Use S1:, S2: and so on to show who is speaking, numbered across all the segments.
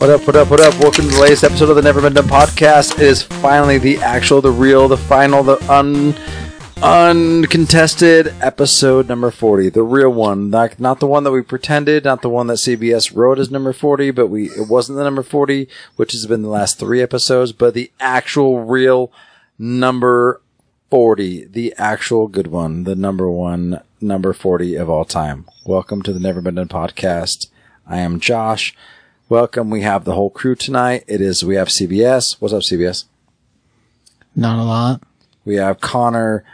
S1: What up, what up, what up? Welcome to the latest episode of the Never Been Done podcast. It is finally the actual, the real, the final, the un uncontested episode number 40. The real one. Not, not the one that we pretended, not the one that CBS wrote as number 40, but we it wasn't the number 40, which has been the last three episodes, but the actual real number 40. The actual good one. The number one, number 40 of all time. Welcome to the Never Been Done podcast. I am Josh. Welcome. We have the whole crew tonight. It is, we have CBS. What's up, CBS?
S2: Not a lot.
S1: We have Connor.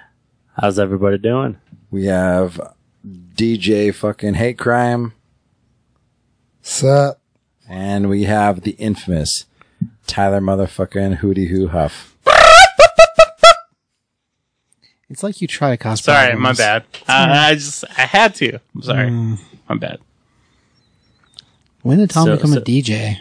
S3: How's everybody doing?
S1: We have DJ fucking hate crime.
S2: Sup?
S1: And we have the infamous Tyler motherfucking Hootie Hoo Huff.
S2: It's like you try to cause.
S4: Sorry,
S2: problems.
S4: my bad. Uh, I just I had to. I'm sorry. My bad.
S2: When did Tom
S3: So-
S2: become a
S3: so-
S2: DJ?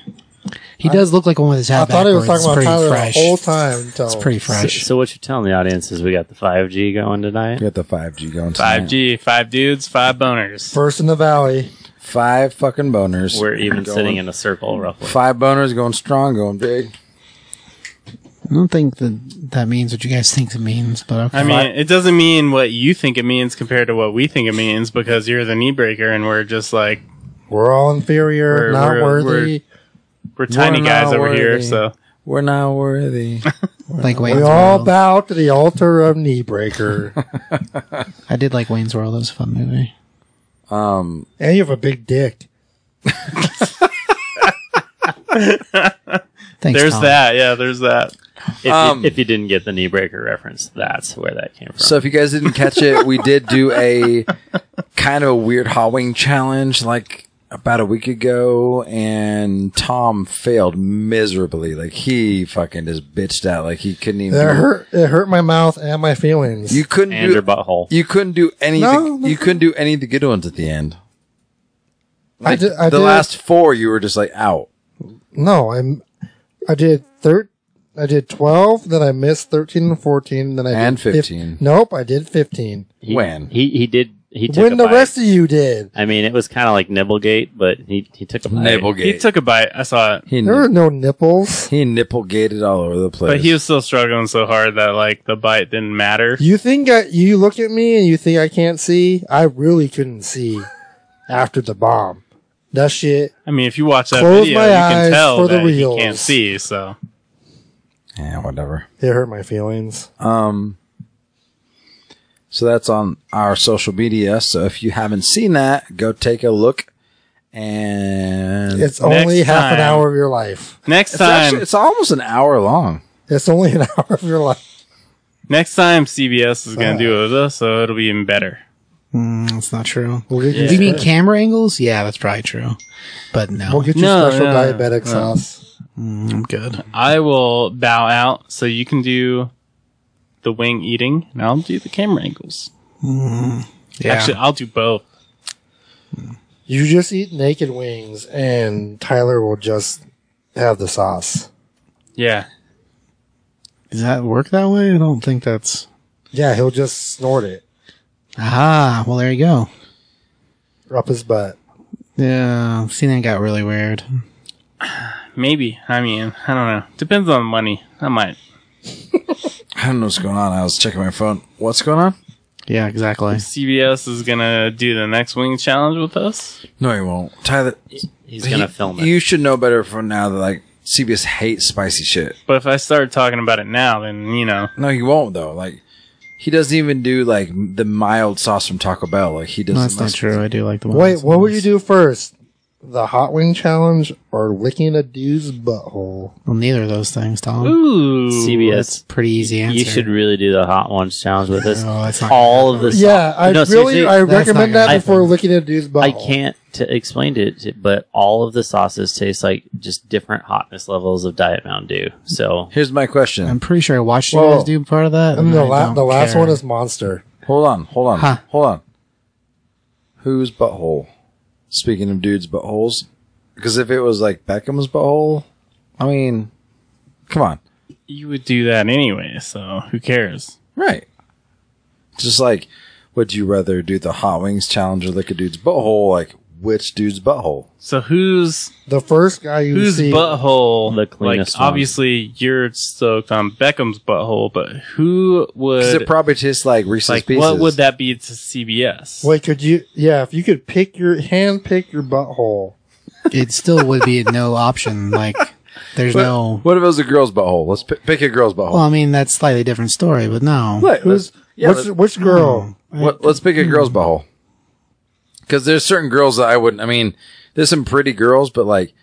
S2: He does look like one with his hat.
S5: I thought he was
S2: backwards.
S5: talking about
S2: It's
S5: Tyler
S2: pretty fresh.
S5: the whole time. until-
S2: It's pretty
S3: So,
S2: fresh.
S3: so what you're telling the audience is we got the 5G going tonight.
S1: We got the 5G going tonight.
S4: Five G, five dudes, five boners.
S5: First in the valley.
S1: Five fucking boners.
S3: We're even
S1: Going-
S3: sitting in a circle roughly.
S1: Five boners going strong, going big.
S2: I don't think that that means what you guys think it means, but okay.
S4: I mean, it doesn't mean what you think it means compared to what we think it means because you're the knee breaker and we're just like
S5: We're all inferior,
S4: We're-
S5: not
S4: we're-
S5: worthy.
S4: we're tiny
S1: not
S4: guys over here.
S1: worthy.
S4: So
S1: We're not worthy.
S2: like
S5: we
S2: Wayne's
S5: all
S2: World.
S5: bow to the altar of Kneebreaker.
S2: I did like Wayne's World. That was a fun movie.
S1: um,
S5: and you have a big dick.
S2: Thanks.
S4: there's
S2: Tom.
S4: that. Yeah, there's that.
S3: If,
S1: Um,
S3: you, if you didn't get the knee breaker reference, that's where that came from.
S1: so if you guys didn't catch it, we did do a kind of a weird Halloween challenge like about a week ago, and Tom failed miserably. Like he fucking just bitched out. Like he couldn't even.
S5: That
S1: do-
S5: hurt. It hurt my mouth and my feelings.
S1: You couldn't
S3: and
S1: do
S3: your butthole.
S1: You couldn't do any.
S5: No,
S1: of the, you
S5: nothing.
S1: couldn't do any of the good ones at the end.
S5: I did. I
S1: the
S5: did,
S1: last four, you were just like out.
S5: No, I'm. I did thir I did twelve. Then I missed thirteen and fourteen. Then I
S1: And
S5: did fif-
S1: 15.
S5: nope, I did fifteen.
S3: He,
S1: when?
S3: he he did he took
S5: When
S3: a
S5: the
S3: bite.
S5: rest of you did,
S3: I mean, it was kind of like Nibblegate, but he he took a bite.
S4: He took a bite. I saw it,
S1: He,
S5: there
S1: nip-
S5: were no nipples.
S1: he nipple gated all over the place.
S4: but he was still struggling so hard that like the bite didn't matter.
S5: You think I, you look at me and you think I can't see? I really couldn't see after the bomb. That shit.
S4: I mean, if you watch that
S5: Close
S4: video,
S5: my
S4: you
S5: eyes
S4: can tell
S5: for the
S4: that he
S5: reels.
S4: can't see. So
S1: yeah, whatever.
S5: It hurt my feelings.
S1: Um. So that's on our social media. So if you haven't seen that, go take a look. And
S5: It's
S4: Next
S5: only half an
S4: time.
S5: hour of your life.
S4: next
S1: it's,
S4: time,
S1: actually- it's almost an hour long.
S5: It's only an hour of your life.
S4: next time CBS is gonna do it with us, so it'll be even better.
S2: Mm, that's not true.
S5: We'll get you,
S2: Do you mean camera angles? Yeah, that's probably true. But no,
S5: we'll get you
S4: No,
S5: special
S4: no,
S5: diabetic
S4: no.
S5: sauce.
S2: Mm, I'm good.
S4: I will bow out so you can do the wing eating, and I'll do the camera angles.
S2: Yeah.
S4: Actually, I'll do both.
S5: You just eat naked wings, and Tyler will just have the sauce.
S4: Yeah.
S2: Does that work that way? I don't think that's.
S5: Yeah, he'll just snort it
S2: Ah, well, there you go.
S5: up his butt.
S2: Yeah, see, that got really weird.
S4: Maybe. I mean, I don't know. Depends on the money. I might.
S1: I don't know what's going on. I was checking my phone. What's going on?
S2: Yeah, exactly.
S4: CBS is gonna do the next wing challenge with us.
S1: No, he won't. Tyler,
S3: He's gonna
S1: he-
S3: film it.
S1: You should know better from now that like CBS hates spicy shit.
S4: But if I start talking about it now, then you know.
S1: No, he won't though. Like he doesn't even do like the mild sauce from Taco Bell. Like he doesn't.
S2: No, that's not
S1: like-
S2: true. I do like
S4: Oh,
S2: the one.
S5: Wait, what would you do first? The hot wing challenge or licking a dude's butthole?
S2: Well, neither of those things, Tom.
S4: Ooh.
S2: That's
S3: CBS,
S2: pretty easy answer.
S3: you should really do the hot ones challenge with us.
S2: No, it's not gonna
S3: All of the sau-
S5: Yeah, I
S3: No,
S5: really
S3: seriously,
S5: I
S2: that's not
S5: recommend
S2: gonna
S5: that
S3: happen.
S5: before licking a dude's butthole.
S3: I can't t- explain it, but all of the sauces taste like just different hotness levels of Diet Mountain Dew. So
S1: Here's my question.
S2: I'm pretty sure I watched you
S5: Well,
S2: guys do part of that.
S5: And
S2: and
S5: the,
S2: I
S5: la-
S2: don't
S5: the last
S2: care.
S5: one is monster.
S1: hold on, hold on,
S2: Huh.
S1: hold on. Whose butthole? Speaking of dudes' buttholes, because if it was like Beckham's butthole, I mean, come on,
S4: You would do that anyway, so who cares?
S1: right? Just like, would you rather do the hot wings challenge or lick a dude's butthole? Like, which dude's butthole?
S4: So who's
S5: The first guy you
S4: whose
S5: see,
S4: butthole?
S3: The cleanest
S4: like,
S3: one.
S4: obviously you're stoked on Beckham's butthole, but who
S1: Because
S4: would
S1: it probably tastes like Reese's
S4: like?
S1: Pieces.
S4: What would that be to CBS?
S5: wait, could you? Yeah, if you could pick your hand, pick your butthole.
S2: It still would be no option. Like, there's
S1: What,
S2: no.
S1: what if it was a girl's butthole? Let's pick, pick a girl's
S2: Well,
S1: butthole.
S2: I mean, that's slightly different story, but no.
S1: Let-
S5: Who's
S1: let's- yeah,
S5: which?
S1: let's-
S5: Which
S2: Hmm.
S5: girl?
S1: What, let's pick a girl's butthole. Because there's certain girls that I wouldn't. I mean, there's some pretty girls, but like,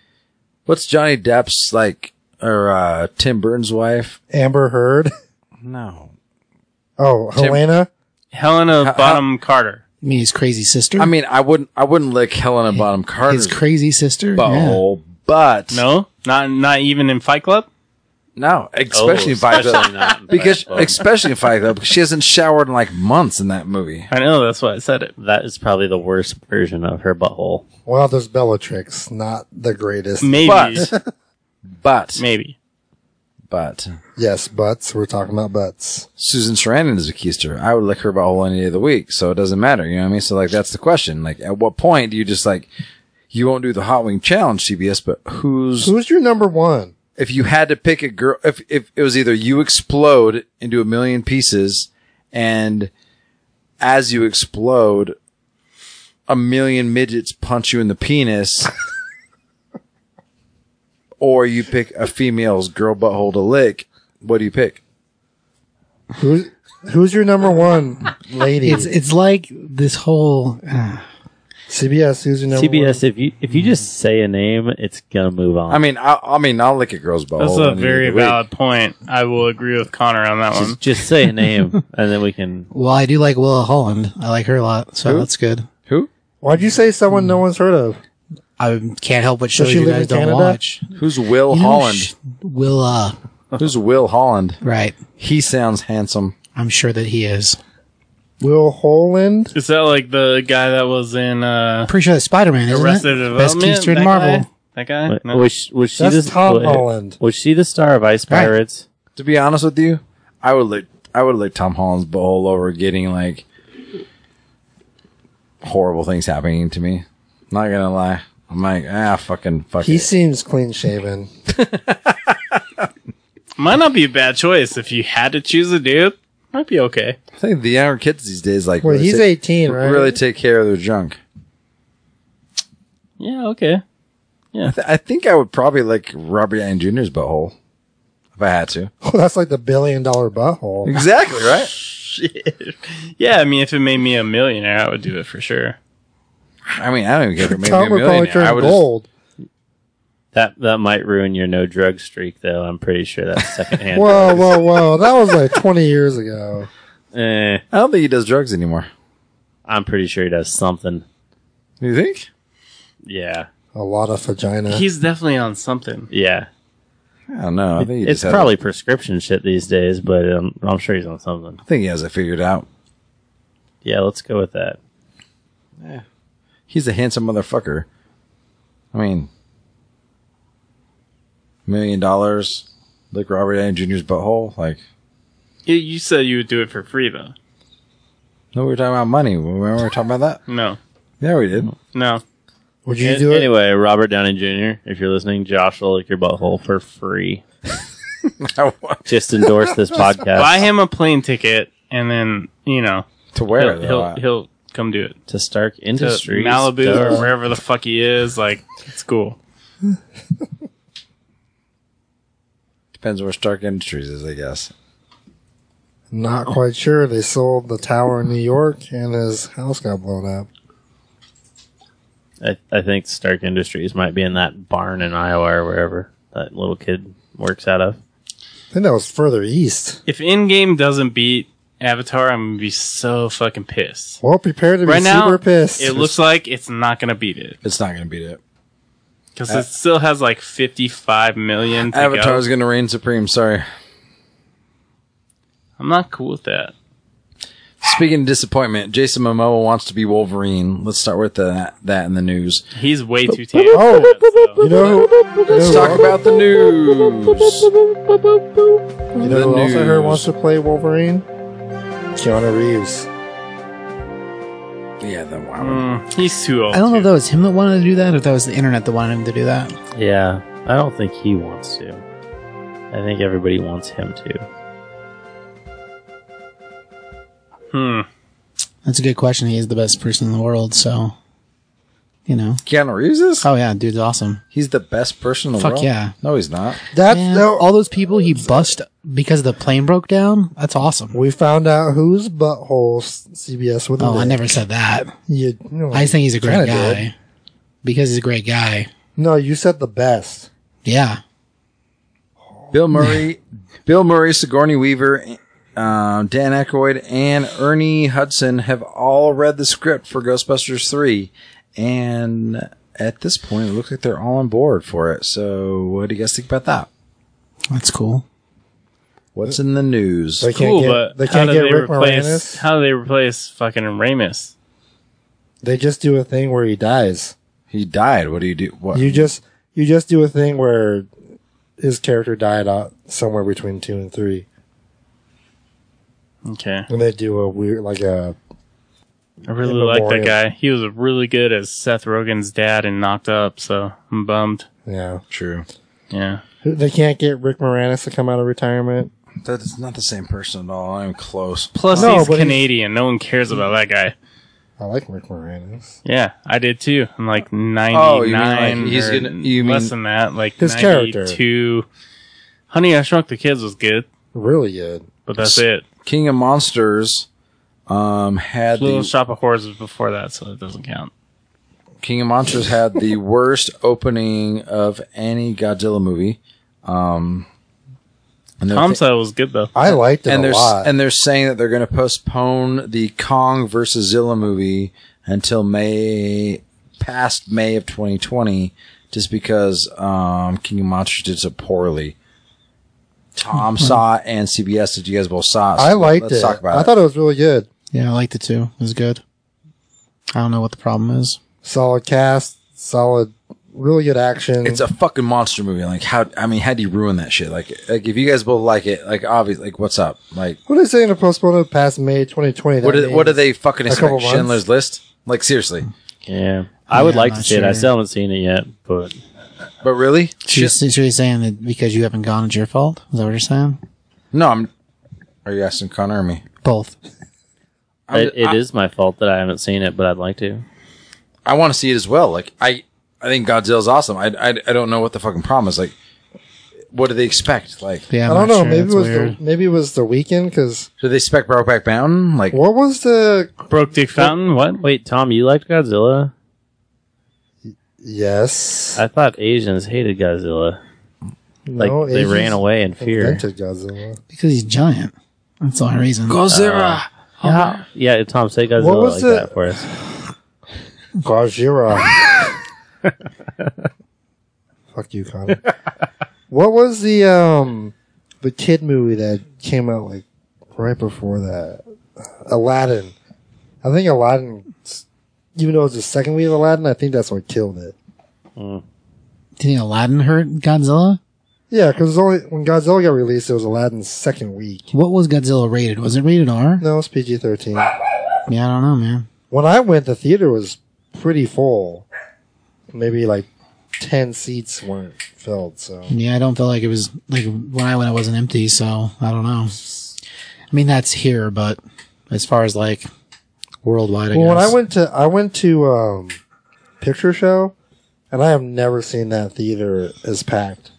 S1: what's Johnny Depp's like or uh, Tim Burton's wife?
S5: Amber Heard.
S1: No,
S5: Oh, Helena.
S4: Helena
S1: How-
S4: Bottom Carter.
S2: You mean his crazy sister?
S1: I mean, I wouldn't. I wouldn't lick Helena Bottom Carter's
S2: his crazy sister? Yeah.
S1: butthole, but
S4: No, not not even in Fight Club.
S1: no, especially
S3: Oh,
S1: in Fight Club.
S3: not in
S1: Because
S3: Fight Club.
S1: especially in Fight Club, because she hasn't showered in like months in that movie.
S4: I know that's why I said it.
S3: that is probably the worst version of her butthole.
S5: Well, there's Bellatrix, not the greatest.
S4: Maybe,
S1: But- But
S4: maybe.
S1: but
S5: Yes, butts. We're talking about butts.
S1: Susan Sarandon is accused her. I would lick her butthole any day of the week, so it doesn't matter. You know what I mean? So like that's the question. Like at what point do you just like you won't do the hot wing challenge, CBS, but who's
S5: Who's your number one?
S1: if you had to pick a girl if if it was either you explode into a million pieces and as you explode a million midgets punch you in the penis or you pick a female's girl butthole to lick, what do you pick?
S5: Who's Who's your number one lady?
S2: It's, it's like this whole. Uh,
S5: CBS. Who's your number one?
S3: CBS, if you if you just say a name, it's gonna move on.
S1: I mean, I, I mean, I'll lick a girl's butthole.
S4: That's a
S1: any day
S4: very
S1: of the week.
S4: valid point. I will agree with Connor on that one.
S3: just, just say a name, and then we can.
S2: well, I do like Willa Holland. I like her a lot, so
S1: Who?
S2: that's good.
S1: Who?
S5: Why'd you say someone no one's heard of?
S2: I can't help but show
S5: she
S2: you
S5: live
S2: guys
S5: in
S2: don't
S5: Canada?
S2: watch.
S1: Who's Will
S2: You know,
S1: Holland?
S2: sh- Willa.
S1: Who's Will Holland?
S2: Right.
S1: He sounds handsome.
S2: I'm sure that he is.
S5: Will Holland.
S4: Is that like the guy that was in uh,
S2: Pretty sure that's Spider Man, isn't
S4: Arrested
S2: it? Best
S4: Development?
S2: Keystone
S4: that
S2: Marvel.
S4: Guy? That guy? No.
S3: Was she, was she
S5: That's
S3: the-
S5: Tom
S3: was-
S5: Holland.
S3: Was she the star of Ice
S2: Right.
S3: Pirates?
S1: To be honest with you, I would lick. I would lick Tom Holland's butthole over getting like horrible things happening to me. Not gonna lie, I'm like ah fucking fuck.
S5: He
S1: it.
S5: seems clean shaven.
S4: Might not be a bad choice if you had to choose a dude. Might be okay.
S1: I think the younger kids these days like
S5: Well,
S1: really
S5: he's
S1: take-
S5: 18, right?
S1: Really take care of their junk.
S4: Yeah, okay.
S1: I, th- I think I would probably lick Robert Downey Jr.'s butthole if I had to.
S5: Well, that's like the billion dollar butthole.
S1: Exactly right.
S4: Shit. Yeah, I mean, if it made me a millionaire, I would do it for sure.
S1: I mean, I don't even care. if it made me a
S5: Tom would probably
S1: millionaire. I
S5: turn
S1: would just-
S5: gold.
S3: That that might ruin your no drug streak, though. I'm pretty sure that's secondhand.
S5: Whoa, whoa, whoa! That was like 20 years ago.
S3: eh,
S1: I don't think he does drugs anymore.
S3: I'm pretty sure he does something.
S1: You think?
S3: Yeah,
S5: A lot of vagina.
S4: He's definitely on something.
S3: yeah.
S1: I don't know. I think he
S3: It's
S1: just has
S3: probably prescription shit these days, but um, I'm sure he's on something.
S1: I think he has it figured out.
S3: Yeah, let's go with that.
S1: He's a handsome motherfucker. I mean, million dollars, like Robert Downey Jr.'s butthole. Like,
S4: You- You said you would do it for free, though.
S1: no, we were talking about money. Remember we were talking about that?
S4: No.
S1: Yeah, we did.
S4: No.
S5: Would you
S3: An-
S5: do it?
S3: anyway, Robert Downey Jr., if you're listening, Josh will lick your butthole for free. Just endorse this podcast.
S4: Buy him a plane ticket, and then, you know,
S1: to wear
S4: he'll,
S1: it.
S4: he'll, he'll come do it.
S3: to Stark
S4: To
S3: Industries.
S4: Malibu
S3: Duh.
S4: or wherever the fuck he is. Like, it's cool.
S1: Depends where Stark Industries is, I guess.
S5: Not quite sure. They sold the tower in New York, and his house got blown up.
S3: I, I think Stark Industries might be in that barn in Iowa or wherever that little kid works out of.
S5: I think that was further east.
S4: If Endgame doesn't beat Avatar, I'm going to be so fucking pissed.
S5: Well, prepare to be
S4: Right now,
S5: super pissed.
S4: it looks like it's not going to beat it.
S1: It's not going to beat it.
S4: Because
S5: Uh,
S4: it still has like 55 million. To
S1: Avatar's
S4: Go.
S1: going to reign supreme. Sorry.
S4: I'm not cool with that.
S1: Speaking of disappointment, Jason Momoa wants to be Wolverine. Let's start with the, that in the news.
S4: He's way too tan.
S5: Oh,
S4: so.
S5: you know who?
S1: Let's talk about the news.
S5: You know who
S1: the
S5: also here
S1: news.
S5: wants to play Wolverine? Keanu Reeves.
S1: Yeah, the wow.
S4: Mm, he's too old.
S2: I don't know if
S4: too.
S2: that was him that wanted to do that or if that was the internet that wanted him to do that.
S3: Yeah, I don't think he wants to. I think everybody wants him to.
S4: Hmm.
S2: That's a good question. He is the best person in the world, so you know.
S1: Keanu Reeves is?
S2: Oh yeah, dude's awesome.
S1: He's the best person in the
S2: Fuck
S1: world.
S2: yeah.
S1: No, he's not.
S5: That's
S2: Man,
S5: no,
S2: all those people he bust because the plane broke down. That's awesome.
S5: we found out whose butthole s- CBS would.
S2: Oh, I never said that.
S5: You, no,
S2: I just think he's a great
S5: kinda
S2: guy
S5: did.
S2: because he's a great guy.
S5: No, you said the best.
S2: Yeah,
S1: Bill Murray, Bill Murray, Sigourney Weaver, um, Dan Aykroyd, and Ernie Hudson have all read the script for Ghostbusters three, and at this point, it looks like they're all on board for it. So, what do you guys think about that?
S2: that's cool.
S1: What's in the news?
S5: They can't
S4: Cool,
S5: get.
S4: but
S5: they
S4: how
S5: can't
S4: do
S5: get
S4: they
S5: Rick
S4: replace?
S5: Moranis.
S4: How do they replace fucking Ramus?
S5: They just do a thing where he dies.
S1: He died. What do you do? What?
S5: You just you just do a thing where his character died out somewhere between two and three,
S4: Okay,
S5: and they do a weird like a
S4: I really
S5: In
S4: like that
S5: Memoriam.
S4: guy. He was really good as Seth Rogen's dad in Knocked Up, so I'm bummed.
S5: yeah.
S1: True.
S4: Yeah,
S5: Who- They can't get Rick Moranis to come out of retirement.
S1: That is not the same person at all. I'm close.
S4: plus
S5: No,
S4: he's
S5: but he-
S4: Canadian. no one cares about that guy.
S5: I like Rick Moranis.
S4: Yeah, I did too. I'm like
S1: Oh, you mean like
S4: 99.
S1: he's
S4: or
S1: gonna- you
S4: less
S1: mean-
S4: than that? Like
S5: His character.
S4: 92. Honey, I Shrunk the Kids was good,
S5: Really good.
S4: but that's it.
S1: King of Monsters, um, had
S4: Little
S1: the
S4: Shop of Horrors was before that, so it doesn't count.
S1: King of Monsters had the worst opening of any Godzilla movie. Um, and they're
S4: Tom
S1: thi-
S4: said it was good though.
S5: I liked it
S1: and
S5: a
S1: they're
S5: lot.
S1: and they're saying that they're going to postpone the Kong versus Zilla movie until May past May of 2020, just because um, King of Monsters did so poorly. Tom saw it and CBS. Did you guys both saw it?
S5: Hmm. I liked
S1: Let's
S5: it.
S1: talk about
S5: I
S1: it.
S5: thought it was really good.
S2: Yeah, I liked it too. It was good. I don't know what the problem is.
S5: Solid cast, solid, really good action.
S1: it's a fucking monster movie. Like how? I mean, how do you ruin that shit? Like, like if you guys both like it, like obviously, like what's up? Like,
S5: what are they saying to postpone it past May 2020? That
S1: what? Are,
S5: means-
S1: what do they fucking
S5: a couple
S1: expect?
S5: months?
S1: Schindler's List? Like seriously?
S3: Yeah, I would
S2: Yeah,
S3: like
S2: I'm
S3: to
S2: not
S3: see it. I
S2: sure.
S3: still haven't seen it yet, but
S1: But really?
S2: She's, she's saying that because you haven't gone, it's your fault. Is that what you're saying?
S1: No, I'm. Are you asking Connor or me?
S2: Both.
S1: I'm
S3: it,
S1: ju-
S3: it
S1: I-
S3: is my fault that I haven't seen it. But I'd like to.
S1: I want to see it as well. Like I, I think Godzilla's awesome. I, I, I don't know what the fucking problem is. Like, what do they expect? Like,
S2: Yeah,
S5: I
S2: I'm
S5: don't
S2: not
S5: know.
S2: sure.
S5: Maybe
S2: That's
S5: it was
S2: weird.
S5: the maybe it was the weekend because
S1: do they expect Brokeback Mountain? Like,
S5: what was the
S4: Broke Dick Fountain. What?
S3: Wait, Tom, you liked Godzilla?
S5: yes?
S3: I thought Asians hated Godzilla. Like
S5: No,
S3: they
S5: Asians
S3: ran away in fear.
S5: invented Godzilla.
S2: because he's giant. That's the only reason.
S1: Godzilla.
S3: Yeah, yeah. Tom, say Godzilla
S5: What was
S3: like that
S5: the-
S3: for us.
S5: Gojira. Fuck you, Connor. what was the um the kid movie that came out like right before that? Aladdin. I think Aladdin. Even though it was the second week of Aladdin, I think that's what killed it.
S2: Do you think Aladdin hurt Godzilla?
S5: Yeah, because only when Godzilla got released, it was Aladdin's second week.
S2: What was Godzilla rated? Was it rated R?
S5: No, it's PG thirteen.
S2: Yeah, I don't know, man.
S5: When I went, the theater was pretty full. Maybe like ten seats weren't filled. So
S2: Yeah, I don't feel like it was like when I went, it wasn't empty. So I don't know. I mean, that's here, but as far as like worldwide, I
S5: Well, when
S2: guess.
S5: I went to I went to um, picture show, and I have never seen that theater as packed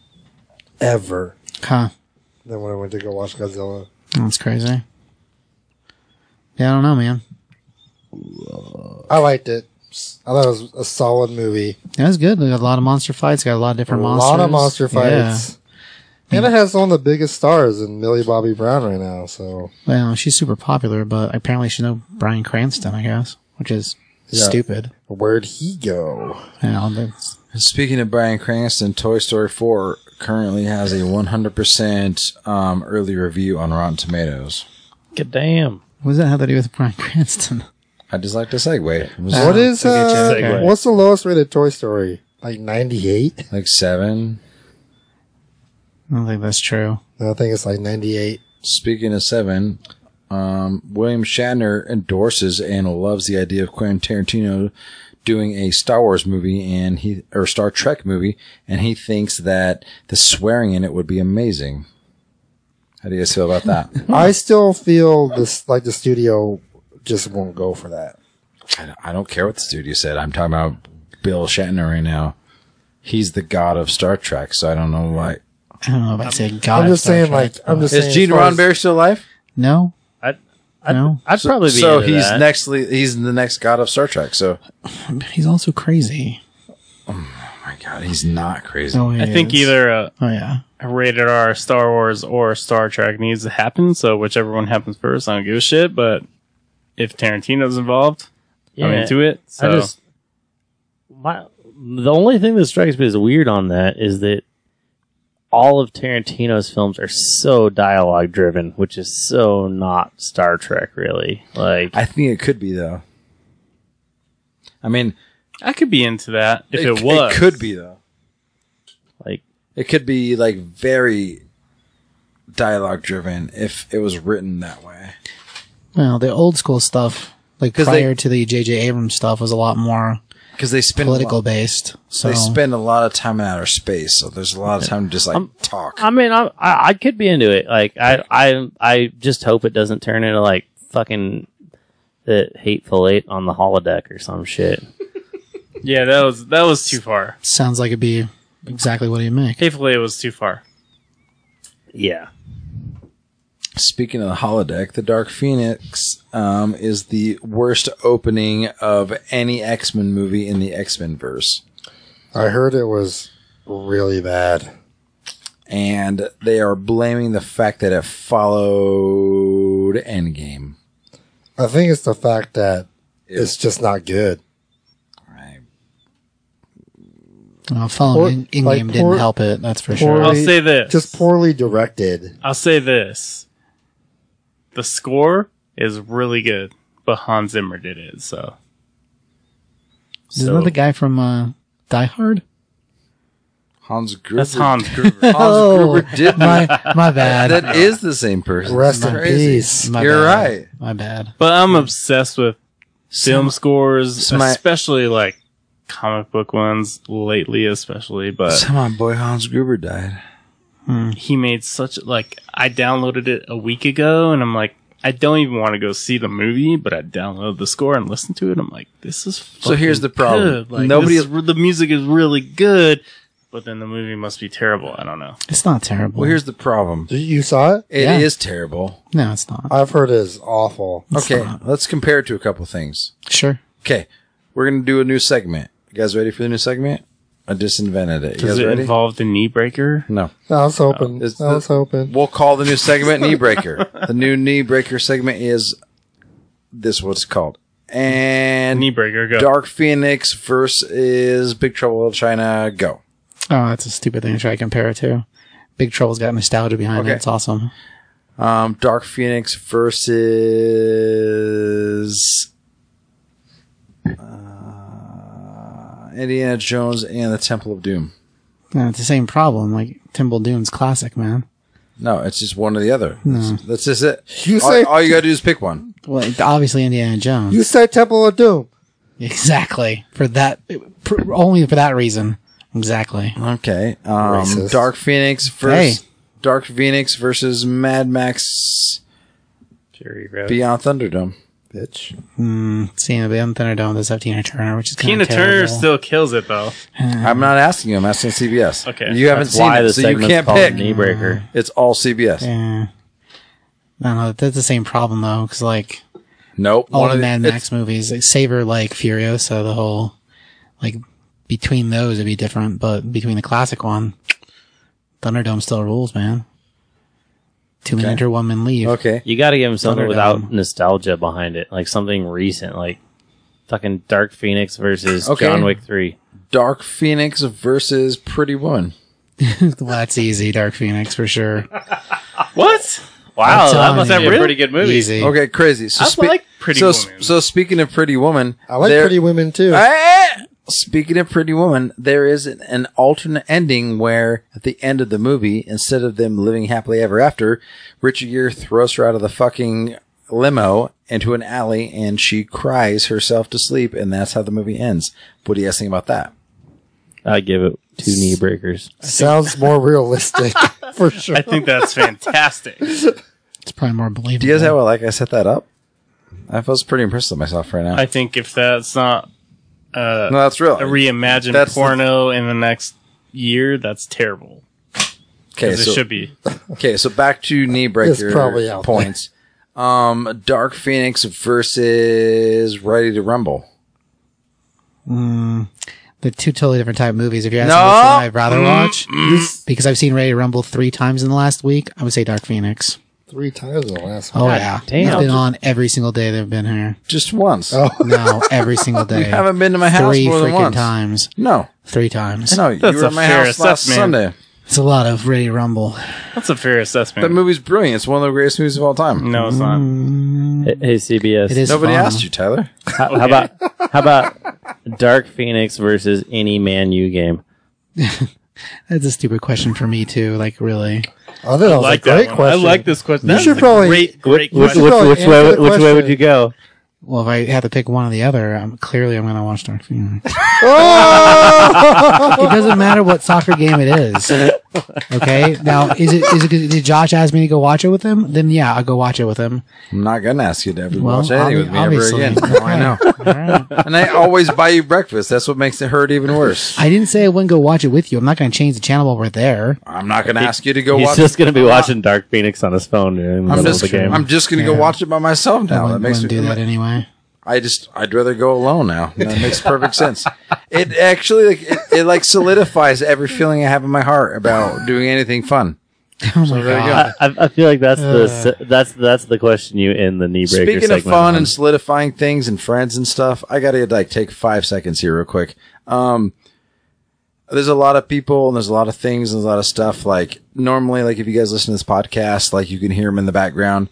S5: ever.
S2: huh?
S5: Than when I went to go watch Godzilla.
S2: That's crazy. Yeah, I don't know, man.
S5: I liked it. I thought it was a solid movie.
S2: That was good. They got a lot of monster fights. Got a lot of
S5: A
S2: different monsters.
S5: lot of monster
S2: Yeah.
S5: fights. And it has one of the biggest stars in Millie Bobby Brown right now, so
S2: Well, she's super popular, but apparently she know Brian Cranston, I guess, which is
S5: Yeah.
S2: stupid.
S5: where'd he go?
S2: You know, that's-
S1: Speaking of Brian Cranston, Toy Story 4 currently has a 100% um, early review on Rotten Tomatoes.
S3: God damn.
S2: what does that have to do with Brian Cranston?
S1: I just like to segue. It was
S5: what is
S2: I get you.
S5: uh,
S2: Okay.
S5: what's the lowest rated Toy Story? Like ninety eight?
S1: like seven.
S2: I don't think that's true.
S5: I think it's like ninety eight.
S1: Speaking of seven, Um, William Shatner endorses and loves the idea of Quentin Tarantino doing a Star Wars movie and he or Star Trek movie, and he thinks that the swearing in it would be amazing. How do you guys feel about that?
S5: I still feel this like the studio just won't go for that.
S1: I don't- I don't care what the studio said. I'm talking about Bill Shatner right now. He's the god of Star Trek, so I don't know why.
S2: I don't know if I say God.
S5: I'm
S2: of
S5: just
S2: Star
S5: saying,
S2: Trek,
S5: like, I'm
S2: but-
S5: just saying.
S1: Is Gene
S5: as far as-
S1: Roddenberry still alive?
S2: no,
S3: I'd, I'd,
S2: no.
S3: I'd probably be
S1: so
S3: into
S1: he's
S3: that.
S1: next. le- He's the next god of Star Trek. So
S2: But he's also crazy.
S1: oh my god, he's not crazy.
S2: No, he
S4: I think
S2: is.
S4: either uh, a,
S2: Oh yeah,
S4: a rated R Star Wars or Star Trek needs to happen. So whichever one happens first, I don't give a shit. But if Tarantino's involved,
S3: Yeah.
S4: I'm into it. So
S3: I just my the only thing that strikes me as weird on that is that all of Tarantino's films are so dialogue driven, which is so not Star Trek really. Like
S1: I think it could be though. I mean,
S4: I could be into that if it,
S1: c-
S4: was.
S1: it could be though.
S3: like
S1: It could be like very dialogue driven if it was written that way.
S2: well, the old school stuff, like
S1: 'Cause they-
S2: prior to the J.J. Abrams stuff, was a lot more
S1: Because they spend
S2: political
S1: A lot,
S2: based. So
S1: They spend a lot of time in outer space, so there's a lot of time to just like
S2: Um,
S1: talk.
S3: I mean, I, I I could be into it. Like I I I just hope it doesn't turn into like fucking the hateful eight on the holodeck or some shit.
S4: yeah, that was that was too far.
S2: sounds like it'd be exactly what he'd make.
S4: Hatefully, it was too far.
S3: Yeah.
S1: Speaking of the holodeck, the Dark Phoenix um, is the worst opening of any X Men movie in the X Men verse.
S5: I heard it was really bad.
S1: and they are blaming the fact that it followed Endgame.
S5: I think it's the fact that it's just not good.
S1: Right.
S2: Well, following
S5: Poor-
S2: in
S5: like
S2: game
S5: poor-
S2: didn't help it. That's for
S5: poor-
S2: sure.
S4: I'll
S5: Poorly-
S4: say this.
S5: Just poorly directed.
S4: I'll say this. The score is really good, but Hans Zimmer did it. So
S2: Isn't that the guy from uh, Die Hard?
S1: Hans Gruber.
S4: that's Hans Gruber.
S1: Hans
S2: Oh,
S1: Gruber did
S2: my my bad.
S1: that is the same person.
S5: Rest
S1: It's
S5: in
S1: crazy.
S5: peace.
S2: My
S1: You're
S2: bad.
S1: right.
S2: My bad.
S4: but I'm obsessed with film scores,
S1: so my-
S4: especially like comic book ones lately, especially. But
S1: So my boy Hans Gruber died.
S4: he made such like I downloaded it a week ago, and I'm like. I don't even want to go see the movie, but I download the score and listen to it. I'm like, this is
S1: So here's the
S4: fucking
S1: problem.
S4: good. Like,
S1: Nobody
S4: Nobody
S1: is-
S4: the music is really good, but then the movie must be terrible. I don't know.
S2: It's not terrible.
S1: Well, here's the problem.
S5: You- You saw it?
S1: It is
S2: Yeah.
S1: terrible.
S2: no, it's not.
S1: Uh,
S5: I've heard it is awful.
S1: okay, let's compare it to a couple things.
S2: Sure.
S1: Okay, we're gonna do a new segment. You guys ready for the new segment? I just invented it. You
S4: Does
S1: guys
S4: it
S1: ready?
S4: involve the knee breaker?
S1: no.
S5: I was hoping.
S1: Is
S5: I was
S1: the-
S5: hoping.
S1: We'll call the new segment knee breaker. The new knee breaker segment is this what's called. And
S4: Knee breaker, go.
S1: Dark Phoenix versus Big Trouble in Little China go.
S2: Oh, that's a stupid thing to try to compare it to. Big Trouble's got nostalgia behind
S1: Okay.
S2: it. It's awesome.
S1: Um Dark Phoenix versus uh, Indiana Jones and the Temple of Doom.
S2: No, it's the same problem. Like Timble Dune's classic, man.
S1: No, it's just one or the other. That's, that's just it.
S5: You
S1: all,
S5: say-
S1: all you gotta do is pick one.
S2: Well, it- obviously Indiana Jones.
S5: You said Temple of Doom.
S2: exactly. For that, pr- only for that reason. Exactly.
S1: Okay. Um,
S5: Racist.
S1: Dark Phoenix versus
S2: Hey.
S1: Dark Phoenix versus Mad Max
S4: Fury Road.
S1: Beyond Thunderdome.
S5: Bitch.
S2: Mm, seeing a bit on Thunderdome does have Tina Turner, which is kind
S4: Tina
S2: of
S4: Turner
S2: terrible.
S4: still kills it though.
S1: I'm not asking you. I'm asking CBS.
S4: Okay.
S1: You haven't
S3: That's
S1: seen
S3: why
S1: it,
S3: the
S1: so you
S3: segment's
S1: can't
S3: called
S1: pick.
S3: knee breaker.
S2: Mm-hmm.
S1: It's all CBS.
S2: Yeah. No, no, that's the same problem though, because like
S1: Nope.
S2: all
S1: One
S2: the
S1: of
S2: Mad
S1: it's-
S2: Max movies, like, savor like Furiosa, the whole like between those it'd be different, but between the classic one, Thunderdome still rules, man. Two men enter, one man leave.
S1: Okay.
S3: You got to give him something
S2: Thunderdome.
S3: without nostalgia behind it, like something recent, like fucking Dark Phoenix versus
S1: Okay.
S3: John Wick Three.
S1: Dark Phoenix versus Pretty Woman.
S2: well, that's easy, Dark Phoenix for sure.
S4: What?
S2: I'm
S3: Wow, that
S2: telling
S3: must have
S2: you.
S3: been a pretty good movie.
S2: Easy.
S1: Okay, crazy. So
S4: I like Pretty
S1: so,
S4: Woman.
S1: So speaking of Pretty Woman,
S5: I like
S1: there-
S5: pretty women too.
S1: Ah! Speaking of Pretty Woman, there is an, an alternate ending where at the end of the movie, instead of them living happily ever after, Richard Gere throws her out of the fucking limo into an alley and she cries herself to sleep, and that's how the movie ends. What do you guys think about that?
S3: I give it two knee breakers.
S5: Sounds more realistic for sure.
S4: I think that's fantastic.
S2: It's probably more believable.
S1: Do you guys have a, like I set that up? I was pretty impressed with myself right now.
S4: I think if that's not uh,
S1: no, that's real.
S4: a reimagined
S1: That's the-
S4: porno in the next year, that's terrible.
S1: okay,
S4: 'Cause
S1: so
S4: it should be.
S1: okay, so back to knee breaker
S5: probably out there.
S1: points. Um, Dark Phoenix versus Ready to Rumble.
S2: Mm, the two totally different type of movies. If you're asking
S1: No. Mm-hmm.
S2: which one I'd rather watch, because I've seen Ready to Rumble three times in the last week, I would say Dark Phoenix.
S5: Three times in the last
S2: Oh
S5: one.
S2: yeah,
S3: damn.
S2: it's been on every single day they've been here.
S1: Just once.
S5: Oh.
S2: No, every single day.
S1: You haven't been to my house
S2: three
S1: more than
S2: freaking
S1: once.
S2: times.
S1: No,
S2: Three times.
S1: no, you
S4: That's
S1: were
S4: a
S1: at my
S4: fair
S1: house last
S4: assessment.
S1: Sunday.
S2: It's a lot of Ready to Rumble.
S4: That's a fair assessment.
S1: That movie's brilliant. It's one of the greatest movies of all time.
S4: no, it's
S5: Mm,
S4: not.
S3: Hey, hey, CBS.
S2: Mm. It is.
S1: Nobody
S2: fun.
S1: asked you, Tyler.
S3: How, how about how about Dark Phoenix versus any Man U game?
S2: That's a stupid question for me too. Like really,
S5: I think that was
S4: like
S5: a great
S4: that one. I
S5: question.
S4: like this question.
S5: You
S4: That's
S5: should
S4: a
S5: probably-
S4: great,
S3: Which,
S4: great
S3: which, which,
S4: question.
S3: which,
S5: which way- answer
S3: way,
S5: the
S3: which way would
S5: question.
S3: you go?
S2: well, if I had to pick one or the other, I'm, clearly I'm going to watch Dark Phoenix.
S1: Oh!
S2: it doesn't matter what soccer game it is. Okay, now is it is it did Josh ask me to go watch it with him? Then yeah, I'll go watch it with him.
S1: I'm not gonna ask you to ever
S2: Well,
S1: watch anything with me ever
S2: obviously.
S1: again. No, I know.
S2: All right.
S1: And I always buy you breakfast. That's what makes it hurt even worse.
S2: I didn't say I wouldn't go watch it with you. I'm not going to change the channel while we're there.
S1: I'm not gonna ask you to go
S3: He's
S1: watch.
S3: just going to be watching Dark Phoenix on his phone during the
S1: I'm
S3: middle
S1: just,
S3: of the game.
S1: I'm just gonna go
S2: Yeah.
S1: watch it by myself now.
S2: I
S1: That
S2: wouldn't,
S1: makes me
S2: wouldn't do that anyway.
S1: I just I'd rather go alone now. That makes perfect sense. It actually like it, it like solidifies every feeling I have in my heart about doing anything fun.
S2: Oh my
S1: there you
S2: god!
S3: I, I feel like that's the se- that's that's the question you end the knee breaker.
S1: Uh. Speaking of
S3: segment
S1: fun
S3: on.
S1: and solidifying things and friends and stuff, I gotta like take five seconds here real quick. Um, there's a lot of people and there's a lot of things and there's a lot of stuff. Like normally, like if you guys listen to this podcast, like you can hear them in the background.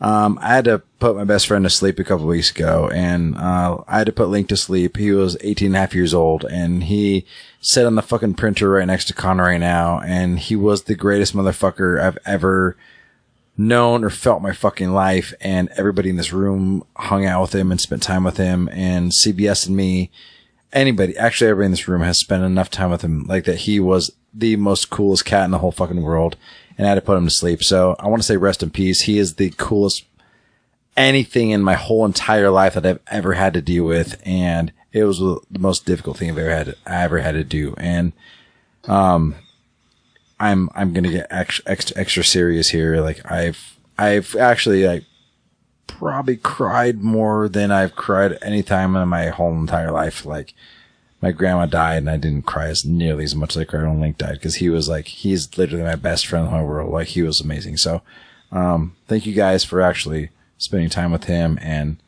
S1: Um, I had to put my best friend to sleep a couple weeks ago and, uh, I had to put Link to sleep. He was 18 and a half years old and he sat on the fucking printer right next to Connor right now. And he was the greatest motherfucker I've ever, known or felt my fucking life. And everybody in this room hung out with him and spent time with him. And CBS and me, anybody, actually, everybody in this room has spent enough time with him like that. He was the most coolest cat in the whole fucking world. And I had to put him to sleep. So I want to say rest in peace. He is the coolest anything in my whole entire life that I've ever had to deal with. And it was the most difficult thing I've ever had, I ever had to do. And I'm I'm gonna get extra, extra extra serious here. Like I've I've actually like probably cried more than I've cried any time in my whole entire life. Like my grandma died and I didn't cry as nearly as much as I cried when Link died because he was like he's literally my best friend in the whole world. Like he was amazing. So um thank you guys for actually spending time with him and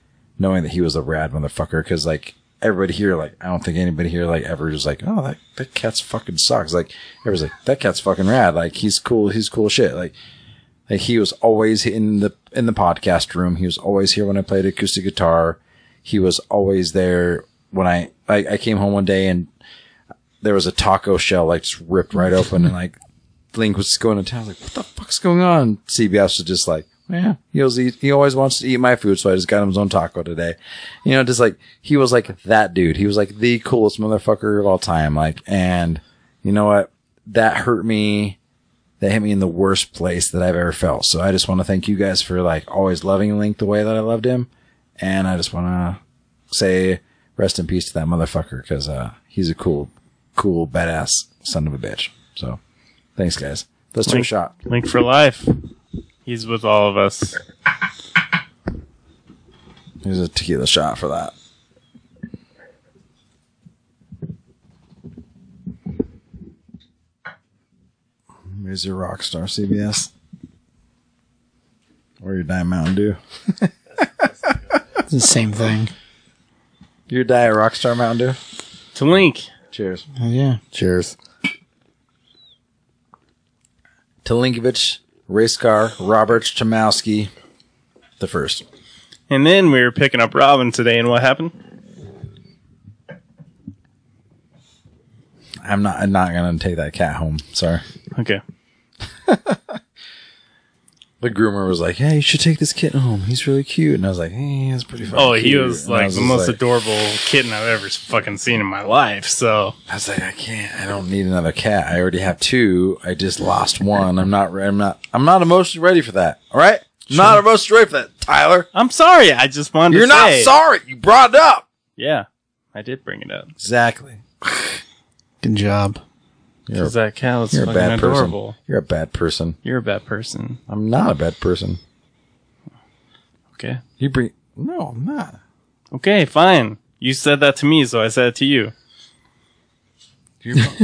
S1: knowing that he was a rad motherfucker because like everybody here like i don't think anybody here like ever was like oh that, that cat's fucking sucks like everybody's like that cat's fucking rad like he's cool he's cool shit like like he was always in the in the podcast room he was always here when i played acoustic guitar he was always there when i i, I came home one day and there was a taco shell like just ripped right open and like Link was going to town. I was like, what the fuck's going on? CBS was just like, well, yeah, he always eat, he always wants to eat my food, so I just got him his own taco today. You know, just like he was like that dude. He was like the coolest motherfucker of all time. Like, and you know what? That hurt me. That hit me in the worst place that I've ever felt. So I just want to thank you guys for like always loving Link the way that I loved him, and I just want to say rest in peace to that motherfucker because uh, he's a cool, cool badass son of a bitch. So. Thanks, guys. Let's do a
S4: Link-
S1: shot.
S4: Link for life. He's with all of us.
S1: Here's a tequila shot for that. Here's your rock star CBS. Or your Diet Mountain Dew.
S2: It's the same thing.
S1: Your Diet Rockstar Mountain Dew.
S4: To Link.
S1: Cheers.
S2: Uh, yeah.
S5: Cheers.
S1: Telinkovich, race car, Robert Chomowski, the first.
S4: And then we were picking up Robin today, and what happened?
S1: I'm not I'm not gonna take that cat home. Sorry.
S4: Okay.
S1: the groomer was like, "Hey, you should take this kitten home. He's really cute." And I was like, "Hey, that's pretty fucking."
S4: Oh, he
S1: cute."
S4: was
S1: And I
S4: like the
S1: just
S4: most
S1: like-
S4: adorable kitten I've ever fucking seen in my life. So
S1: I was like, I can't. I don't need another cat. I already have two. I just lost one. I'm not. re- I'm not. I'm not emotionally ready for that. All right. I'm Not emotionally ready for that, Tyler.
S4: I'm sorry. I just wanted
S1: You're
S4: to
S1: not
S4: say.
S1: sorry. You brought it up.
S4: Yeah, I did bring it up
S1: Exactly.
S2: Good job.
S1: You're,
S4: because that cat was
S1: you're a
S4: fucking
S1: bad
S4: adorable.
S1: person. You're a bad person.
S4: You're a bad person.
S1: I'm not a bad person.
S4: Okay.
S1: You bring. No, I'm not.
S4: Okay. Fine. You said that to me, so I said it to you.
S1: Your mom-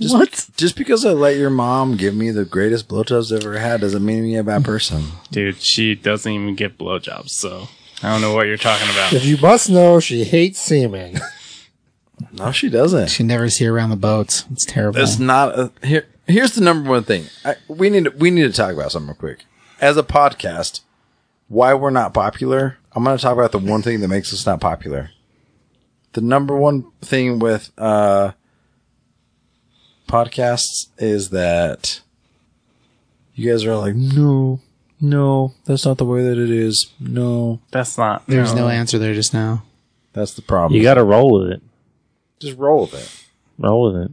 S1: just, Just because I let your mom give me the greatest blowjobs I've ever had doesn't mean me a bad person.
S4: Dude, she doesn't even get blowjobs, so I don't know what you're talking about.
S5: If you must know, she hates semen.
S1: No, she doesn't.
S2: She never see around the boats. It's terrible.
S1: That's not a, here. Here's the number one thing I, we need. To, we need to talk about something real quick. As a podcast, why we're not popular. I'm going to talk about the one thing that makes us not popular. The number one thing with uh, podcasts is that you guys are all like, no, no, that's not the way that it is. No,
S4: That's not.
S2: There's no answer there just now.
S1: that's the problem.
S3: You got to roll with it.
S1: just roll with it.
S3: Roll with it.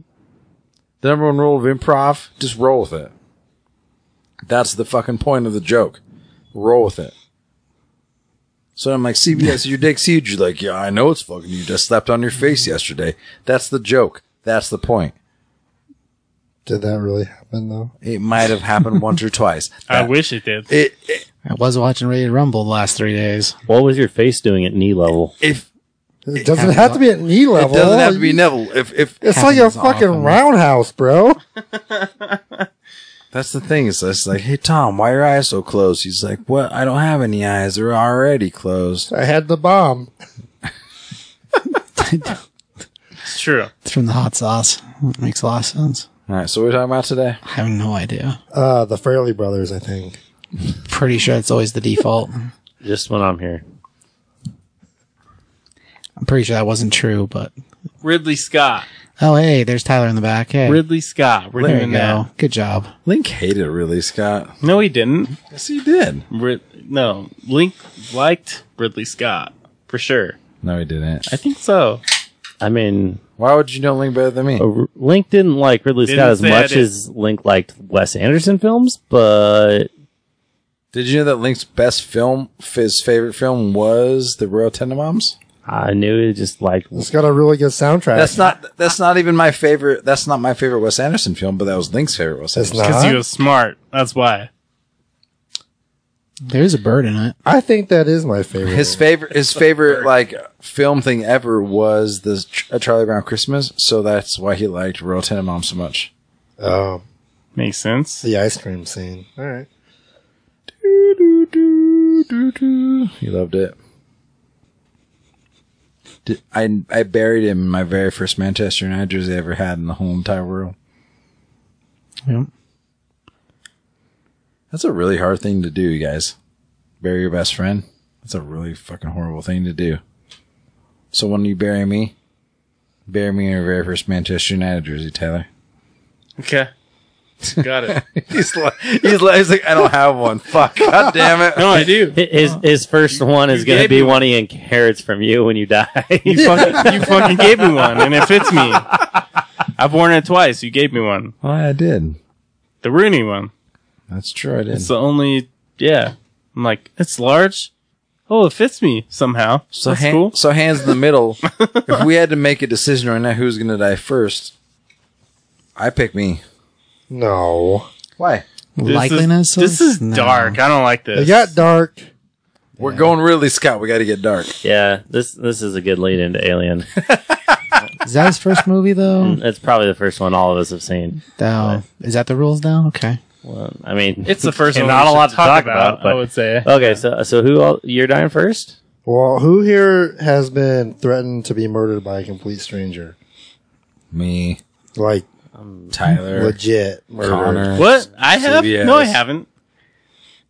S1: The number one rule of improv, just roll with it. That's the fucking point of the joke. Roll with it. So I'm like, CBS, your dick's huge. You're like, yeah, I know it's fucking. You just slept on your face yesterday. That's the joke. That's the point.
S5: Did that really happen though?
S1: It might have happened once or twice.
S4: I
S1: That-
S4: wish it did.
S1: It, it-
S2: I was watching Rated Rumble the last three days.
S3: What was your face doing at knee level?
S1: if
S5: It doesn't have to be at knee
S1: it
S5: level.
S1: doesn't have to be Neville, if if
S5: It's like a
S2: Happens
S5: fucking
S2: often.
S5: roundhouse, bro.
S1: that's the thing, is it's like, hey Tom, why are your eyes so closed? He's like, what? I don't have any eyes. They're already closed.
S5: I had the bomb.
S4: It's true.
S2: It's from the hot sauce. It makes a lot of sense.
S1: All right, so what are we talking about today?
S2: I have no idea.
S5: Uh, the Fairley brothers, I think.
S2: Pretty sure it's always the default. I'm
S3: Just when I'm here.
S2: pretty sure that wasn't true, but
S4: Ridley Scott.
S2: oh hey, there's Tyler in the back. Hey,
S4: Ridley Scott. We're
S2: there you
S4: doing
S2: go.
S4: that.
S2: Good job.
S1: Link hated really, Scott.
S4: No, he didn't.
S1: Yes, he did.
S4: Rid- no, Link liked Ridley Scott for sure.
S1: No, he didn't.
S4: I think so.
S3: I mean,
S1: Why would you know Link better than me?
S3: uh, Link didn't like Ridley
S4: Didn't
S3: Scott as
S4: say I
S3: much
S4: did.
S3: as Link liked Wes Anderson films, but
S1: Did you know that Link's best film, his favorite film, was The Royal Tenenbaums?
S3: I knew he just liked.
S5: It's got a really good soundtrack.
S1: That's not. That's not even my favorite. That's not my favorite Wes Anderson film, but that was Link's favorite Wes
S5: It's
S1: Anderson.
S5: not.
S4: Because he was smart. That's why.
S2: There's a bird in it.
S5: I think that is my favorite.
S1: His favorite, his favorite like film thing ever was the Ch- uh, Charlie Brown Christmas, so that's why he liked Royal Tenenbaums so much.
S5: oh,
S4: Makes sense.
S5: the ice cream scene. All right.
S1: He loved it. Did, I I buried him in my very first Manchester United jersey I ever had in the whole entire world.
S2: Yep.
S1: That's a really hard thing to do, you guys. Bury your best friend. That's a really fucking horrible thing to do. So when you bury me, bury me in your very first Manchester United jersey, Taylor.
S4: Okay. Got it.
S1: he's like, he's like, he's like, I don't have one. Fuck, god damn it.
S4: No, I do.
S3: His his first one is
S4: you
S3: going to
S4: gave
S3: be
S4: me
S3: one he inherits from you when you die.
S4: You fucking, you fucking gave me one, and it fits me. I've worn it twice. You gave me one.
S1: Oh, I did.
S4: The Rooney one.
S1: That's true, I did.
S4: It's the only. Yeah. I'm like, it's large. Oh, it fits me somehow.
S1: So,
S4: That's
S1: han-
S4: cool.
S1: so hands in the middle. if we had to make a decision right now, who's gonna die first? I pick me.
S5: No,
S1: Why?
S4: This
S2: Likeliness.
S4: Is, this
S2: of-
S4: is
S2: No.
S4: dark. I don't like this.
S5: it got dark.
S1: We're going really Scott. We got to get dark.
S3: yeah, this this is a good lead into Alien.
S2: Is that his first movie though?
S3: That's probably the first one all of us have seen.
S2: No. Is that the rules now? Okay.
S3: Well, I mean,
S4: It's the first
S3: and
S4: one.
S3: Not
S4: we
S3: a
S4: should
S3: lot to talk about.
S4: I would say.
S3: but, okay, so so who all, you're dying first?
S5: Well, who here has been threatened to be murdered by a complete stranger?
S1: Me,
S5: Like
S1: Tyler,
S5: legit murder.
S1: Connor.
S4: What? I have?
S1: CBS.
S4: No, I haven't.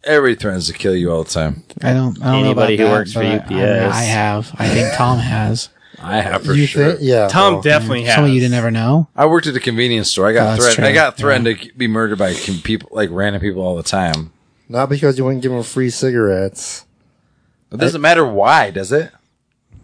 S1: Everybody threatens to kill you all the time.
S2: I don't. I don't
S3: Anybody
S2: know about
S3: who
S2: that,
S3: works for
S2: but I- I,
S3: UPS.
S2: I have. I think Tom has.
S1: I have for
S5: you
S1: sure.
S5: think? Yeah.
S4: Tom
S5: well,
S4: definitely has.
S2: Some of you didn't ever know.
S1: I worked at a convenience store. I
S2: Oh,
S1: got
S2: that's
S1: threatened. I
S2: true.
S1: got threatened to be murdered by com- people, like random people, all the time.
S5: Not because you wouldn't give him free cigarettes.
S1: It doesn't matter why, does it?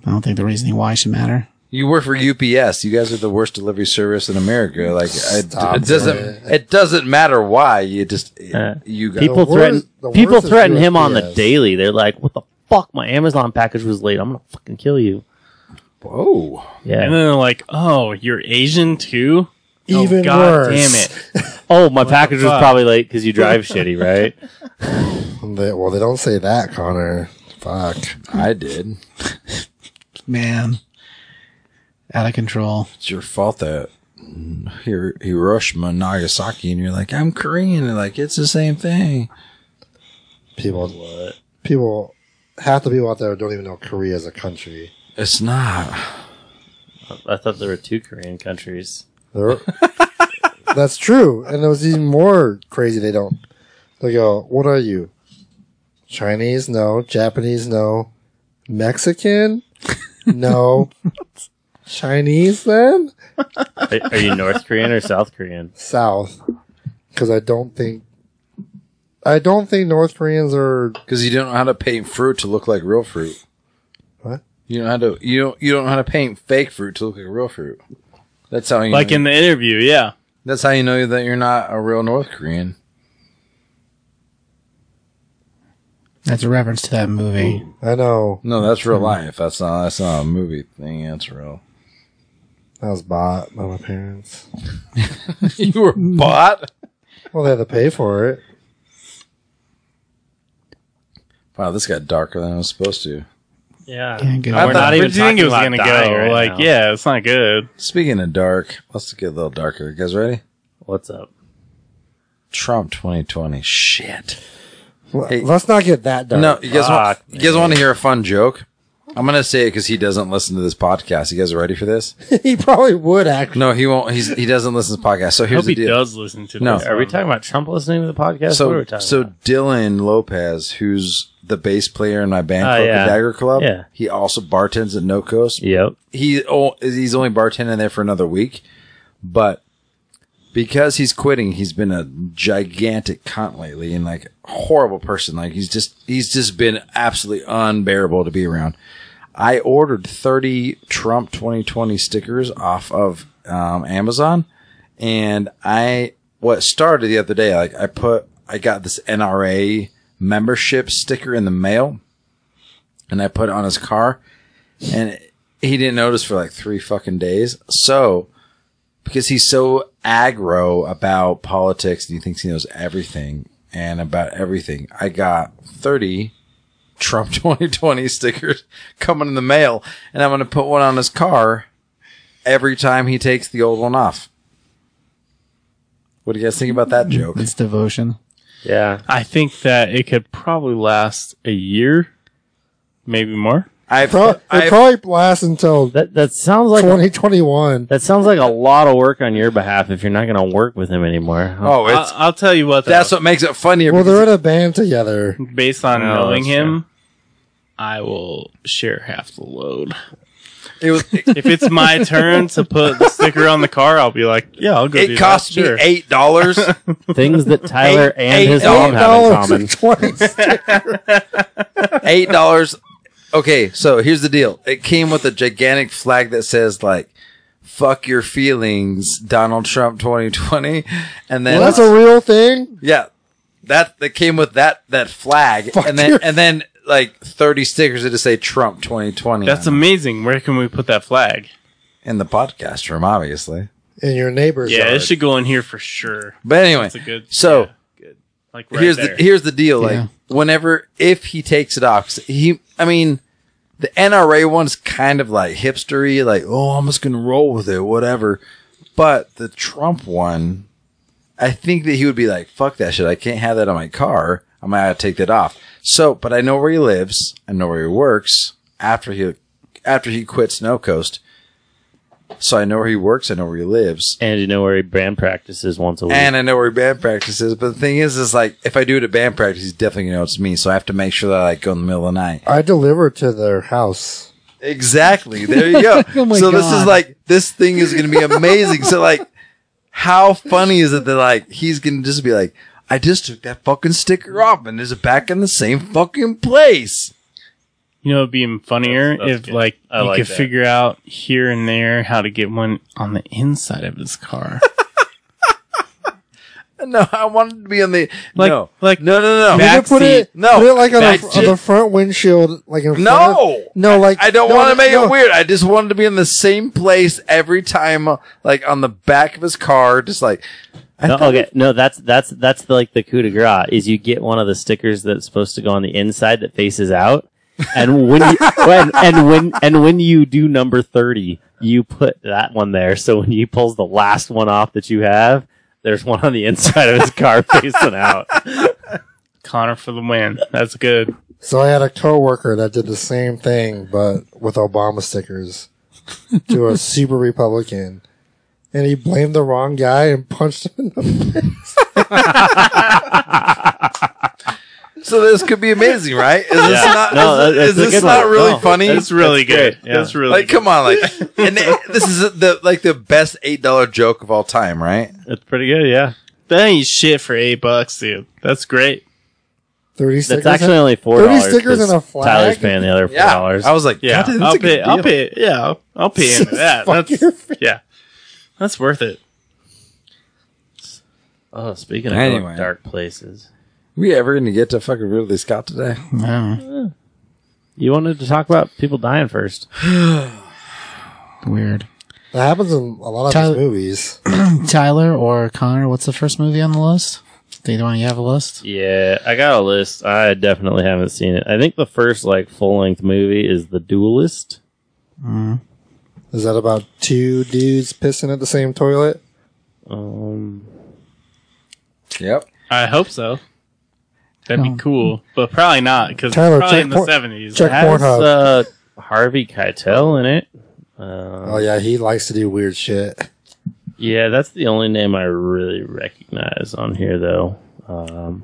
S2: I don't think the reasoning why should matter.
S1: You work for UPS. You guys are the worst delivery service in America. Like it,
S5: Stop
S1: it doesn't.
S5: it.
S1: It doesn't matter why. You just
S3: Uh,
S1: you guys.
S3: People
S5: The worst-
S3: threaten
S5: the
S3: people
S5: worst is
S3: threaten him on the
S5: USPS.
S3: daily. They're like, "What the fuck? My Amazon package was late. I'm gonna fucking kill you."
S1: Whoa.
S3: Yeah.
S4: And then they're like, "Oh, you're Asian too? Oh,
S5: Even
S4: God
S5: worse.
S4: damn it!
S3: oh, my package was
S4: fuck?
S3: probably late because you drive shitty, right?
S5: They, well, they don't say that, Connor. Fuck.
S1: I did.
S2: Man, out of control.
S1: It's your fault that Hir- Hiroshima, Nagasaki, and you're like, I'm Korean. And like it's the same thing.
S5: People, people, half the people out there don't even know Korea is a country.
S1: It's not.
S3: I thought there were two Korean countries.
S5: They're- that's true. And it was even more crazy. They don't. They go, what are you? Chinese? No. Japanese? No. Mexican? No. Chinese then?
S3: Are, are you North Korean or South Korean?
S5: South. Because I don't think. I don't think North Koreans are.
S1: Because you don't know how to paint fruit to look like real fruit.
S5: What?
S1: You don't know how to you don't you don't know how to paint fake fruit to look like real fruit. That's how you
S4: Like
S1: know,
S4: in the interview, yeah.
S1: that's how you know that you're not a real North Korean.
S2: That's a reference to that movie.
S5: I know.
S1: No, that's real
S4: Mm-hmm.
S1: life. That's not that's not a movie thing. That's real.
S5: I was bought by my parents.
S1: you were bought.
S5: Well, they had to pay for it.
S1: Wow, this got darker than I was supposed to.
S3: Yeah.
S2: Yeah, good.
S1: I
S3: we're
S1: thought-
S3: not even
S4: Where do you think
S3: talking
S4: it was
S3: about
S4: gonna
S3: dying
S4: go?
S3: right
S4: like,
S3: now.
S4: yeah, it's not good.
S1: Speaking of dark, let's get a little darker. You guys ready?
S3: What's up?
S1: Trump 2020. Shit.
S5: Well,
S1: Hey.
S5: Let's not get that dark.
S1: No, you guys want
S3: Fuck,
S1: you guys want to hear a fun joke? I'm gonna say it because he doesn't listen to this podcast. You guys ready for this?
S5: he probably would actually.
S1: No, he won't. He's, he doesn't listen to the podcast. So
S4: I
S1: here's
S4: hope
S1: the
S4: he
S1: deal.
S4: does listen to
S1: No.
S4: this.
S3: Are we talking about Trump listening to the podcast? what are
S1: So
S3: we talking
S1: so
S3: about?
S1: Dylan Lopez, who's the bass player in my band,
S3: Oh,
S1: Cloak and
S3: yeah.
S1: Dagger Club.
S3: Yeah.
S1: He also bartends at No Coast.
S3: Yep.
S1: he oh, he's only bartending there for another week, but because he's quitting, he's been a gigantic cunt lately and like a horrible person. Like he's just he's just been absolutely unbearable to be around. I ordered thirty Trump twenty twenty stickers off of um, Amazon, and I what started the other day. Like I put I got this NRA membership sticker in the mail, and I put it on his car and he didn't notice for like three fucking days. So, because he's so aggro about politics and he thinks he knows everything and about everything, I got 30 Trump 2020 stickers coming in the mail and I'm going to put one on his car every time he takes the old one off. What do you guys think about that joke?
S2: It's devotion.
S3: Yeah.
S4: I think that it could probably last a year, maybe more.
S1: I've,
S5: Pro- it
S1: I've-
S5: probably lasts until
S3: That that sounds like
S5: 2021.
S3: that sounds like a lot of work on your behalf if you're not going to work with him anymore.
S1: oh, it's,
S4: I, will tell you what. Though,
S1: that's what makes it funnier.
S5: Uh, Well,
S1: because
S5: they're in a band together.
S4: based on
S3: No,
S4: knowing
S3: that's
S4: him, I will share half the load.
S1: it was,
S4: If it's my turn to put the sticker on the car, I'll be like, yeah, I'll go. do
S1: it
S4: that,
S1: cost me
S4: sure.
S1: eight dollars.
S3: Things that Tyler
S1: Eight-
S3: and his
S1: eight
S3: mom have in
S5: Dollars
S3: common.
S5: and twenty.
S1: eight dollars. Okay, so here's the deal. It came with a gigantic flag that says like "fuck your feelings," Donald Trump 2020, and then
S5: Well, that's a real thing.
S1: yeah, that that came with that that flag,
S5: Fuck
S1: and then
S5: your-
S1: and then like 30 stickers that just say Trump 2020.
S4: That's
S1: on it.
S4: amazing. Where can we put that flag?
S1: in the podcast room, obviously.
S5: In your neighbor's
S4: Yeah,
S5: yard.
S4: it should go in here for sure.
S1: But anyway,
S4: It's a good.
S1: so.
S4: yeah, good. Like right
S1: here's
S4: there.
S1: the here's the deal. Like
S2: Yeah.
S1: whenever if he takes it off, 'cause he I mean the NRA one's kind of like hipstery, like oh I'm just gonna roll with it, whatever. But the Trump one, I think that he would be like fuck that shit. I can't have that on my car. I'm gonna take that off. So, but I know where he lives. I know where he works after he after he quits Snow Coast. So I know where he works. I know where he lives.
S3: And you know where he brand practices once a week.
S1: And I know where band practice is, but the thing is, is like if I do it at band practice, he's definitely gonna know it's me. So I have to make sure that I like go in the middle of the night.
S5: I deliver to their house.
S1: Exactly. There you go.
S2: Oh my
S1: so this is
S2: God.
S1: like this thing is gonna be amazing. so like, how funny is it that like he's gonna just be like, I just took that fucking sticker off and is it back in the same fucking place?
S4: You know, it'd be even funnier
S3: That's- that's
S4: if
S3: good.
S4: like
S3: I
S4: you
S3: like
S4: could
S3: that.
S4: figure out here and there how to get one on the inside of his car.
S1: No, I wanted to be on the
S4: Like-
S1: no,
S4: like
S1: no, no, no.
S5: You could put it,
S1: No,
S5: put it like on,
S1: that's
S5: the on the
S1: it.
S5: front windshield, like in front of-
S1: No,
S5: no, like
S1: I don't
S5: no,
S1: want to make
S5: no.
S1: it weird. I just wanted to be in the same place every time, uh, like on the back of his car, just like I
S3: No,
S1: thought-
S3: okay, no, that's that's that's the, like the coup de grace is you get one of the stickers that's supposed to go on the inside that faces out, and when you when and when and when you do number thirty, you put that one there. So when he pulls the last one off that you have, there's one on the inside of his car facing out.
S4: Connor for the win. That's good.
S5: So I had a coworker that did the same thing, but with Obama stickers to a super Republican, and he blamed the wrong guy and punched him in the
S1: so this could be amazing, right? Is this
S3: Yeah.
S1: not?
S3: No,
S1: is,
S3: that-
S1: is
S3: that's a
S1: this
S3: good
S1: not
S3: one.
S1: really
S3: No,
S1: funny?
S4: Oh, That's really good. That's really
S1: like,
S4: good.
S1: come on, like, and it- this is the like the best eight dollar joke of all time, right?
S3: That's pretty good, yeah.
S4: That ain't shit for eight bucks, dude. That's great.
S5: thirty
S3: That's
S5: stickers.
S3: actually only four
S5: 30
S3: dollars.
S5: stickers and a flag?
S3: Tyler's paying the other four
S1: Yeah, Oh.
S3: dollars.
S1: I was like,
S4: Yeah,
S1: God, damn, that's
S4: I'll
S1: a good
S4: pay. I'll
S1: deal.
S4: pay. Yeah, I'll, I'll pay into that.
S5: Fuck
S4: That's
S5: your
S4: yeah, that's worth it.
S3: oh, speaking of
S1: Anyway.
S3: dark places,
S1: We ever gonna get to fucking Ridley Scott today?
S2: I don't know.
S3: you wanted to talk about people dying first.
S2: Weird.
S5: That happens in a lot of
S2: Tyler-
S5: these movies.
S2: Tyler or Connor, what's the first movie on the list? Do either one of you have a list?
S3: Yeah, I got a list. I definitely haven't seen it. I think the first like full length movie is The Duelist.
S5: Is that about two dudes pissing at the same toilet?
S3: Um,
S1: Yep.
S4: I hope so. That'd
S2: No.
S4: be cool, but probably not because
S5: Tyler,
S4: probably
S5: check
S4: in the
S5: por-
S4: seventies.
S5: check-
S3: has
S5: Pornhub.
S3: uh, Harvey Keitel in it. Uh,
S5: Oh yeah, he likes to do weird shit.
S3: yeah, that's the only name I really recognize on here though. Um,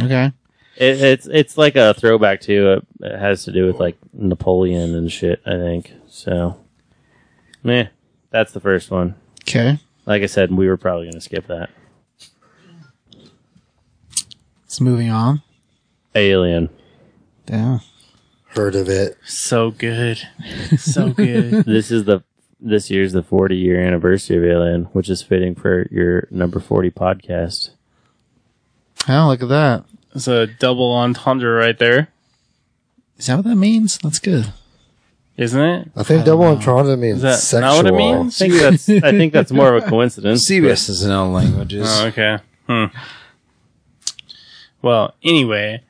S2: Okay.
S3: it, it's it's like a throwback to it. It has to do with like Napoleon and shit. I think so. Meh, that's the first one.
S2: Okay.
S3: Like I said, we were probably gonna skip that.
S2: It's moving on.
S3: Alien.
S2: Yeah.
S5: Heard of it?
S4: So good, so good.
S3: this is the this year's the 40 year anniversary of Alien, which is fitting for your number 40 podcast.
S2: Oh, look at that.
S4: It's a double entendre right there,
S2: Is that what that means? That's good.
S4: isn't it?
S5: I think double entendre means
S4: Is that
S5: sexual.
S4: not what it
S3: I
S4: means?
S3: think that's I think that's more of a coincidence.
S1: CBS is in all languages.
S4: Oh, okay. Hmm. Well, anyway,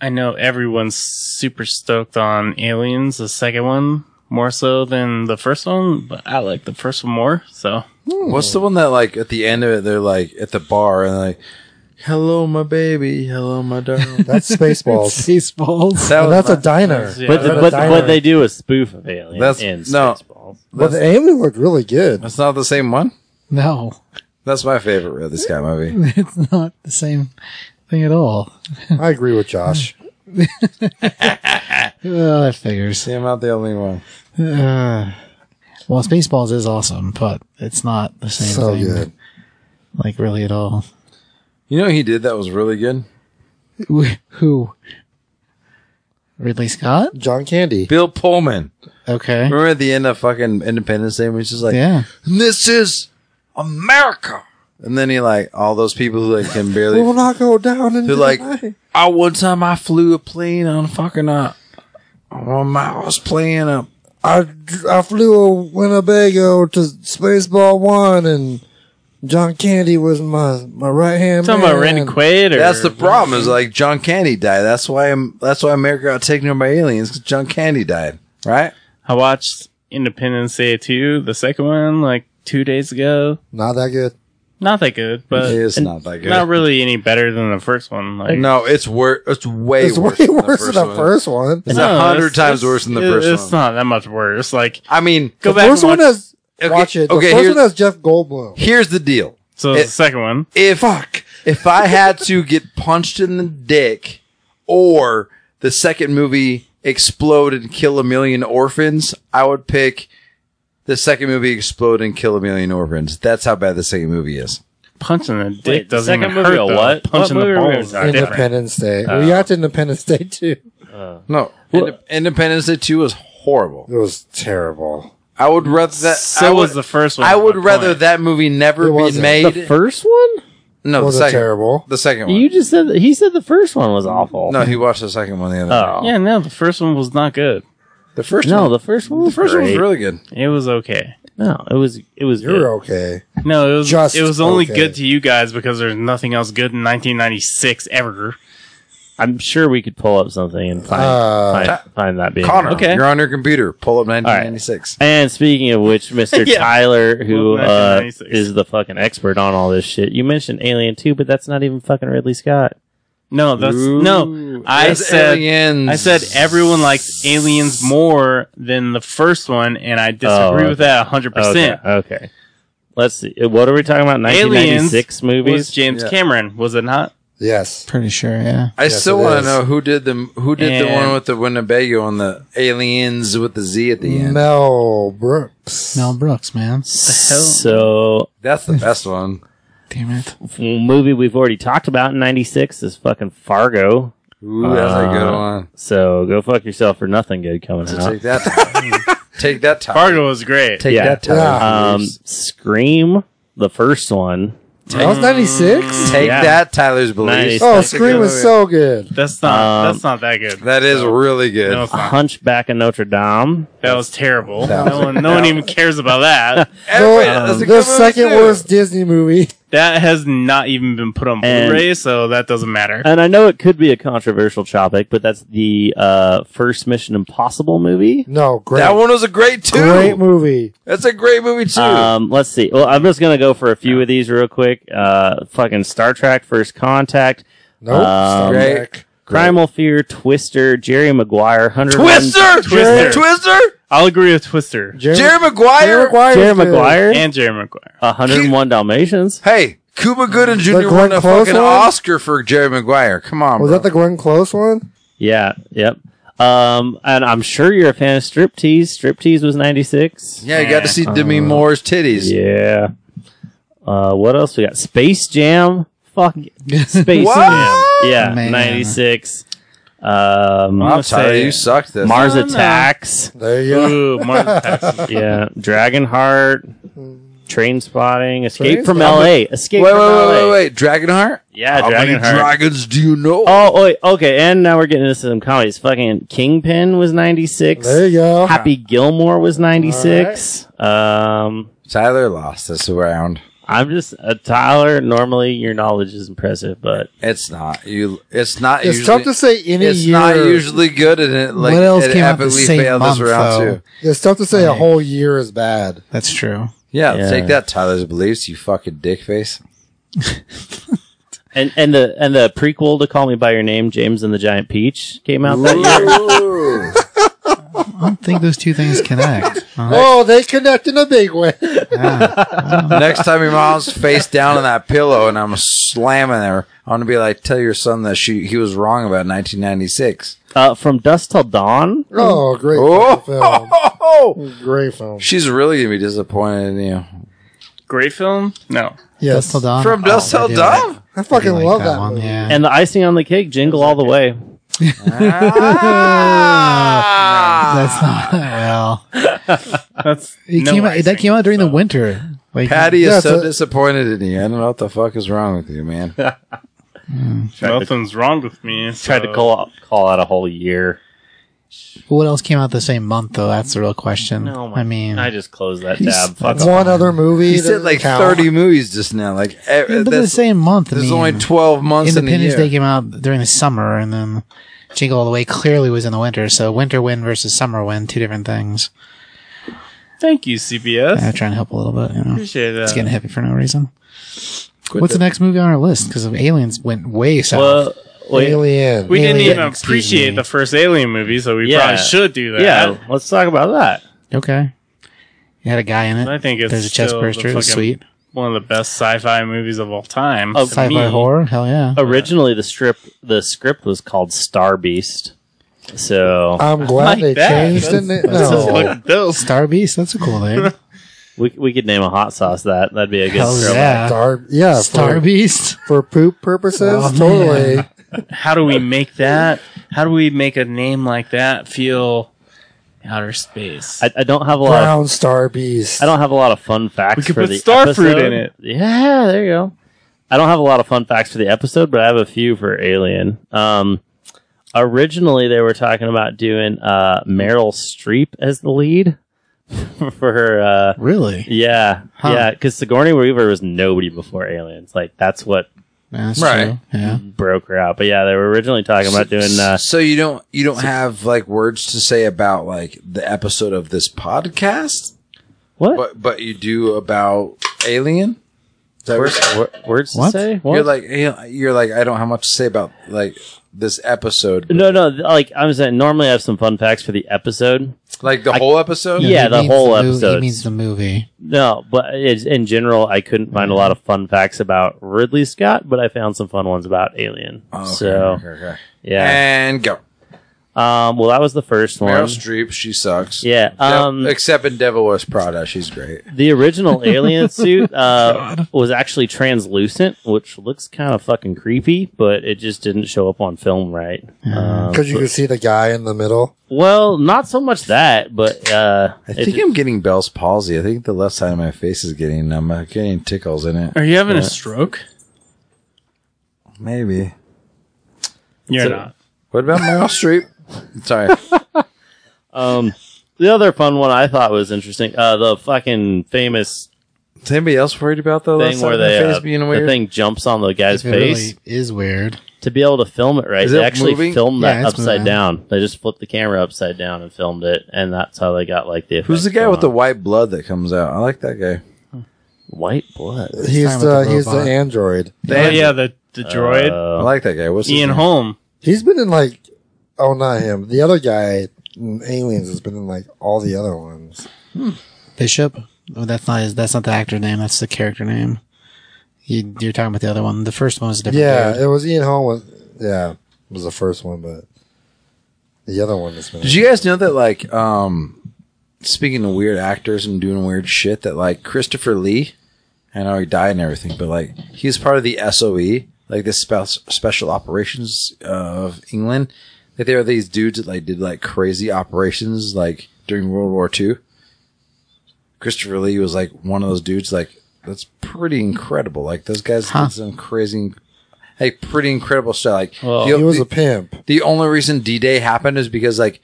S4: I know everyone's super stoked on Aliens, the second one, more so than the first one, but I like the first one more, so.
S1: What's the one that like at the end of it? They're like at the bar and like, "Hello, my baby. Hello, my darling."
S5: That's Spaceballs.
S2: Spaceballs.
S1: That
S5: And
S1: was
S5: that's
S1: my-
S5: a diner.
S4: Yeah.
S3: But,
S5: Is that a
S3: but,
S5: diner?
S3: but they do a spoof of Alien
S1: That's-
S3: in
S1: no.
S3: Spaceballs.
S5: But the alien looked really good.
S1: That's not the same one.
S2: No,
S1: That's my favorite Ridley Scott movie.
S2: it's not the same thing at all.
S5: I agree with Josh.
S2: Oh, that figures.
S1: See, I'm not the only one.
S2: Uh, well, Spaceballs is awesome, but it's not the same
S5: So
S2: thing.
S5: good.
S2: Like, really at all.
S1: You know what he did that was really good.
S2: Wh- Who? Ridley Scott?
S5: John Candy.
S1: Bill Pullman.
S2: Okay.
S1: Remember at the end of fucking Independence Day, when he's just like,
S2: Yeah.
S1: "This is America," and then he like all those people who like can barely.
S5: We'll not go down into
S1: They're like,
S5: the night.
S1: I one time I flew a plane on fucking uh, on my, I was playing a
S5: I, I flew a Winnebago to Spaceball One, and John Candy was my, my right hand man.
S4: Talking about Randy Quaid, or
S1: That's the problem. Is like John Candy died. That's why I'm. That's why America got taken over by aliens. Cause John Candy died. Right.
S4: I watched Independence Day two, the second one, like two days ago.
S5: Not that good.
S4: Not that good, but
S1: it's not that good.
S4: not really any better than the first one. Like,
S1: no, it's worse. It's way
S5: it's
S1: worse.
S5: way worse than the
S1: one.
S5: first one.
S1: It's
S4: No,
S1: a hundred
S4: it's-
S1: times
S4: it's-
S1: worse than the
S4: it-
S1: first
S4: it's
S1: one.
S4: not that much worse. Like,
S1: I mean,
S4: go
S5: the
S4: back.
S5: first
S4: and
S5: one
S4: watch-
S5: has
S1: Okay,
S5: watch it. The
S1: okay,
S5: first
S1: here-
S5: one has Jeff Goldblum.
S1: here's the deal.
S4: so it's
S1: it-
S4: the second one.
S1: If fuck, if I had to get punched in the dick, or the second movie explode and kill a million orphans, I would pick the second movie explode and kill a million orphans. That's how bad the second movie is.
S4: Punching the dick
S3: Wait, the
S4: doesn't
S3: second
S4: even
S3: movie
S4: hurt.
S3: or
S4: though.
S3: what?
S4: Punching
S3: What
S4: the
S3: movie we were
S4: balls.
S3: talking about?
S5: Independence Day.
S1: Uh,
S5: we got to Independence Day too.
S1: No, Inde- Independence Day two is horrible.
S5: It was terrible.
S1: I would rather that.
S4: So
S1: I would,
S4: was the first one.
S1: I
S4: is
S1: would
S4: my
S1: rather
S4: point.
S1: that movie never
S5: It
S1: be
S5: wasn't.
S1: made.
S3: The first one?
S1: no,
S5: It
S1: the
S5: was
S1: second.
S5: terrible.
S1: The second one.
S3: You just said that, he said the first one was awful.
S1: no, he watched the second one the other. day.
S3: oh
S4: Yeah, no, the first one was not good.
S1: The first
S3: no,
S1: one.
S3: the first one.
S1: The first one was
S3: great.
S1: really good.
S4: It was okay.
S3: no. It was it was good.
S5: You're okay.
S4: No, it was
S5: Just
S4: it was only
S5: okay.
S4: good to you guys because there's nothing else good in 1996 ever.
S3: I'm sure we could pull up something and find
S5: Uh,
S3: find, find that being
S1: Connor,
S3: Okay.
S1: you're on your computer. Pull up 1996.
S3: And speaking of which, Mr.
S4: Yeah.
S3: Tyler, who
S4: Well,
S3: uh,
S4: 1996.
S3: is the fucking expert on all this shit, you mentioned Alien 2, but that's not even fucking Ridley Scott.
S4: No, that's no. I
S1: That's
S4: said
S1: aliens.
S4: I said everyone likes aliens more than the first one, and I disagree
S3: Oh, okay.
S4: with that 100. percent
S3: Okay. okay. Let's see. Uh, What are we talking about? 1996
S4: Was
S3: movies?
S4: James
S1: Yeah.
S4: Cameron was it not?
S5: Yes.
S2: Pretty sure, yeah.
S1: I
S5: Yes,
S1: still
S5: it
S1: want to
S5: is.
S1: know who did the who did the
S4: And-
S1: one with the Winnebago on the aliens with the Z at the end.
S5: Mel Brooks.
S2: Mel Brooks, man.
S3: so,
S1: That's the best one.
S2: Damn it.
S3: f- movie we've already talked about in 96 is fucking Fargo.
S1: Ooh, that's a good
S3: Uh,
S1: one.
S3: So go fuck yourself for nothing good coming
S1: So
S3: out.
S1: take that. take that time.
S4: Fargo was great.
S1: Take
S3: Yeah.
S1: that time.
S5: Yeah.
S3: Um, Scream, the first one.
S5: That was 96?
S1: Take
S3: Yeah.
S1: that, Tyler's
S3: Nice.
S1: beliefs.
S5: Oh,
S1: Mm. That's a
S5: Scream
S1: good
S5: was
S1: movie.
S5: so good.
S4: That's not
S3: Um,
S4: that's not that good.
S1: That is really good.
S4: No, it's not.
S3: Hunchback of Notre Dame.
S4: That was terrible.
S1: That
S4: no
S1: was-
S4: one, no one even cares about that.
S1: Everybody-
S5: The- um,
S1: that's a good
S5: the
S1: movie,
S5: second
S1: too.
S5: worst Disney movie.
S4: That has not even been put on
S3: And-
S4: Blu-ray, so that doesn't matter.
S2: Uh,
S3: And I know it could be a controversial topic, but that's the uh, first Mission Impossible movie.
S5: No, great.
S1: That one was a great two.
S5: Great movie.
S1: That's a great movie too.
S3: Um, let's see. Well, I'm just gonna go for a few of these real quick. Uh, fucking Star Trek: First Contact,
S5: Nope.
S3: Um,
S5: Star
S1: Great.
S5: Trek.
S3: Primal Fear, Twister, Jerry Maguire, Hundred
S1: Twister,
S4: Twister.
S1: Twister, Twister,
S4: I'll agree with Twister
S5: Jerry,
S1: Jerry Maguire.
S5: Maguire's
S3: Jerry
S5: good.
S3: Maguire,
S4: and Jerry Maguire.
S3: 101 Dalmatians.
S1: Hey, Cuba Gooding Jr.
S5: Glenn
S1: won a
S5: Close
S1: fucking
S5: one?
S1: Oscar for Jerry Maguire. Come on,
S5: Was
S1: bro.
S5: that the Glenn Close one?
S3: Yeah, yep. Um, and I'm sure you're a fan of Striptease. Striptease was 96.
S1: yeah, you got to see Demi Moore's titties.
S3: Yeah. Uh, what else we got? Space Jam. Fuck Space
S1: What?
S3: Jam. Yeah,
S2: Man.
S3: 96. Um,
S1: I'm sorry,
S4: say-
S1: you sucked this.
S3: Mars Attacks.
S5: There you go.
S4: Ooh, Mars Attacks.
S3: yeah, Dragonheart. Train Spotting. Escape
S5: Train
S3: from
S5: Spotting.
S3: L.A. Escape
S1: Wait, wait, wait,
S3: from L.A.
S1: wait, wait. Dragonheart?
S3: Yeah,
S1: How many
S3: Dragonheart.
S1: dragons do you know?
S3: oh, wait, okay, and now we're getting into some comedies. Fucking Kingpin was 96.
S5: There you go.
S3: Happy Gilmore was 96. Um,
S1: Tyler lost this round.
S3: I'm just uh, Tyler. Normally, your knowledge is impressive, but
S1: It's not you. It's not.
S5: It's
S1: usually,
S5: tough to say any
S1: It's
S5: year.
S1: not usually good, and it like
S2: what else
S1: it
S2: came out the
S1: happily
S2: same
S1: failed
S2: month,
S1: this round
S2: though?
S1: too.
S5: it's tough to say a whole year is bad.
S2: That's true.
S1: Yeah,
S3: Yeah.
S1: take that, Tyler's beliefs. You fucking dick face.
S3: and and the and the prequel to Call Me by Your Name, James and the Giant Peach came out that year.
S1: Ooh.
S2: I don't think those two things connect. Uh,
S5: Oh, they connect in a big way.
S2: yeah.
S1: Next time your mom's face down on that pillow, and I'm slamming her, I'm gonna be like, "Tell your son that she he was wrong about 1996."
S3: Uh, From Dusk Till Dawn.
S5: Oh, great fucking film.
S1: Oh,
S5: Great film.
S1: she's really gonna be disappointed in you.
S4: Great film? No.
S5: Yes.
S2: Till Dawn.
S1: From Dust
S2: I
S1: Till
S2: do
S1: Dawn.
S2: Oh, like-
S5: I
S2: I do
S5: fucking
S2: like
S5: love that,
S2: one.
S5: movie.
S2: Yeah.
S3: And the icing on the cake, Jingle All the Way.
S1: Ah!
S2: that's not well.
S4: That's
S2: It
S4: no
S2: came out,
S4: icing.
S2: that came out during the winter. Like
S1: Patty is
S5: Yeah,
S1: so
S5: it's a-
S1: disappointed in you. I don't know what the fuck is wrong with you, man.
S4: Nothing's wrong with me. So.
S3: Tried to call out, call out a whole year.
S2: what else came out the same month though? That's the real question. I mean,
S3: I just closed that tab. Fuck off.
S5: One other movie.
S1: He said
S5: doesn't
S1: like
S5: count.
S1: 30 movies just now. Like, eh,
S2: yeah, but the
S1: that's-
S2: same month. I
S1: there's
S2: mean,
S1: only 12 months in the
S2: Independence
S1: year.
S2: Day came out during the summer, and then Jingle All the Way clearly was in the winter. So winter win versus summer win, two different things.
S4: Thank you, CBS.
S2: I'm trying to help a little bit. You know,
S4: Appreciate that.
S2: it's getting heavy for no reason.
S1: Quit
S2: What's
S1: the-
S2: the next movie on our list? Because of Aliens went way south.
S3: Well, uh, wait,
S5: Alien.
S4: we didn't
S2: Alien,
S4: even
S2: excuse
S4: appreciate
S2: me.
S4: the first Alien movie, so we
S3: Yeah.
S4: probably should do that.
S3: yeah, let's talk about that.
S2: okay, you had a guy in it.
S4: I think it's
S2: There's a chest
S4: still
S2: burster.
S4: the
S2: It was
S4: fucking
S2: sweet.
S4: one of the best sci-fi movies of all time.
S3: Oh,
S4: to
S2: Sci-fi
S4: me.
S2: horror. Hell yeah.
S3: Originally, the script the script was called Star Beast. So
S5: I'm glad they changed the name.
S4: This is
S5: No.
S4: looking dope.
S2: Star Beast, that's a cool name.
S3: we we could name a hot sauce that. That'd be a good.
S2: Hell
S3: throwback.
S2: yeah.
S5: Star, yeah,
S2: Star
S5: for,
S2: Beast.
S5: for poop purposes,
S2: Oh, man.
S5: totally.
S4: How do we make that? How do we make a name like that feel outer space?
S3: I, I don't have a lot. Of,
S5: Brown Star Beast.
S3: I don't have a lot of fun facts.
S4: We could
S3: for
S4: put
S3: the
S4: star fruit
S3: episode.
S4: in it.
S3: Yeah, there you go. I don't have a lot of fun facts for the episode, but I have a few for Alien. Um, originally, they were talking about doing uh, Meryl Streep as the lead for her. Uh,
S2: Really?
S3: yeah,
S2: Huh.
S3: yeah, because Sigourney Weaver was nobody before Aliens. Like that's what
S2: That's
S1: Right.
S2: true. Yeah.
S3: broke her out. But yeah, they were originally talking about doing. Uh,
S1: so you don't you don't have like words to say about like the episode of this podcast,
S3: what?
S1: but but you do about Alien. Is that what-
S3: Wor- words
S2: What?
S3: to say?
S1: You're
S3: What?
S1: like you're like I don't have much to say about like this episode.
S3: no, no. th- Like I'm saying, normally I have some fun facts for the episode.
S1: Like the
S3: I-
S1: whole episode.
S3: Yeah,
S2: he
S3: the
S2: means
S3: whole
S2: mo-
S3: episode.
S2: He means the movie.
S3: No, but it's, in general, I couldn't find a
S1: Mm-hmm.
S3: lot of fun facts about Ridley Scott, but I found some fun ones about Alien.
S1: Oh, okay,
S3: so
S1: okay, okay.
S3: yeah,
S1: And go.
S3: um, well, that was the first one.
S1: Meryl Streep, she sucks.
S3: Yeah,
S1: Yep,
S3: um,
S1: except in Devil Wears Prada, she's great.
S3: the original Alien suit uh, was actually translucent, which looks kind of fucking creepy, but it just didn't show up on film right.
S1: Uh-huh.
S3: Um,
S5: Because you
S3: but-
S5: could see the guy in the middle.
S3: well, not so much that, but uh,
S1: I
S3: it-
S1: think I'm getting Bell's palsy. I think the left side of my face is getting numb. I'm getting tickles in it.
S4: Are you having a stroke?
S1: Maybe.
S4: You're
S3: So-
S4: not.
S1: What about Meryl Streep? Sorry.
S3: um, the other fun one I thought was interesting. Uh, the fucking famous
S1: Is anybody else worried about the left
S3: thing
S1: side
S3: where
S1: of my
S3: they
S1: face
S3: uh,
S1: being
S3: the
S1: weird?
S3: thing jumps on the guy's
S2: It
S3: face
S2: really is weird.
S3: to be able to film it right.
S1: Is
S3: they
S1: it
S3: actually
S1: moving?
S3: filmed
S2: Yeah,
S3: that
S2: it's
S3: upside
S2: moving.
S3: down. They just flipped the camera upside down and filmed it, and that's how they got like the.
S1: Who's the
S3: effects
S1: guy with the
S3: going on.
S1: white blood that comes out? I like that guy.
S3: white blood?
S5: He's
S2: time with
S5: the,
S2: the
S5: he's the
S2: robot.
S5: android.
S4: oh yeah, the the droid
S1: I
S3: Uh,
S1: like that guy. What's his
S4: Ian
S1: name?
S4: Holm.
S5: He's been in like, oh, not him. The other guy in Aliens has been in like all the other ones.
S2: Bishop. Oh, that's not his. That's not the actor name. That's the character name. You, you're talking about the other one. The first one was a different.
S5: yeah,
S2: dude.
S5: it was Ian Holm. Was, yeah, was the first one, but the other one that's been.
S1: Did you guys know that like um speaking of weird actors and doing weird shit that like Christopher Lee I know he died and everything, but like he was part of the SOE, like the spe- special operations of England. Like there are these dudes that like did like crazy operations like during World War II. Christopher Lee was like one of those dudes like that's pretty incredible. Like those guys
S2: Huh.
S1: did some crazy like pretty incredible stuff. Like
S3: Well,
S1: the-
S5: He was
S1: the-
S5: a pimp.
S1: the only reason D Day happened is because like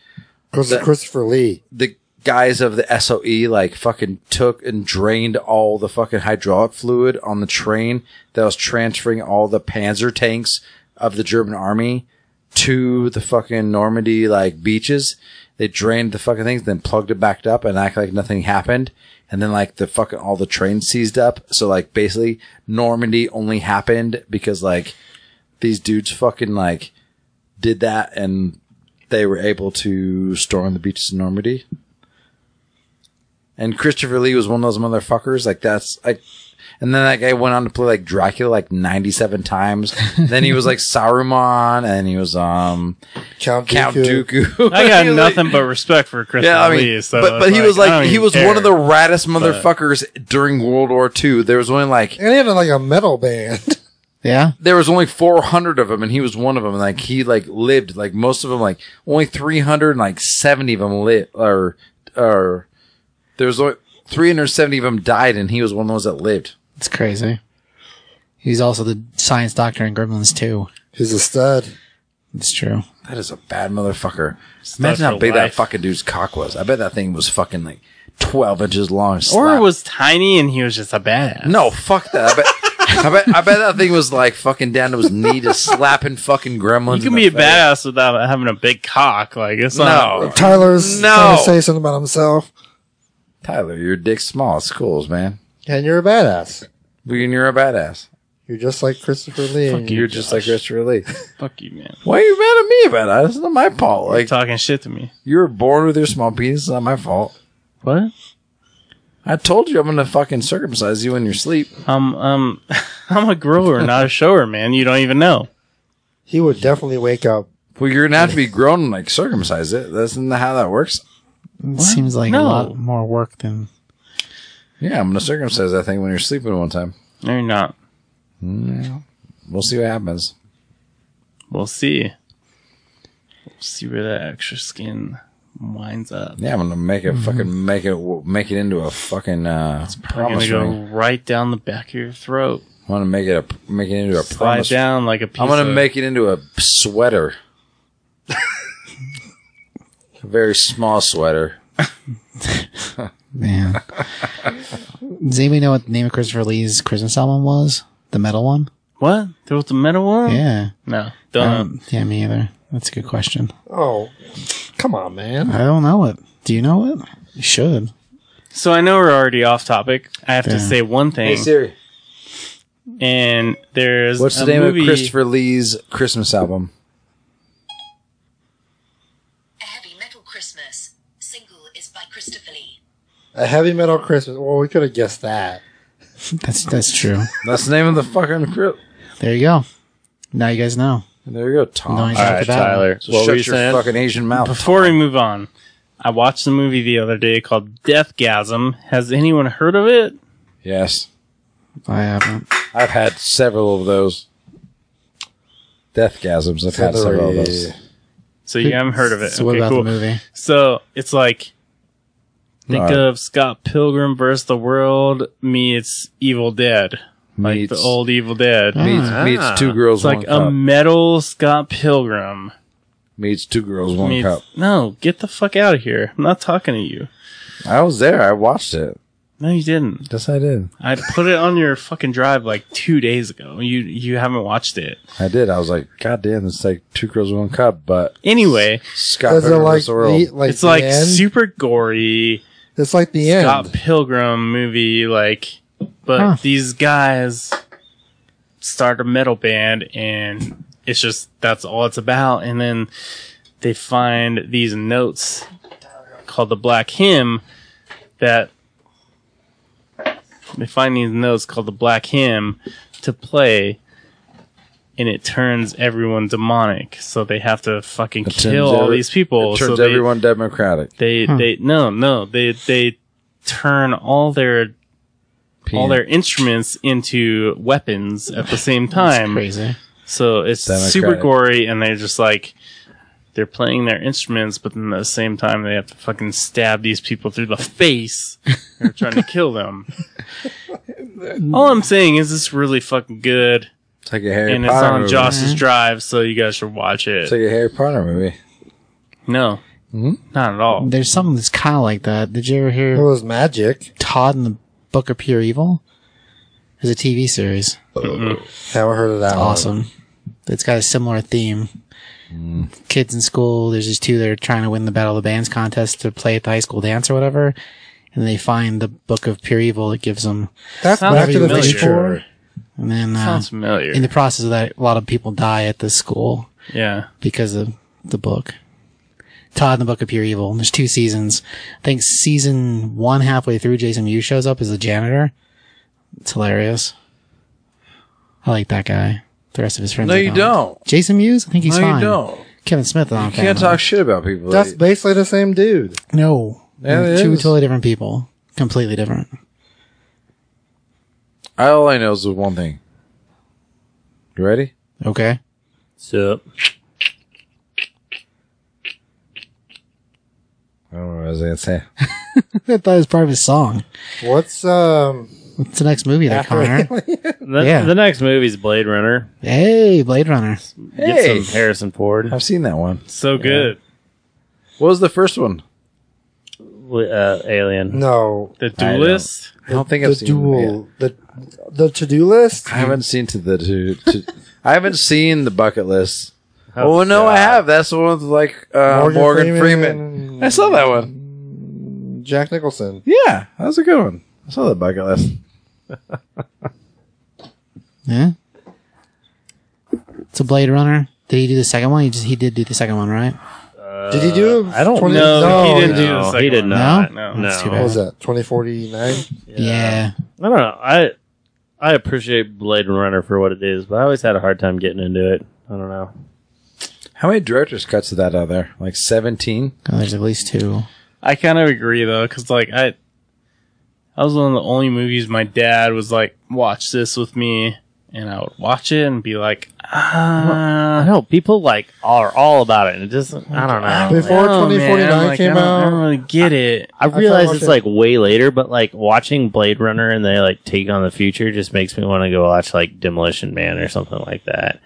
S5: Chris,
S1: That-
S5: Christopher Lee.
S1: the guys of the SOE like fucking took and drained all the fucking hydraulic fluid on the train that was transferring all the panzer tanks of the German army to the fucking Normandy like beaches. They drained the fucking things, then plugged it back up and act like nothing happened. And then like the fucking all the trains seized up. So like basically Normandy only happened because like these dudes fucking like did that and they were able to storm the beaches of Normandy. And Christopher Lee was one of those motherfuckers. Like that's like, and then that guy went on to play like Dracula like ninety seven times. then he was like Saruman, and he was um
S5: Count,
S1: Count
S5: Dooku.
S1: Dooku.
S4: I got
S1: He was, like-
S4: nothing but respect for Chris
S1: yeah, I mean,
S4: Lee. So
S1: but but
S4: it's
S1: he was
S4: I
S1: like
S4: don't
S1: he
S4: even
S1: was one
S4: care.
S1: of the raddest motherfuckers during World War II. There was only like
S5: And he had like a metal band.
S2: yeah.
S1: there was only 400 of them and he was one of them like he like lived like most of them like only 370 of them lived or or there was only 370 of them died and he was one of those that lived
S2: It's crazy. He's also the science doctor in Gremlins too.
S5: He's a stud.
S2: It's true.
S1: that is a bad motherfucker
S4: not
S1: imagine how
S4: for
S1: big that
S4: life.
S1: fucking dude's cock was i bet that thing was fucking like 12 inches long
S4: or
S1: Slap-
S4: it was tiny and he was just a badass.
S1: no fuck that i bet I bet, I bet that thing was like fucking down to his knee to slapping fucking gremlins.
S4: you can
S1: in
S4: be a uh,
S1: the face.
S4: badass without having a big cock. Like it's
S1: No.
S4: not.
S5: Tyler's
S1: No.
S5: trying to say something about himself.
S1: Tyler, your dick's small. It's cool, man.
S5: And you're a badass.
S1: We- You're a badass.
S5: You're just like Christopher Lee.
S4: Fuck
S5: and
S4: you.
S1: You're just like Christopher Lee.
S4: Fuck you, man.
S1: Why are you mad at me about that? It's not my fault.
S4: Like
S1: Like
S4: talking shit to me.
S1: you were born with your small penis. It's not my fault.
S4: What?
S1: I told you I'm gonna fucking circumcise you in your sleep.
S4: I'm um I'm a grower, not a shower, man. You don't even know.
S5: He would definitely wake up
S1: Well, you're gonna have to be grown and like circumcise it. That's not how that works.
S2: It seems like
S4: No.
S2: a lot more work than
S1: Yeah, I'm gonna circumcise that thing when you're sleeping one time.
S4: No, you're not.
S1: We'll see what happens.
S4: We'll see. We'll see where that extra skin winds up.
S1: Yeah, I'm gonna make it fucking make it make it into a fucking uh,
S4: I'm
S1: promise
S4: gonna go
S1: ring.
S4: right down the back of your throat.
S1: I'm gonna make it a make it into a
S4: Slide
S1: promise.
S4: down like a piece
S1: I'm gonna
S4: of-
S1: make it into a sweater. a very small sweater.
S2: man. Does anybody know what the name of Christopher Lee's Christmas album was? The metal one?
S4: What? There was a metal one?
S2: Yeah.
S4: No.
S2: I
S4: Don't.
S1: Um,
S2: don't- yeah, me either. That's a good question.
S5: Oh, come on, man.
S2: I don't know it. Do you know it? You should.
S4: So I know we're already off topic. I have
S2: Yeah.
S4: to say one thing.
S1: Siri,
S4: and there's
S1: what's
S4: a
S1: the name
S4: movie,
S1: of Christopher Lee's Christmas album?
S6: A Heavy Metal Christmas. Single is by Christopher Lee.
S5: A heavy metal Christmas. Well, we could have guessed that.
S2: That's that's true.
S1: That's the name of the fucking. Cri-
S2: There you go. Now you guys know.
S1: there you go, Tom.
S2: No, he's
S3: All
S2: Check
S3: right,
S2: it out.
S3: Tyler.
S1: So
S3: what
S1: shut
S3: were
S1: your
S3: you saying?
S1: fucking Asian mouth.
S4: Before we move on, I watched a movie the other day called Deathgasm. Has anyone heard of it?
S1: Yes,
S2: I haven't.
S1: I've had several of those. Deathgasms. I've had several of those.
S4: So you haven't heard of it.
S2: So what
S4: Okay,
S2: about
S4: cool.
S2: the movie?
S4: So it's like think
S1: Alright.
S4: of Scott Pilgrim versus the World meets Evil Dead, like
S1: Meets-
S4: the old Evil Dead.
S1: meets,
S3: Ah.
S1: meets two girls,
S4: It's like um,
S1: one cup.
S4: a metal Scott Pilgrim.
S1: meets two girls, one
S4: meets-
S1: cup.
S4: no, get the fuck out of here! I'm not talking to you.
S1: I was there. I watched it.
S4: No, you didn't.
S1: Yes, I did.
S4: I put it on your fucking drive like two days ago. You you haven't watched it.
S1: I did. I was like, God damn, it's like two girls, one cup. But
S4: Anyway,
S1: Scott
S5: Is it
S1: Pilgrim
S5: like
S1: versus the world.
S5: the, like
S4: it's like
S5: the end?
S4: super gory
S5: it's like the
S4: Scott
S5: end.
S4: Pilgrim movie, like, but
S2: Huh.
S4: these guys start a metal band, and it's just that's all it's about. And then they find these notes called the Black Hymn that they find these notes called the Black Hymn to play. And it turns everyone demonic, so they have to fucking
S1: It turns
S4: kill all
S1: every-
S4: these people.
S1: It turns
S4: Oh, so they,
S1: everyone democratic.
S4: they they no no they they turn all their all their instruments into weapons at the same time.
S2: Crazy.
S4: So it's
S1: Democratic.
S4: super gory, and they're just like they're playing their instruments, but then at the same time they have to fucking stab these people through the face. They're trying to kill them. All I'm saying is it's really fucking good,
S1: It's like a Harry
S4: and it's
S1: Potter
S4: on
S1: movie.
S2: Mm-hmm.
S4: Joss's drive, so you guys should watch it.
S1: It's like a Harry Potter movie.
S4: no,
S2: Hmm?
S4: not at all.
S2: There's something that's kind of like that. Did you ever
S5: It
S2: hear
S5: was magic.
S2: Todd and the Book of Pure Evil? There's a TV series.
S5: Haven't heard of that one.
S2: Awesome. It's got a similar theme.
S5: Mm.
S2: Kids in school, there's these two that are trying to win the Battle of the Bands contest to play at the high school dance or whatever. And they find the Book of Pure Evil that gives them.
S5: That's
S4: Sounds
S5: back to the
S4: familiar.
S5: future.
S2: And then uh,
S4: Sounds familiar.
S2: in the process of that, a lot of people die at the school.
S4: yeah.
S2: because of the book. Todd and the Book of Pure Evil. And there's two seasons. I think season one, halfway through, Jason Mew shows up as the janitor. It's hilarious. I like that guy. The rest of his friends.
S1: No,
S2: I
S1: you don't.
S2: Jason Mewes? I think he's
S1: No,
S2: fine.
S1: you don't.
S2: Kevin Smith. I don't
S1: You can't
S2: think.
S1: talk shit about people.
S5: That's basically the same dude.
S2: No.
S1: Yeah,
S2: They're
S1: it
S2: two
S1: is.
S2: totally different people. Completely different.
S1: all I know is one thing. You ready?
S2: Okay.
S3: Sup?
S1: I don't know what I was gonna say.
S2: I thought it was part of his song.
S5: What's um?
S2: What's the next movie there, Connor?
S3: The,
S2: Yeah.
S3: the next movie's Blade Runner.
S2: hey, Blade Runner.
S1: Hey!
S3: Get some Harrison Ford.
S1: I've seen that one.
S4: So good.
S1: What was the first one?
S3: Uh, Alien.
S5: No,
S4: The
S1: don't-
S4: Duelist.
S1: I don't think
S5: the
S1: I've seen them yet. Uh,
S5: duel, the the to do list.
S1: I haven't seen to the to, to I haven't seen the bucket list. Oh, no, I have. That's the one with like uh, Morgan, Freeman. I saw that one.
S5: Jack Nicholson.
S1: Yeah, that was a good one. I saw the bucket list.
S2: Yeah. It's a Blade Runner. Did he do the second one? He just he did do the second one, right?
S5: Did he
S1: Uh,
S5: do?
S3: I don't
S5: 20
S4: No,
S5: Oh, no,
S4: he didn't do
S3: no,
S4: the second
S3: he did
S4: one.
S3: not.
S4: No?
S3: No.
S2: That's too
S5: What
S2: bad.
S5: was that? Twenty forty nine.
S2: Yeah.
S3: I don't know. I I appreciate Blade Runner for what it is, but I always had a hard time getting into it. I don't know.
S1: How many director's cuts of that are there? Like 17?
S2: Oh, there's at least two.
S4: I kind of agree though, because like I, I was one of the only movies my dad was like, watch this with me, and I would watch it and be like, ah,
S3: I know people like are all about it, and it doesn't. I don't
S1: Oh,
S3: know. Oh,
S5: Before
S4: know,
S5: 2049
S4: Oh, man. Like,
S5: came
S4: I don't, I don't
S5: out-
S4: really get it.
S3: I
S5: tried
S3: realize
S5: watching-
S3: it's like way later, but like watching Blade Runner and they like take on the future just makes me want to go watch like Demolition Man or something like that.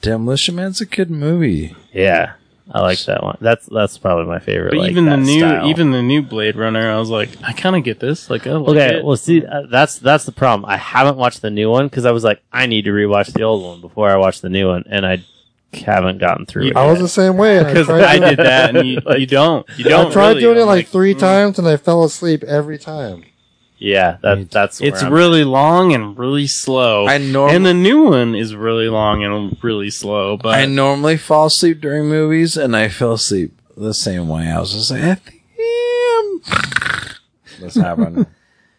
S1: Demolition Man's a good movie.
S3: Yeah, I like that one. That's that's probably my favorite.
S4: But
S3: like,
S4: even the
S3: that
S4: new,
S3: style.
S4: even the new Blade Runner, I was like, I kind of get this. Like, I like
S3: Okay,
S4: it.
S3: well, see, uh, that's that's the problem. I haven't watched the new one because I was like, I need to rewatch the old one before I watch the new one, and I haven't gotten through it.
S5: I was the same way. and I
S4: because
S5: tried
S4: I
S5: doing-
S4: did that, and you, you don't. You don't.
S5: I tried
S4: really.
S5: doing it
S4: I'm
S5: like three
S4: mm.
S5: times, and I fell asleep every time.
S3: yeah, that that's where
S4: It's
S3: I'm-
S4: really long and really slow.
S1: I norm-
S4: and the new one is really long and really slow. But
S1: I normally fall asleep during movies, and I fell asleep the same way. I was just like, I think this happened.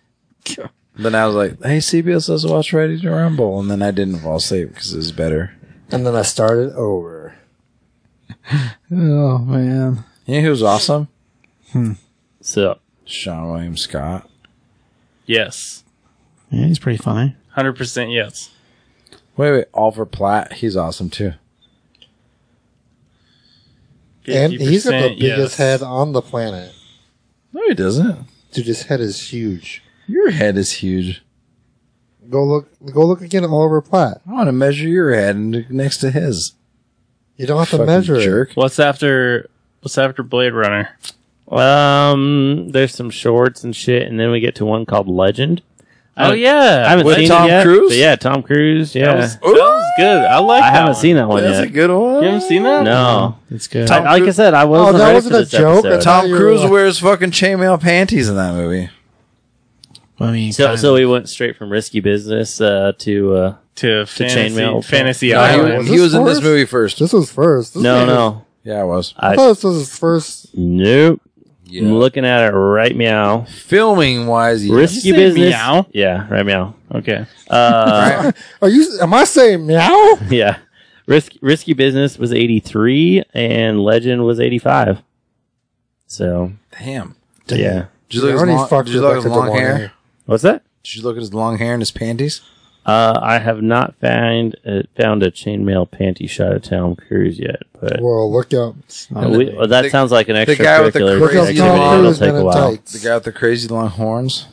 S1: then I was like, hey, CBS, let's watch Ready to Rumble. And then I didn't fall asleep because it was better.
S5: And then I started over.
S2: Oh man.
S1: You know who's awesome?
S3: so.
S1: Sean William Scott.
S4: yes,
S2: Yeah, he's pretty funny.
S4: hundred percent yes.
S1: Wait, wait, Oliver Platt. He's awesome too.
S5: And he's got the biggest
S4: 50% yes.
S5: head on the planet.
S1: No, he doesn't.
S5: Dude, his head is huge.
S1: Your head is huge.
S5: Go look. Go look again at Oliver Platt.
S1: I want to measure your head and- next to his.
S5: You don't have to
S1: Fucking
S5: measure it.
S1: jerk.
S4: What's after? What's after Blade Runner?
S3: Um, there's some shorts and shit, and then we get to one called Legend.
S4: Oh yeah,
S3: I haven't
S1: With
S3: seen
S1: Tom
S3: it yet,
S1: Cruise?
S3: but yeah, Tom Cruise. Yeah,
S4: That was, that was good. I like.
S3: I
S4: that
S3: haven't
S4: one.
S3: seen that one
S1: That's a
S3: yet.
S1: good one.
S4: You haven't seen that?
S3: No,
S2: It's good.
S3: I, like I said, I wasn't.
S5: Oh, that
S3: ready
S5: wasn't
S3: for
S5: a
S3: this
S5: joke?
S3: episode.
S5: That's
S1: Tom
S5: You're
S1: Cruise
S5: right.
S1: wears fucking chainmail panties in that movie.
S2: I mean,
S3: So,
S2: kinda-
S3: so we went straight from risky business uh, to uh,
S4: To, fantasy,
S3: Chainmail.
S4: fantasy
S1: No, he
S4: island.
S1: was-
S5: was
S1: he,
S5: this
S1: was in this
S5: first?
S1: movie first.
S5: This was first. This
S3: no,
S5: was-
S3: no,
S1: Yeah, I was.
S5: I
S3: I
S5: thought this was his first.
S3: nope.
S1: Yeah.
S3: I'm looking at it right meow.
S1: Filming wise, yeah.
S3: Risky
S4: say
S3: business.
S4: meow?
S3: Yeah, right meow.
S4: Okay.
S3: Uh,
S5: Are you? Am I saying meow?
S3: yeah, Risk, risky business was eighty three, and legend was eighty five. So
S1: Damn.
S3: yeah,
S1: Did you look at his
S5: Arnie
S1: long,
S5: fucked
S1: did you look at his
S5: Rebecca De
S1: long
S5: Mornay.
S1: hair?
S3: what's that?
S1: Did you look at his long hair and his panties?
S3: Uh, I have not found uh, found a chainmail panty shot of Tom Cruise yet, but
S5: Well, look up.
S3: Uh, we- well, that
S1: The-
S3: sounds like an
S1: the guy with the
S3: extracurricular
S5: Look
S1: crazy
S5: up
S3: activity.
S1: Crazy man.
S5: Tom
S3: It'll
S5: Cruise
S3: take
S5: men
S3: a
S5: in
S3: while.
S1: The
S5: tights.
S1: guy with the crazy long horns.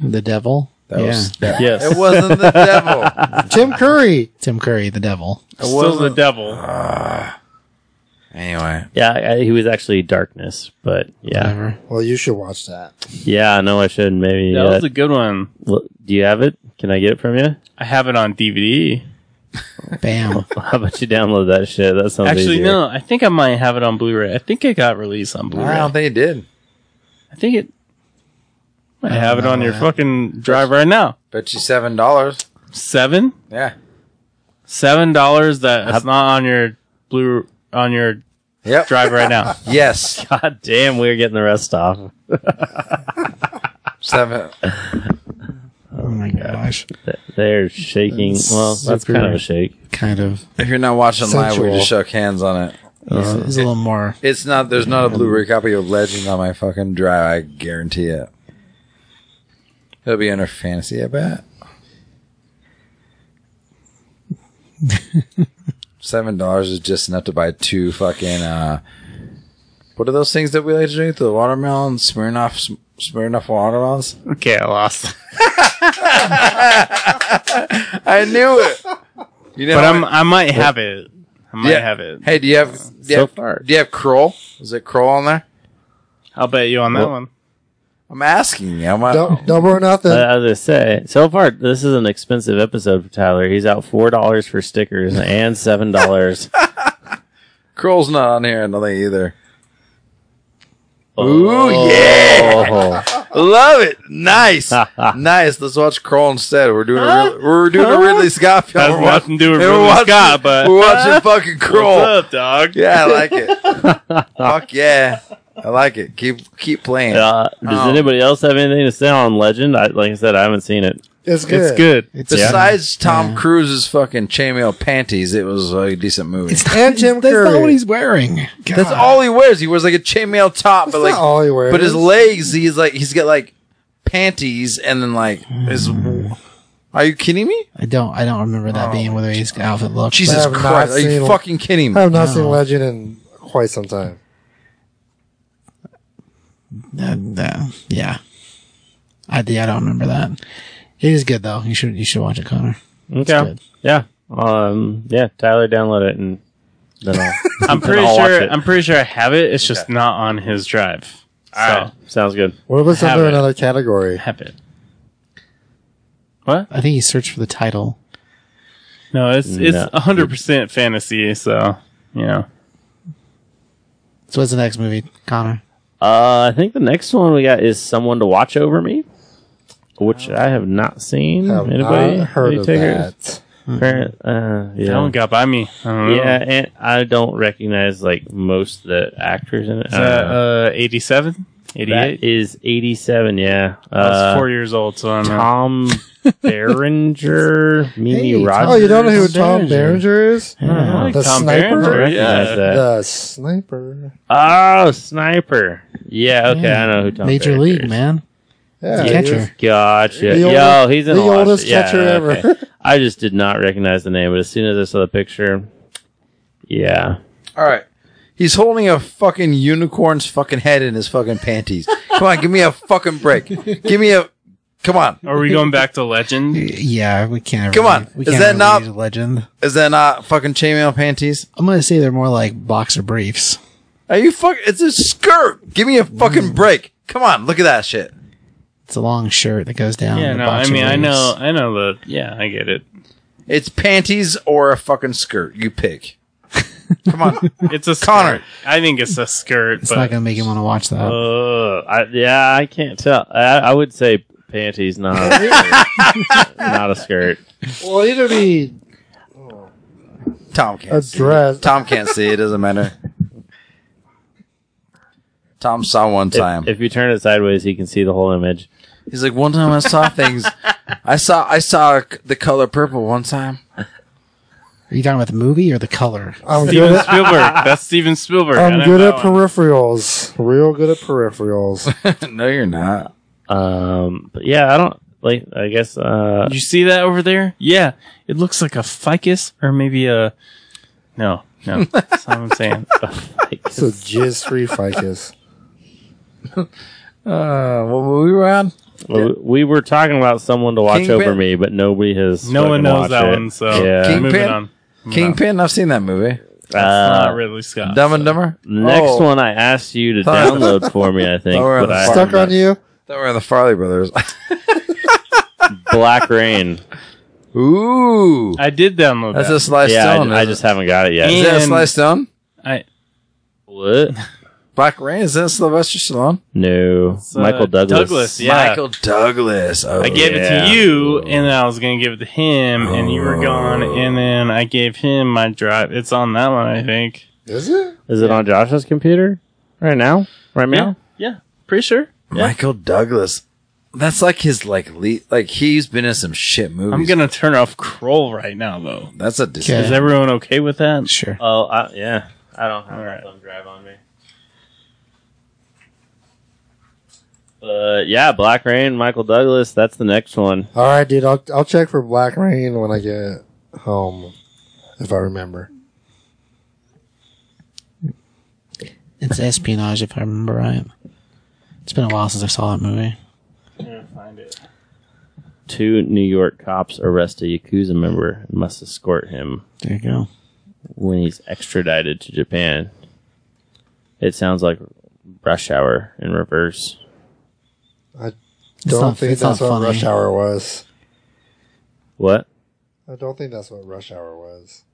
S2: the devil.
S1: That
S2: yeah.
S1: was that,
S4: Yes.
S1: It wasn't the devil.
S5: Tim Curry.
S2: Tim Curry, the devil.
S1: It
S4: Still the
S1: wasn't.
S4: devil.
S1: anyway,
S3: Yeah, I, I- he was actually darkness, but yeah,
S2: Whatever.
S5: Well, you should watch that.
S3: yeah. I know I should maybe.
S4: That
S3: Uh,
S4: was a good one.
S3: l- do you have it? Can I get it from you?
S4: I have it on DVD.
S2: Bam.
S3: How about you download that shit? That sounds
S4: Actually,
S3: easier.
S4: no. I think I might have it on Blu-ray. I think it got released on Blu-ray.
S1: I don't think he did.
S4: I think it. I have it
S2: know
S4: on your
S2: that.
S3: Uh,
S4: fucking drive right now.
S1: Bet you seven dollars.
S4: Seven,
S1: Yeah.
S4: seven dollars. That that's not on your blue on your
S1: Yep.
S4: drive right now.
S1: Yes.
S3: God damn, we are getting the rest off.
S1: Seven.
S2: Oh my gosh.
S3: They're shaking. Well, that's
S2: Super.
S3: kind of a shake.
S2: Kind of.
S1: If you're not watching live,
S5: Sensual.
S1: we just shook hands on it.
S2: It's, it's a little more.
S1: It's not. There's not a Blu-ray copy of Legend on my fucking drive. I guarantee it. It'll be under fantasy, I bet. Seven dollars is just enough to buy two fucking. uh What are those things that we like to drink? The watermelon Smirnoff Sm- Smirnoff watermelons.
S4: Okay, I lost.
S1: I knew it. You know,
S4: But
S1: what?
S4: I'm I might have it. I might
S1: Yeah.
S4: have it.
S1: Hey, do you have do you
S3: So
S1: have,
S3: far.
S1: do you have Kroll? Is it Kroll on there?
S4: I'll bet you on that
S3: Well-
S4: one.
S1: I'm asking you. I'm not-
S5: Dou- Double or nothing.
S3: But as I say, so far this is an expensive episode for Tyler. He's out four dollars for stickers and seven dollars.
S1: Kroll's not on here. I don't think either.
S4: Oh.
S3: Ooh yeah!
S1: Love it. Nice. nice. Let's watch Crawl instead. We're doing a real, we're doing a Ridley Scott film.
S4: Has
S1: We're
S4: nothing to do with
S1: and
S4: Ridley Scott, but-
S1: we're watching fucking Crawl.
S4: What's up, dog?
S1: Yeah, I like it. Fuck yeah. I like it. Keep keep playing.
S3: Uh, does
S1: Oh.
S3: anybody else have anything to say on Legend? I, like I said, I haven't seen it.
S5: It's good.
S4: It's good.
S2: It's
S1: Besides Tom
S2: Yeah.
S1: Cruise's fucking chainmail panties, it was a decent movie.
S2: It's not,
S5: And Jim
S2: that's not
S5: Curry.
S2: what he's wearing.
S1: That's
S2: God.
S1: all he wears. He wears like a chainmail top,
S5: That's
S1: but
S5: not
S1: like,
S5: all he wears.
S1: but his legs, he's like, he's got like panties, and then like his.
S5: Hmm.
S1: Are you kidding me?
S2: I don't. I don't remember that being whether his outfit looked.
S1: Jesus
S5: have not
S1: Christ! Are you
S5: seen-
S1: fucking kidding
S5: I
S1: me?
S5: have not seen
S2: No.
S5: Legend in quite some time.
S2: Uh, uh, yeah. I, yeah, I don't remember that. It is good though. You should you should watch it, Connor. It's
S3: Okay.
S2: good.
S3: Yeah. Um. Yeah. Tyler, download it and then I'll. then
S4: I'm pretty
S3: I'll watch
S4: sure.
S3: it.
S4: I'm pretty sure I have it. It's just not on his drive.
S3: So, Sounds good.
S5: What if it's
S4: Have
S5: under
S4: it.
S5: another category?
S4: Have it.
S2: I think he searched for the title.
S4: No, it's
S3: No.
S4: it's hundred percent fantasy. So you know,
S2: So what's the next movie, Connor?
S3: Uh, I think the next one we got is someone to watch over me, which I have not seen.
S5: Have
S3: Anybody
S5: not heard
S3: Any
S5: of
S3: takers?
S5: that.
S3: Apparent- Uh, yeah.
S4: that one got by me. I don't know.
S3: yeah, and I don't recognize like most of the actors in it.
S4: Is
S3: I don't
S4: that
S3: know.
S4: uh, 87? 88?
S3: That is 87, yeah.
S4: I was
S3: Uh,
S4: four years old, so I don't know.
S3: Tom Berenger, Mimi
S2: Hey, Tom-
S3: Rogers.
S5: Oh, you don't know who
S2: Tom
S5: Tom
S2: Berenger.
S5: Berenger is?
S4: I like
S5: The
S4: Tom
S5: sniper?
S4: Berenger,
S3: recognize
S4: yeah.
S3: that.
S5: The sniper.
S3: Oh, Sniper. Yeah, okay, I know who Tom
S2: Major
S3: Berenger
S2: League,
S3: is.
S2: man.
S5: Yeah,
S2: The
S5: he
S2: catcher.
S5: is.
S3: Gotcha.
S5: The
S3: Yo,
S5: oldest-
S3: he's in
S5: the
S3: a lot of
S5: oldest
S3: shit. Yeah,
S5: catcher ever.
S3: okay. I just did not recognize the name, but as soon as I saw the picture, yeah.
S1: All right. He's holding a fucking unicorn's fucking head in his fucking panties. Come on, give me a fucking break. Give me a. Come on.
S4: Are we going back to Legend?
S2: Yeah, we can't. ever
S1: Come on.
S2: leave- We
S1: Is
S2: can't
S1: that
S2: ever
S1: not-
S2: leave legend?
S1: Is that not fucking chainmail panties?
S2: I'm gonna say they're more like boxer briefs.
S1: Are you fuck? It's a skirt. Give me a
S5: Hmm.
S1: fucking break. Come on, look at that shit.
S2: It's a long shirt that goes down.
S4: Yeah,
S2: the
S4: no, I
S2: boxer
S4: mean, I
S2: briefs.
S4: know, I know the, yeah, I get it.
S1: It's panties or a fucking skirt. You pick. Come on.
S4: It's a skirt.
S1: Connor.
S4: I think it's a skirt,
S2: It's not
S4: but
S2: gonna make you want to watch that.
S3: Uh, I, yeah, I can't tell. I, I would say panties, not not a skirt.
S5: Well, either be
S1: Tom can't.
S5: a
S1: see.
S5: dress.
S1: Tom can't see. It doesn't matter. Tom saw one time.
S3: If, if you turn it sideways, you can see the whole image.
S1: He's like, one time I saw things. I saw I saw the color purple one time.
S2: Are you talking about the movie or the color?
S5: I'm good
S4: Steven
S5: at,
S4: Spielberg. That's Steven Spielberg. I
S5: I'm
S4: know
S5: good
S4: that
S5: at
S4: one.
S5: peripherals. Real good at peripherals.
S1: no, you're not.
S3: Um, but yeah, I don't like. I guess uh,
S4: Did you see that over there? Yeah. It looks like a ficus or maybe a, no, no. That's what I'm saying.
S3: like,
S5: It's a jizz free ficus.
S1: Uh, what movie were we on?
S3: we- we were talking about someone to watch
S1: Kingpin?
S3: over me, but nobody has.
S4: No one
S3: fucking
S4: knows
S3: watched
S4: that
S3: it.
S4: one, so
S3: Yeah.
S1: Kingpin?
S4: moving on. Moving on.
S1: Kingpin. I've seen that movie.
S4: That's
S3: Uh,
S4: not Ridley Scott.
S1: Dumb and Dumber.
S3: Next
S1: Oh,
S3: one I asked you to
S1: Sorry.
S3: download for me, I think.
S1: Oh, we're on
S3: but
S1: the
S3: I
S1: far-
S5: Stuck on you?
S1: That were the Farley Brothers.
S3: Black Rain.
S1: Ooh,
S4: I did download
S1: that's
S4: that.
S1: a Sly
S3: yeah,
S1: Stone.
S3: I, I
S1: isn't
S3: just haven't got it
S1: it?
S3: yet.
S1: is that
S4: And-
S1: Sly Stone?
S4: I,
S3: What?
S1: Black Rain. Is that Sylvester Stallone?
S3: No,
S4: uh,
S3: Michael Douglas.
S4: Douglas, yeah.
S1: Michael Douglas. Oh,
S4: I gave it
S3: yeah.
S4: to you, and then I was gonna give it to him, and you were gone, and then I gave him my drive. It's on that one, I think.
S5: Is it?
S3: Is it on Josh's computer right now? Right now?
S4: yeah, pretty sure.
S1: Michael Douglas. That's like his like le- like he's been in some shit movies.
S4: I'm gonna turn off Kroll right now, though.
S1: That's a dis-
S2: Okay.
S4: Is everyone okay with that?
S2: Sure.
S3: Oh, I, yeah. I don't have
S4: Alright.
S3: thumb drive on me. But Uh, yeah, Black Rain, Michael Douglas. That's the next one.
S5: All right, dude. I'll, I'll check for Black Rain when I get home, if I remember.
S2: It's espionage, if I remember right. It's been a while since I saw that movie.
S3: Two New York cops arrest a yakuza member and must escort him
S2: There you go.
S3: when he's extradited to Japan. It sounds like Rush Hour in reverse.
S5: Don't
S2: not-
S5: think
S2: it's
S5: that's
S2: not
S5: what
S2: funny.
S5: Rush Hour was.
S3: What?
S5: I don't think that's what Rush Hour was.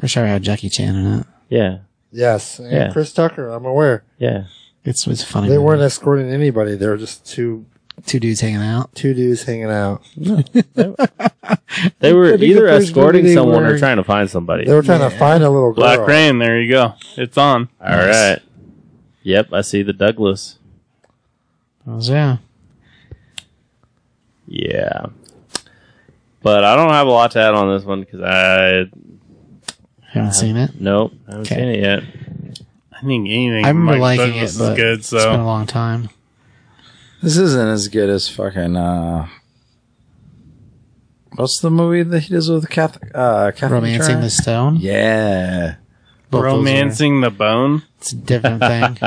S2: Rush Hour had Jackie Chan in it.
S3: Yeah,
S5: Yes, and
S3: Yeah.
S5: Chris Tucker. I'm aware.
S3: yeah.
S2: It's it's a funny.
S5: They
S2: movie.
S5: weren't escorting anybody. They were just two
S2: two dudes hanging out.
S5: two dudes hanging out.
S3: They were
S5: I think
S3: either
S5: the first
S3: escorting
S5: movie they
S3: someone or
S5: were-
S3: trying to find somebody.
S5: They were trying to find a little girl.
S4: Black Rain. There you go. It's on.
S3: All right. Yep, I see the Douglas.
S1: Oh,
S2: I was, yeah.
S3: Yeah. But I don't have a lot to add on this one because I
S2: Haven't seen it.
S3: nope I haven't
S2: Okay.
S3: seen it yet.
S4: I think anything.
S2: I remember
S4: Mike
S2: liking
S4: Douglas
S2: it,
S4: is
S2: but
S4: good.
S2: It's been
S4: So
S2: a long time.
S1: This isn't as good as fucking. uh What's the movie that he does with Catholic? Uh, Catherine
S2: Romancing
S1: Turner?
S2: the Stone.
S1: Yeah,
S2: Both those are-
S4: romancing the bone.
S2: It's a different thing.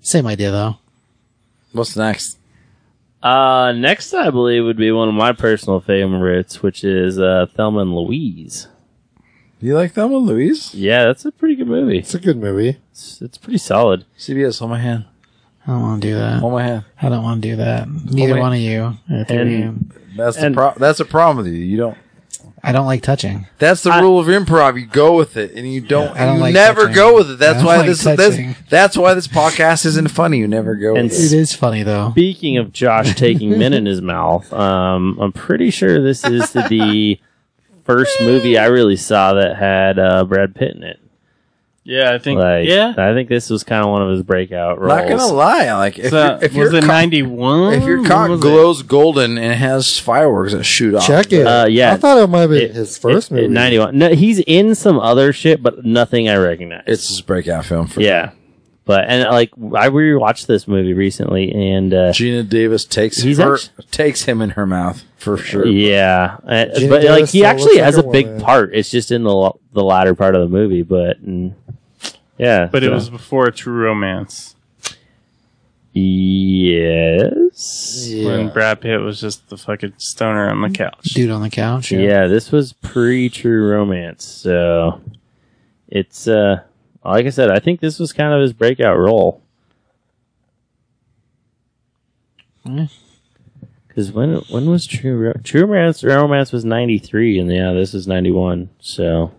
S2: Same idea though.
S1: what's next?
S3: Uh, next I believe would be one of my personal favorites, which is uh, Thelma and Louise.
S1: You like that one, Louise?
S3: Yeah, that's a pretty good movie.
S5: It's a good movie.
S3: It's, it's pretty solid.
S1: CBS, hold my hand.
S2: I don't want to do that.
S1: Hold my hand.
S2: I don't want to do that. Neither
S1: wait.
S2: one of you. The three of
S3: And-
S2: you.
S1: That's
S3: And-
S1: the pro- that's a problem with you. You don't.
S2: I don't like touching.
S1: That's the rule of improv. You go with it, and you don't.
S2: I don't
S1: you
S2: like
S1: never
S2: touching.
S1: go with it.
S2: I
S1: That's
S2: don't
S1: why
S2: like
S1: this,
S2: touching.
S1: this. That's why this podcast isn't funny. You never go.
S3: And
S1: with
S2: It
S1: it.
S2: is funny though.
S3: Speaking of Josh taking men in his mouth, um, I'm pretty sure this is the first movie I really saw that had uh, Brad Pitt in it.
S4: Yeah, I think.
S3: Like,
S4: yeah.
S3: I think this was kind of one of his breakout roles.
S1: Not gonna lie, like if
S4: So,
S1: you're, if
S4: was
S1: your
S4: it
S1: cock-
S4: ninety one?
S1: if your cock glows golden and has fireworks that shoot off,
S5: Check it.
S3: Uh, yeah.
S5: I thought it might have been
S3: It-
S5: his first
S3: it- it-
S5: movie.
S3: 91. No, he's in some other shit, but nothing I recognize.
S1: It's his breakout film for
S3: yeah, but and like I rewatched this movie recently, and uh,
S1: Gina Davis takes
S3: He's
S1: her
S3: actu-
S1: takes him in her mouth for sure.
S3: yeah, Uh,
S5: Gina
S3: but like
S5: Davis
S3: he
S5: still
S3: actually
S5: looks like
S3: has
S5: a
S3: a big
S5: woman.
S3: part. It's just in the la- the latter part of the movie, but and, yeah,
S4: But it
S3: so-
S4: was before True Romance
S3: yes,
S4: when Brad Pitt was just the fucking stoner on the couch.
S2: Dude on the couch.
S3: yeah. This was pre True Romance, so it's uh like I said, I think this was kind of his breakout role.
S4: Hmm.
S2: Yeah.
S3: Because when when was True Ro- True Romance? Romance was ninety three, and yeah, this is ninety one. So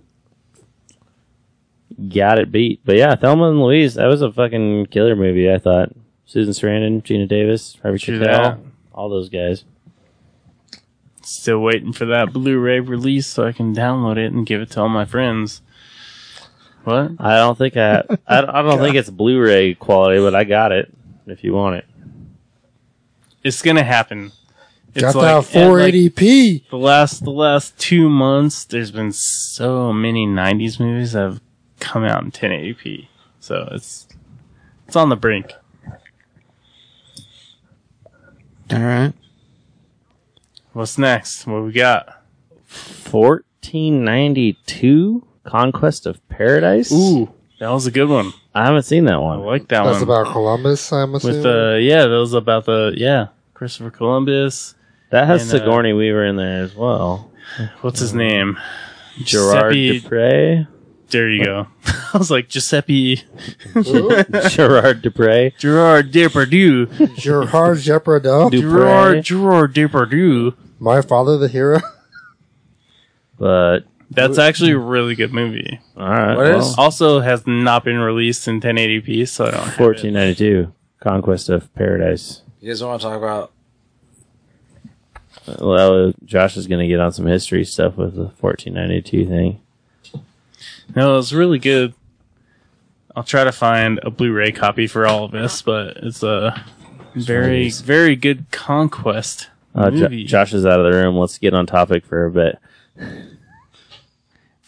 S3: got it beat. But yeah, Thelma and Louise, that was a fucking killer movie. I thought Susan Sarandon, Gina Davis, Harvey
S4: True
S3: Keitel,
S4: that.
S3: all those guys.
S4: Still waiting for that Blu-ray release so I can download it and give it to all my friends. What?
S3: I don't think I. I, I don't think it's Blu-ray quality, but I got it. If you want it,
S4: It's gonna happen. It's
S5: Got
S4: like-
S5: that 480p.
S4: the last the last two months there's been so many 90s movies that have come out in 1080p so it's it's on the brink
S2: All right.
S4: what's next what we got
S3: fourteen ninety two, Conquest of Paradise.
S4: that was a good one
S3: I haven't seen that
S4: i
S3: one.
S4: like that
S5: That's
S4: one
S5: about Columbus, I'm assuming.
S4: um, with the yeah that was about the yeah christopher columbus
S3: That has
S4: And, uh,
S3: Sigourney Weaver in there as well.
S4: what's his name
S3: Gerard
S4: giuseppe
S3: Dupre.
S4: there you go i was like giuseppe
S3: Gerard Dupre.
S4: gerard depardieu
S5: Gerard Jeopardy.
S3: Dupre.
S4: gerard gerard depardieu
S5: My Father the Hero.
S3: But
S4: that's actually a really good movie
S3: all right.
S1: What is-
S4: also has not been released in 1080p so i don't have it.
S3: fourteen ninety two, Conquest of Paradise?
S1: You guys want to talk about?
S3: Well, Josh is going to get on some history stuff with the fourteen ninety two thing.
S4: No, it was really good. I'll try to find a Blu-ray copy for all of us, but it's a very, very good conquest
S3: Uh, Jo-
S4: movie.
S3: Josh is out of the room. Let's get on topic for a bit.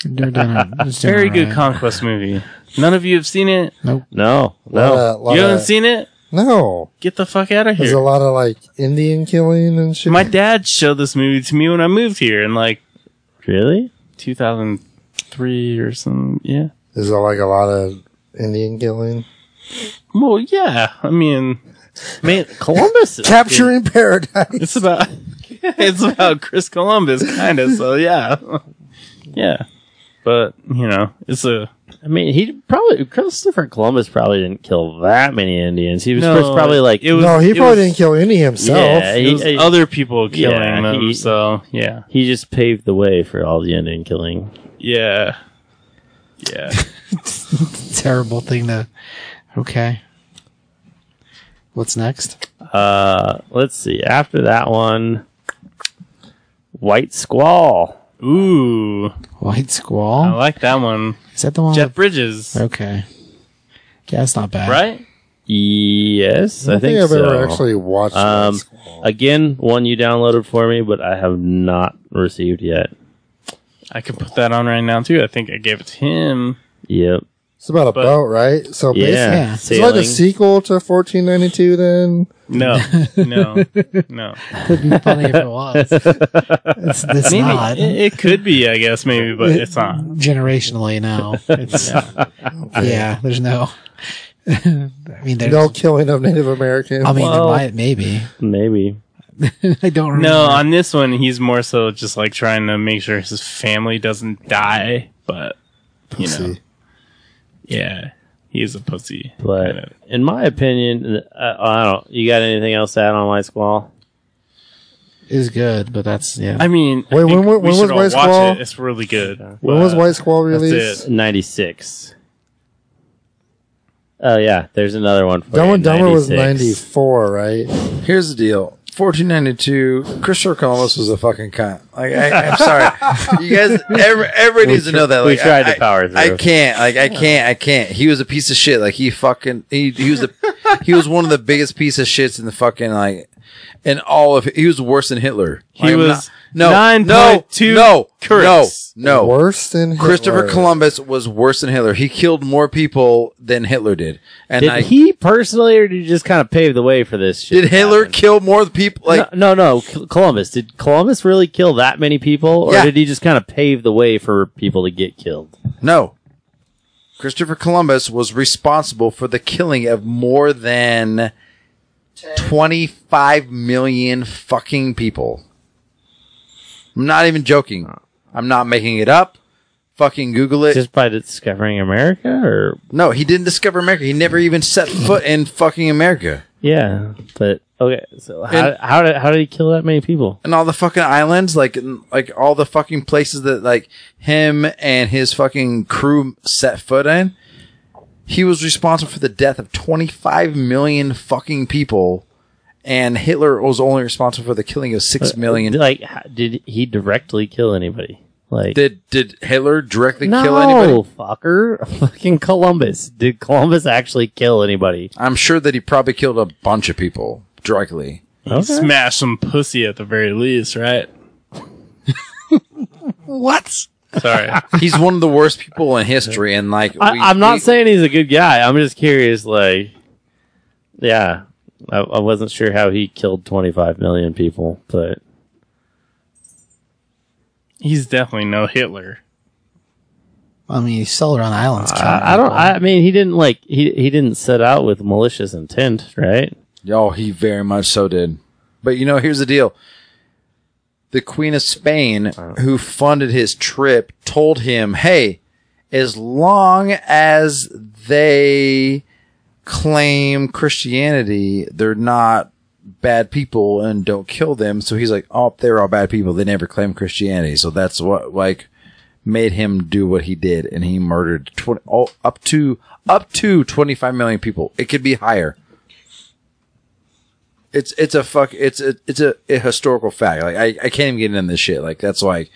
S2: They're doing it. It's doing
S4: very
S2: all
S4: good
S2: right.
S4: conquest movie. None of you have seen it.
S3: No, no.
S5: Lot of- Uh, lot
S4: Oh. you
S5: of-
S4: haven't seen it.
S5: No.
S4: Get the fuck out of
S5: There's a
S4: here.
S5: lot of like Indian killing and shit.
S4: My dad showed this movie to me when I moved here in like
S3: Really?
S4: 2003 or some. Yeah.
S5: Is there like a lot of Indian killing?
S4: Well, yeah. I mean,
S3: Man, Columbus is
S5: Capturing Paradise.
S4: it's about it's about Chris Columbus, kind of. So yeah, yeah. But you know, it's a
S3: I mean, he probably Christopher Columbus probably didn't kill that many Indians. He was
S4: No,
S3: first probably like
S4: it was-
S5: No, he
S4: it
S5: probably
S4: was-
S5: didn't kill any himself.
S3: Yeah,
S4: it was
S3: he,
S4: other people killing
S3: Yeah,
S4: them.
S3: he-
S4: so yeah,
S3: he just paved the way for all the Indian killing.
S4: yeah, yeah.
S2: Terrible thing to. Okay. What's next?
S3: Uh, let's see. After that one, White Squall.
S4: Ooh,
S2: White
S4: I
S2: Squall.
S4: like that one.
S2: Is that the one?
S4: Jeff
S2: With,
S4: Bridges,
S2: okay. Yeah, that's not bad.
S4: right?
S3: Yes, I,
S5: don't
S3: think,
S5: I've
S3: so.
S5: ever actually watched
S3: Um,
S5: that squall.
S3: Again, one you downloaded for me, but I have not received yet.
S4: I could put that on right now too. I think I gave it to him.
S3: Yep.
S5: It's about a
S4: but-
S5: boat, right? So
S3: Yeah.
S5: basically,
S2: Yeah.
S5: it's like a
S3: Sailing.
S5: sequel to 1492. Then
S4: No, no, no.
S2: It'd be funny if it was. It's, it's
S4: Maybe
S2: not.
S4: it, it could be, I guess, maybe, but it's not.
S2: Generationally, no. It's, yeah. there's no. I mean, there's.
S5: no killing of Native Americans.
S2: I mean,
S3: Well-
S2: there might, maybe.
S3: Maybe.
S2: I don't remember.
S4: No, on this one, he's more so just like trying to make sure his family doesn't die, but you know,
S5: Pussy.
S4: yeah, he is a pussy.
S3: But in my opinion, I, I don't. You got anything else to add on White Squall?
S2: it was good, but that's yeah.
S4: I mean, I
S5: Wait,
S4: think
S5: when wa-
S4: we
S5: when
S4: should
S5: was
S4: all
S5: White
S4: watch
S5: Squall?
S4: It. It's really good.
S5: when was
S4: but
S5: White Squall released?
S4: it.
S3: Ninety six. Oh yeah, there's another one. For
S5: Dumb
S3: you,
S5: and Dumber was
S3: 96.
S5: 94, right?
S1: Here's the deal. 1492, Christopher Columbus was a fucking cunt. Like, I, I'm sorry. You guys, every, everybody needs to know that.
S3: we
S1: Like,
S3: tried
S1: I,
S3: to power
S1: I,
S3: through.
S1: I can't. Like, I can't. I can't. He was a piece of shit. Like, he fucking, he, he was a, he was one of the biggest piece of shits in the fucking, like, in all of, he was worse than Hitler.
S4: He
S1: I'm
S4: was
S1: no,
S4: 9.2
S1: no, no,
S4: correct.
S1: no, no.
S5: Worse than
S1: Christopher
S5: Hitler.
S1: Columbus was worse than Hitler. He killed more people than Hitler did. And
S3: Did
S1: I,
S3: he personally, or did he just kind of pave the way for this? Shit
S1: did Hitler
S3: happen?
S1: kill more people? Like,
S3: no, no, no, Col- Columbus. Did Columbus really kill that many people, or
S1: Yeah.
S3: did he just kind of pave the way for people to get killed?
S1: No. Christopher Columbus was responsible for the killing of more than 25 million fucking people. I'm not even joking. I'm not making it up. Fucking Google it.
S3: Just by discovering America, or
S1: no, he didn't discover America. He never even set foot in fucking America.
S3: yeah, but okay. So how, how did how did he kill that many people?
S1: And all the fucking islands, like, like all the fucking places that like him and his fucking crew set foot in. He was responsible for the death of 25 million fucking people, and Hitler was only responsible for the killing of six million.
S3: Like, how- Uh, did he directly kill anybody? Like,
S1: Did did Hitler directly
S3: no,
S1: kill anybody?
S3: fucker, fucking Columbus. Did Columbus actually kill anybody?
S1: I'm sure that he probably killed a bunch of people directly.
S3: Okay.
S4: Smash some pussy at the very least, right?
S2: what?
S4: Sorry,
S1: He's one of the worst people in history, and like
S3: I,
S1: we-
S3: I'm not
S1: we-
S3: saying he's a good guy. I'm just curious, like, yeah, I, I wasn't sure how he killed 25 million people, but
S4: he's definitely no Hitler.
S2: I mean, he's still around the islands. killing
S3: I, I don't.
S2: people.
S3: I mean, he didn't like he he didn't set out with malicious intent, right?
S1: Oh, he very much so did. But you know, here's the deal. The Queen of Spain, who funded his trip, told him, hey, as long as they claim Christianity, they're not bad people and don't kill them. So he's like, oh, they're all bad people. They never claim Christianity. So that's what, like, made him do what he did. And he murdered 20, oh, up to, up to 25 million people. It could be higher it's it's a fuck it's a it's a, a historical fact. Like I, I can't even get into this shit. Like that's why,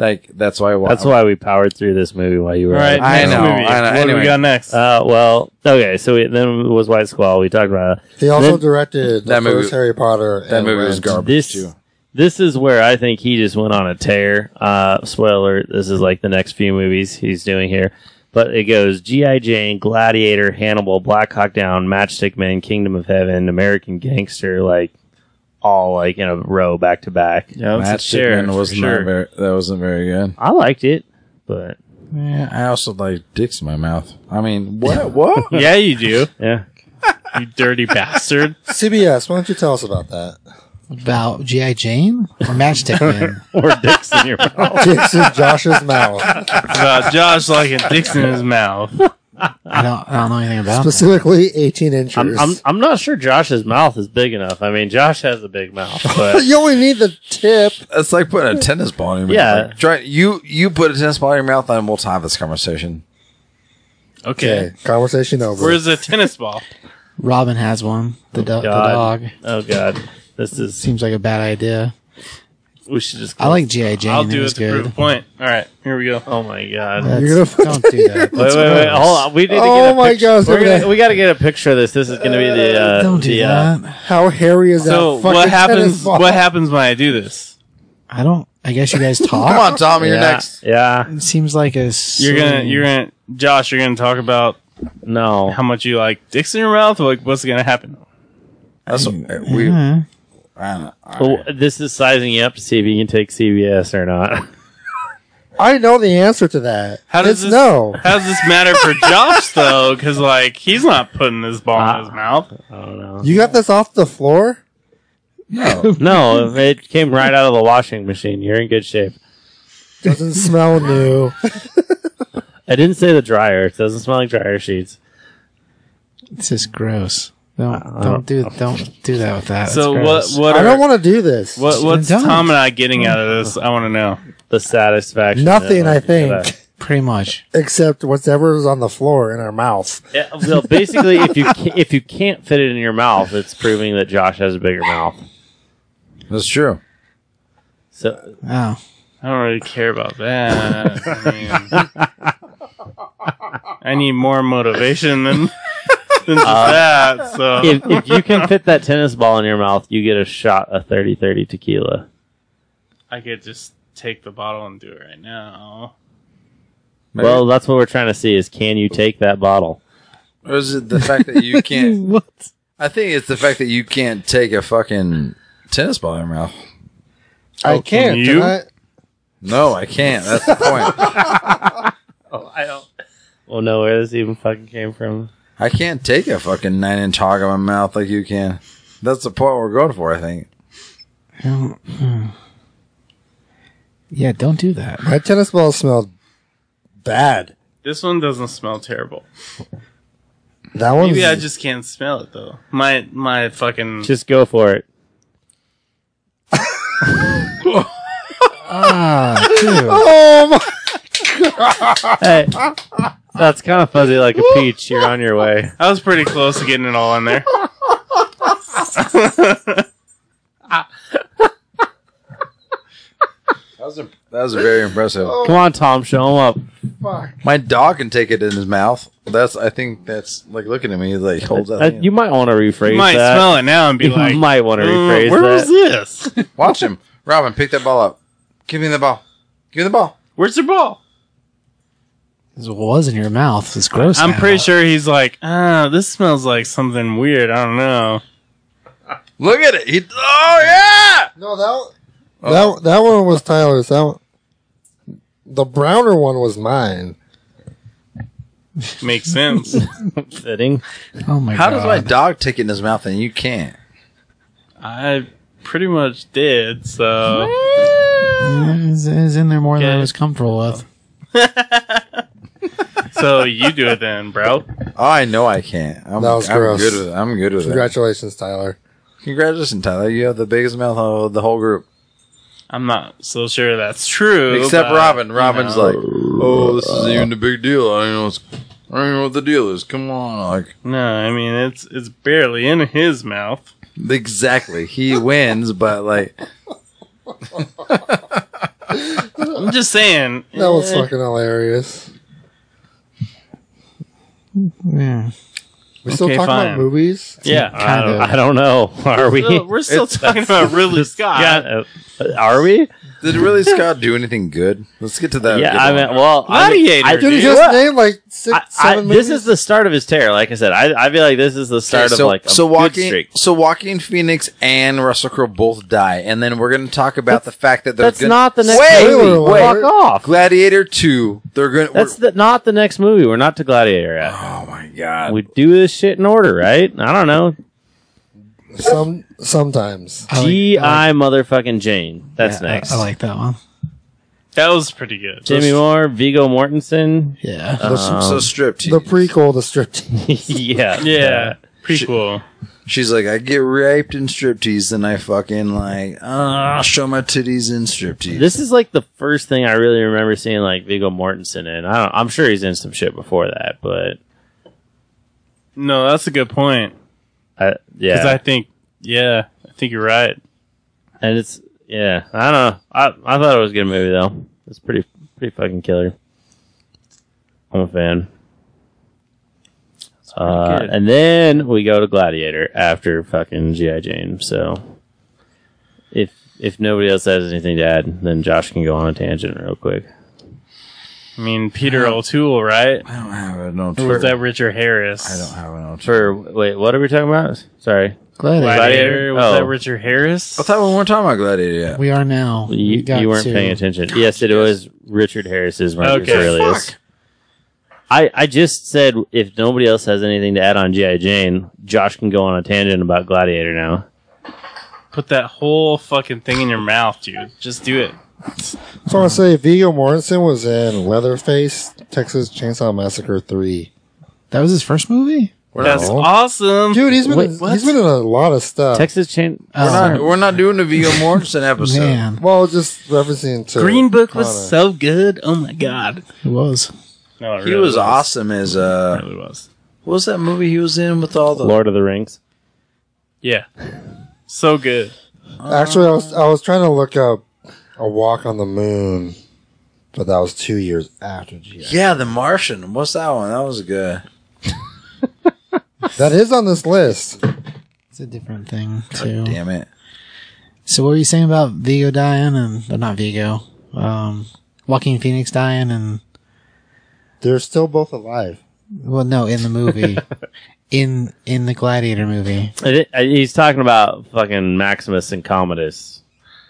S1: like that's why. I wa-
S3: That's why we powered through this movie while you were.
S4: All right,
S1: I
S4: next
S1: know,
S4: movie.
S1: I know.
S4: What do
S1: Anyway.
S4: we got next?
S3: Uh, well, okay. So we, then it was White Squall. We talked about it.
S5: He also
S3: Then-
S5: directed the
S1: That movie-
S5: first Harry Potter.
S1: that
S5: and
S1: movie was
S5: Rent.
S1: garbage
S3: this
S1: too.
S3: this is where I think he just went on a tear. Uh, spoiler: This is like the next few movies he's doing here, but it goes G.I. Jane, Gladiator, Hannibal, Black Hawk Down, Matchstick Men, Kingdom of Heaven, American Gangster, like all like in a row back to back.
S4: yeah, that's
S1: Matt
S4: a sheriff,
S1: Shipman wasn't
S4: for sure.
S1: that very that wasn't very good.
S3: I liked it, but
S1: Yeah, I also like dicks in my mouth. I mean, what what?
S4: yeah, you do,
S3: yeah,
S4: you dirty bastard.
S5: CBS, why don't you tell us about that?
S2: About G.I. Jane or Matchstick Man?
S3: or dicks in your mouth.
S5: Dicks in Josh's mouth,
S4: about Josh liking dicks in his mouth.
S2: I don't. I don't know anything about. That.
S5: specifically 18 inches.
S3: I'm, I'm I'm not sure Josh's mouth is big enough. I mean, Josh has a big mouth, but
S5: you only need the tip.
S1: That's like putting a tennis ball in your
S3: Yeah.
S1: mouth. Like, try you you put a tennis ball in your mouth, and we'll have this conversation.
S4: Okay.
S5: Okay, conversation over.
S4: Where's the tennis ball?
S2: Robin has one. The, do- the
S3: Oh, God.
S2: dog
S3: oh god, this is
S2: seems like a bad idea.
S4: We should just.
S2: I like GI Jane.
S4: I'll
S2: It
S4: do
S2: was
S4: it to prove a
S2: good.
S4: point. All right, here we go. Oh my god.
S2: That's-
S5: You're gonna fuck-
S2: don't do that.
S3: Wait, wait, wait. Hold on. We need to get
S5: Oh
S3: a
S5: my
S3: picture.
S5: gosh,
S3: We're
S5: look at
S3: gonna-
S5: that.
S3: we got to get a picture of this. This is going to be the. Uh,
S2: Don't do
S3: the, uh,
S2: that.
S5: How hairy is that?
S4: So
S5: fucking
S4: what
S5: tennis
S4: happens?
S5: ball?
S4: What happens when I do this?
S2: I don't. I guess you guys talk.
S1: Come on, Tom, you're
S3: yeah,
S1: next.
S3: Yeah.
S2: It seems like a. s-
S4: You're gonna, you're gonna, Josh. You're gonna talk about
S3: No.
S4: how much you like dicks in your mouth. Like what's gonna happen?
S1: That's uh, we.
S2: Yeah.
S1: I don't know. All right.
S3: Well, this is sizing you up to see if you can take CBS or not.
S5: I know the answer to that.
S4: How does
S5: it's
S4: this-
S5: no?
S4: How does this matter for Josh though? Because like he's not putting his ball in
S5: Ah,
S4: his mouth.
S3: I don't know.
S5: You got this off the floor?
S3: No, it came right out of the washing machine. You're in good shape.
S5: Doesn't smell new.
S3: I didn't say the dryer. It doesn't smell like dryer sheets.
S2: It's just gross. Don't
S3: I
S2: don't do don't do that with that. That's
S4: So what?
S2: gross.
S4: What?
S5: I
S4: Are,
S5: don't want to do this.
S4: what what's
S2: Don't.
S4: Tom and I getting out of this? I want to know.
S3: The satisfaction.
S5: Nothing,
S3: that-
S5: I think,
S3: that-
S2: Pretty much.
S5: except whatever is on the floor in our mouth.
S3: Yeah, well, basically, if you ca- if you can't fit it in your mouth, it's proving that Josh has a bigger mouth.
S1: That's true.
S3: So
S2: Oh,
S4: I don't really care about that. I, mean, I need more motivation than than just
S5: Uh,
S4: that. So
S3: if, if you can fit that tennis ball in your mouth, you get a shot of 30-30 tequila.
S4: I could just take the bottle and do it right now.
S1: Maybe-
S3: Well, that's what we're trying to see: is can you take that bottle?
S1: or is it the fact that you can't?
S2: what?
S1: I think it's the fact that you can't take a fucking tennis ball in your mouth.
S5: I can't.
S4: Oh, you?
S5: can I-
S1: No, I can't. That's the point.
S3: Oh, I don't. Well, no, where this even fucking came from.
S1: I can't take a fucking nine inch hog in my mouth like you can. That's the point we're going for, I think.
S2: Yeah, don't do that.
S5: My tennis ball smelled bad.
S4: This one doesn't smell terrible.
S5: That one.
S4: Maybe I just can't smell it though. My my fucking
S3: Just go for it.
S2: Ah, dude.
S5: Oh my!
S3: Hey, that's kind of fuzzy like a peach. You're on your way.
S4: I was pretty close to getting it all in there.
S1: That was, a, that was very impressive.
S3: Come on, Tom, show him up.
S1: My dog can take it in his mouth. That's I think that's like looking at me he's like holds
S3: Uh,
S1: that.
S3: you might want to rephrase
S4: You might
S3: that.
S4: smell it now and be
S3: you
S4: like,
S3: might want to rephrase
S4: "Mm, where
S3: that.
S4: was this?
S1: Watch him, Robin. Pick that ball up. Give me the ball. Give me the ball.
S4: Where's the ball?
S2: This was in your mouth. It's gross.
S4: I'm
S2: now.
S4: pretty sure he's like, ah, this smells like something weird. I don't know.
S1: Look at it. He, oh yeah.
S5: No, that
S4: Oh.
S5: that that one was Tyler's. That one, the browner one was mine.
S4: Makes sense.
S3: Fitting.
S2: Oh my
S1: How
S2: god.
S1: does
S3: Uh,
S1: my dog take it in his mouth and you can't?
S4: I pretty much did. So
S2: It's, it's in there more than I
S4: Okay.
S2: was comfortable with.
S4: so you do it then, bro.
S1: Oh, I know I can't. I'm,
S5: That was
S1: I'm
S5: gross.
S1: good with it. I'm good with it.
S5: Congratulations, Tyler.
S1: Congratulations, Tyler. You have the biggest mouth of the whole group.
S4: I'm not so sure that's true.
S1: Except
S4: but,
S1: Robin.
S4: you
S1: Robin's
S4: know.
S1: like, oh, this
S5: Uh,
S1: isn't even a big deal. I don't know. What's, I don't even know what the deal is. Come on, like
S4: no. I mean, it's it's barely in his mouth.
S1: exactly. He wins, but like
S4: I'm just saying.
S5: That was
S4: eh,
S5: fucking hilarious.
S2: Yeah.
S5: We still
S4: Okay,
S5: talking
S4: fine.
S5: about movies?
S4: Yeah.
S3: I don't,
S2: Kinda.
S3: Uh, I don't know. Are we?
S4: Still- we're still talking about Ridley Scott.
S3: Yeah, uh, are we?
S1: Did really Scott do anything good? Let's get to that.
S3: yeah,
S1: good
S3: I
S1: one.
S3: mean, well, I mean,
S4: Gladiator,
S3: I-
S5: Dude, he
S4: dude.
S5: just
S3: What?
S5: named like six,
S3: I- I-
S5: seven movies.
S3: this is the start of his tear. Like I said, I, I feel like this is the start
S1: Okay, so,
S3: of like a
S1: so
S3: good
S1: Joaquin,
S3: streak.
S1: so Joaquin Phoenix and Russell Crowe both die, and then we're going to talk about the fact that they're
S3: That's
S1: gonna-
S3: not the next
S1: Wait,
S3: movie.
S1: wait.
S3: Walk off.
S1: Gladiator Two. They're going.
S3: That's the, not the next movie. We're not to Gladiator yet.
S1: oh my god!
S3: We do this shit in order, right? I don't know.
S5: some sometimes.
S2: I like-
S3: G.I.
S2: I
S3: motherfucking Jane. That's
S2: like-
S3: next.
S2: I like that one.
S4: That was pretty good.
S3: Jimmy Moore, Vigo Mortensen.
S2: Yeah.
S5: Uh,
S1: The-
S3: um,
S1: so stripped.
S5: The prequel to striptease.
S3: yeah.
S4: Yeah. Prequel.
S1: She's like, I get raped in striptease, then I fucking like, ah, show my titties in striptease.
S3: This is like the first thing I really remember seeing like Vigo Mortensen in. I don't, I'm sure he's in some shit before that, but
S4: No, that's a good point.
S3: I,
S4: Because
S3: yeah.
S4: I think, yeah, I think you're right.
S3: and it's Yeah, I don't know. I I thought it was a good movie though. It's pretty pretty fucking killer. I'm a fan. Uh,
S4: good.
S3: and then we go to Gladiator after fucking GI Jane. So if if nobody else has anything to add, then Josh can go on a tangent real quick.
S4: I mean, Peter O'Toole, right?
S1: I don't have an old
S4: Or was that Richard Harris?
S1: I don't have an old
S3: For wait, what are we talking about? Sorry,
S2: Glad
S4: Gladiator. Was
S3: Oh.
S4: that Richard Harris?
S1: I thought we weren't talking about Gladiator yet.
S2: we are now. We
S3: you,
S2: got
S3: you weren't
S2: to-
S3: paying attention. yes, it was Richard Harris's Marcus
S4: Okay.
S3: Aurelius. I, I just said if nobody else has anything to add on G.I. Jane, Josh can go on a tangent about Gladiator now.
S4: Put that whole fucking thing in your mouth, dude. Just do it.
S5: I want to say Viggo Mortensen was in Leatherface, Texas Chainsaw Massacre three.
S2: That was his first movie.
S4: That's
S5: No.
S4: awesome.
S5: Dude, he's been
S3: Wait,
S5: in,
S3: what?
S5: he's been in a lot of stuff.
S3: Texas Chain.
S1: We're not,
S2: Oh,
S1: we're not doing a Viggo Mortensen episode.
S2: man,
S5: well, just referencing to
S4: Green Book was
S5: Connor.
S4: so good. Oh my god.
S2: it was.
S4: No, it
S1: He
S4: really
S1: was awesome as
S4: It
S1: uh,
S4: really was.
S1: what was that movie he was in with all the
S3: Lord of the Rings.
S4: Yeah. So good.
S5: Actually, I
S1: Um,
S5: was I was trying to look up a walk on the moon, but that was two years after GI.
S1: Yeah, The Martian. What's that one? That was good.
S5: That is on this list.
S2: It's a different thing too.
S1: Damn it.
S2: So what were you saying about Vigo dying and or not Vigo? Um, Joaquin Phoenix dying and
S5: They're still both alive.
S2: well, no, in the movie, in in the Gladiator movie.
S3: I- I- He's talking about fucking Maximus and Commodus.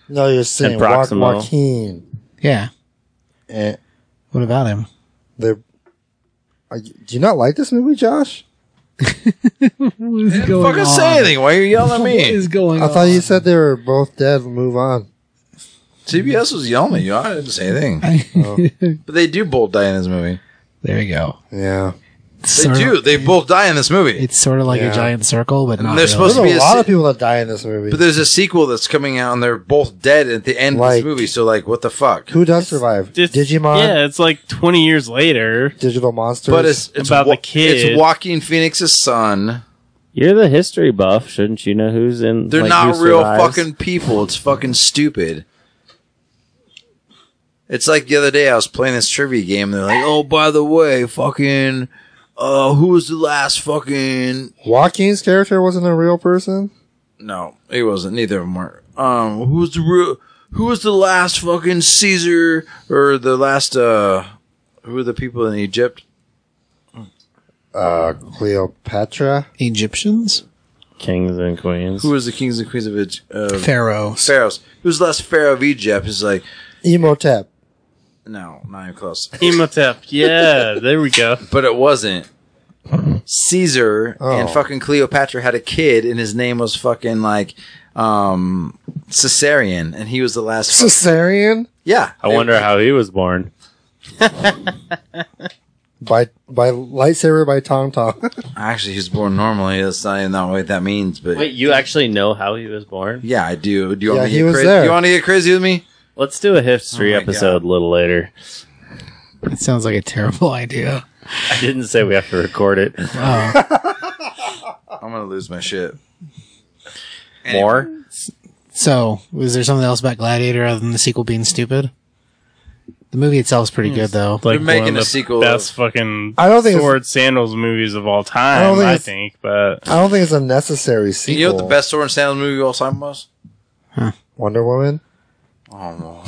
S5: No, you're saying
S3: And
S5: Wa-
S3: Proximo.
S5: Joaquin.
S2: Yeah.
S5: Eh,
S2: What about him?
S5: they're- Are you- do you not like this movie, Josh?
S2: What is going
S1: Fucking say anything. Why are you yelling at me?
S2: going
S5: I thought you said they were both dead. Move on.
S1: CBS was yelling at you. I didn't say anything. Oh. But they do both die in this movie.
S2: there you go.
S5: Yeah,
S1: They do. They both die in this movie.
S2: It's sort of like
S5: Yeah.
S2: a giant circle, but not
S1: they're
S2: really.
S1: supposed
S5: there's
S1: to be
S5: a
S1: a
S5: lot
S1: si-
S5: of people that die in this movie.
S1: But there's a sequel that's coming out, and they're both dead at the end of
S5: Like-
S1: this movie. So, like, what the fuck?
S5: Who does survive?
S4: It's-
S5: Digimon,
S4: Yeah, it's like 20 years later.
S5: digital monsters.
S1: But it's, it's
S4: About the
S1: Wa-
S4: kid.
S1: It's Joaquin Phoenix's son.
S3: You're the history buff. Shouldn't you know who's in?
S1: They're
S3: like,
S1: not
S3: who
S1: real
S3: survives?
S1: fucking people. It's fucking stupid. It's like the other day I was playing this trivia game. And they're like, "Oh, by the way, fucking, uh, who was the last fucking?"
S5: Joaquin's character wasn't a real person.
S1: No, he wasn't. Neither of them were. Um, who was the real? Who was the last fucking Caesar or the last? uh Who were the people in Egypt?
S5: Uh, Cleopatra.
S2: Egyptians?
S3: kings and queens.
S1: Who was the kings and queens of Egypt? Uh,
S2: Pharaoh.
S1: pharaohs. Who was the last pharaoh of Egypt? Is like,
S5: Emotep.
S1: no, not even close.
S4: Emotep. Yeah, there we go.
S1: but it wasn't. Caesar and
S5: Oh.
S1: fucking Cleopatra had a kid, and his name was fucking like um Caesarian, and he was the last. fu-
S5: Caesarian
S1: yeah,
S3: I wonder how he was born.
S5: by by lightsaber by Tom Tom.
S1: Actually, he was born normally. That's not even not what that means. But
S3: Wait, you actually know how he was born?
S1: yeah, I do. Do you
S5: Yeah,
S1: want
S5: he
S1: me to get
S5: was
S1: crazy?
S5: there.
S1: Do you want to get crazy with me?
S3: Let's do a history
S1: Oh my
S3: episode
S1: God.
S3: a little later.
S2: That sounds like a terrible idea.
S3: I didn't say we have to record it.
S2: Oh,
S1: I'm gonna lose my shit.
S3: More.
S2: so, was there something else about Gladiator other than the sequel being stupid? The movie itself's
S1: Hmm.
S2: pretty good, though.
S4: Like
S1: making
S4: one of
S1: a
S4: the
S1: sequel
S4: Best
S1: of-
S4: fucking
S5: I don't think it's-
S4: sword sandals movies of all time. I,
S5: don't think
S4: think,
S5: it's-
S4: but
S5: I don't think it's a necessary sequel.
S1: You know what the best sword and sandals movie of all time was?
S5: Wonder Woman.
S1: Oh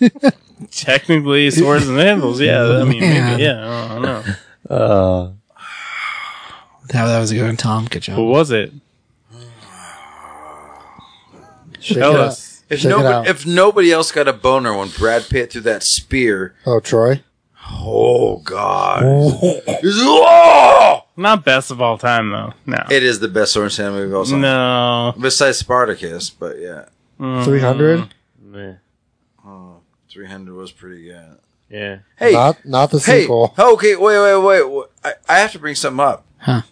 S1: no.
S4: technically swords and sandals. Yeah, I mean,
S2: Man.
S4: maybe, yeah, I don't know.
S3: Uh,
S2: That, that was a good one, Tom. Good
S4: What
S2: job.
S4: was it?
S5: Shake
S4: Tell
S5: it up.
S4: us.
S1: Oh, If
S5: Check it out.
S1: nobody, if nobody else got a boner when Brad Pitt threw that spear,
S5: Oh, Troy.
S1: oh god, He's- oh!
S4: Not best of all time though. No,
S1: It is the best sword and sandal movie of all time.
S4: no.
S1: Besides Spartacus, but yeah. Mm.
S5: Three hundred.
S3: meh.
S1: 300 was pretty good.
S3: yeah.
S1: Hey,
S5: Not not the
S1: hey,
S5: sequel.
S1: okay, wait, wait, wait. wait. I, I have to bring something up.
S2: Huh.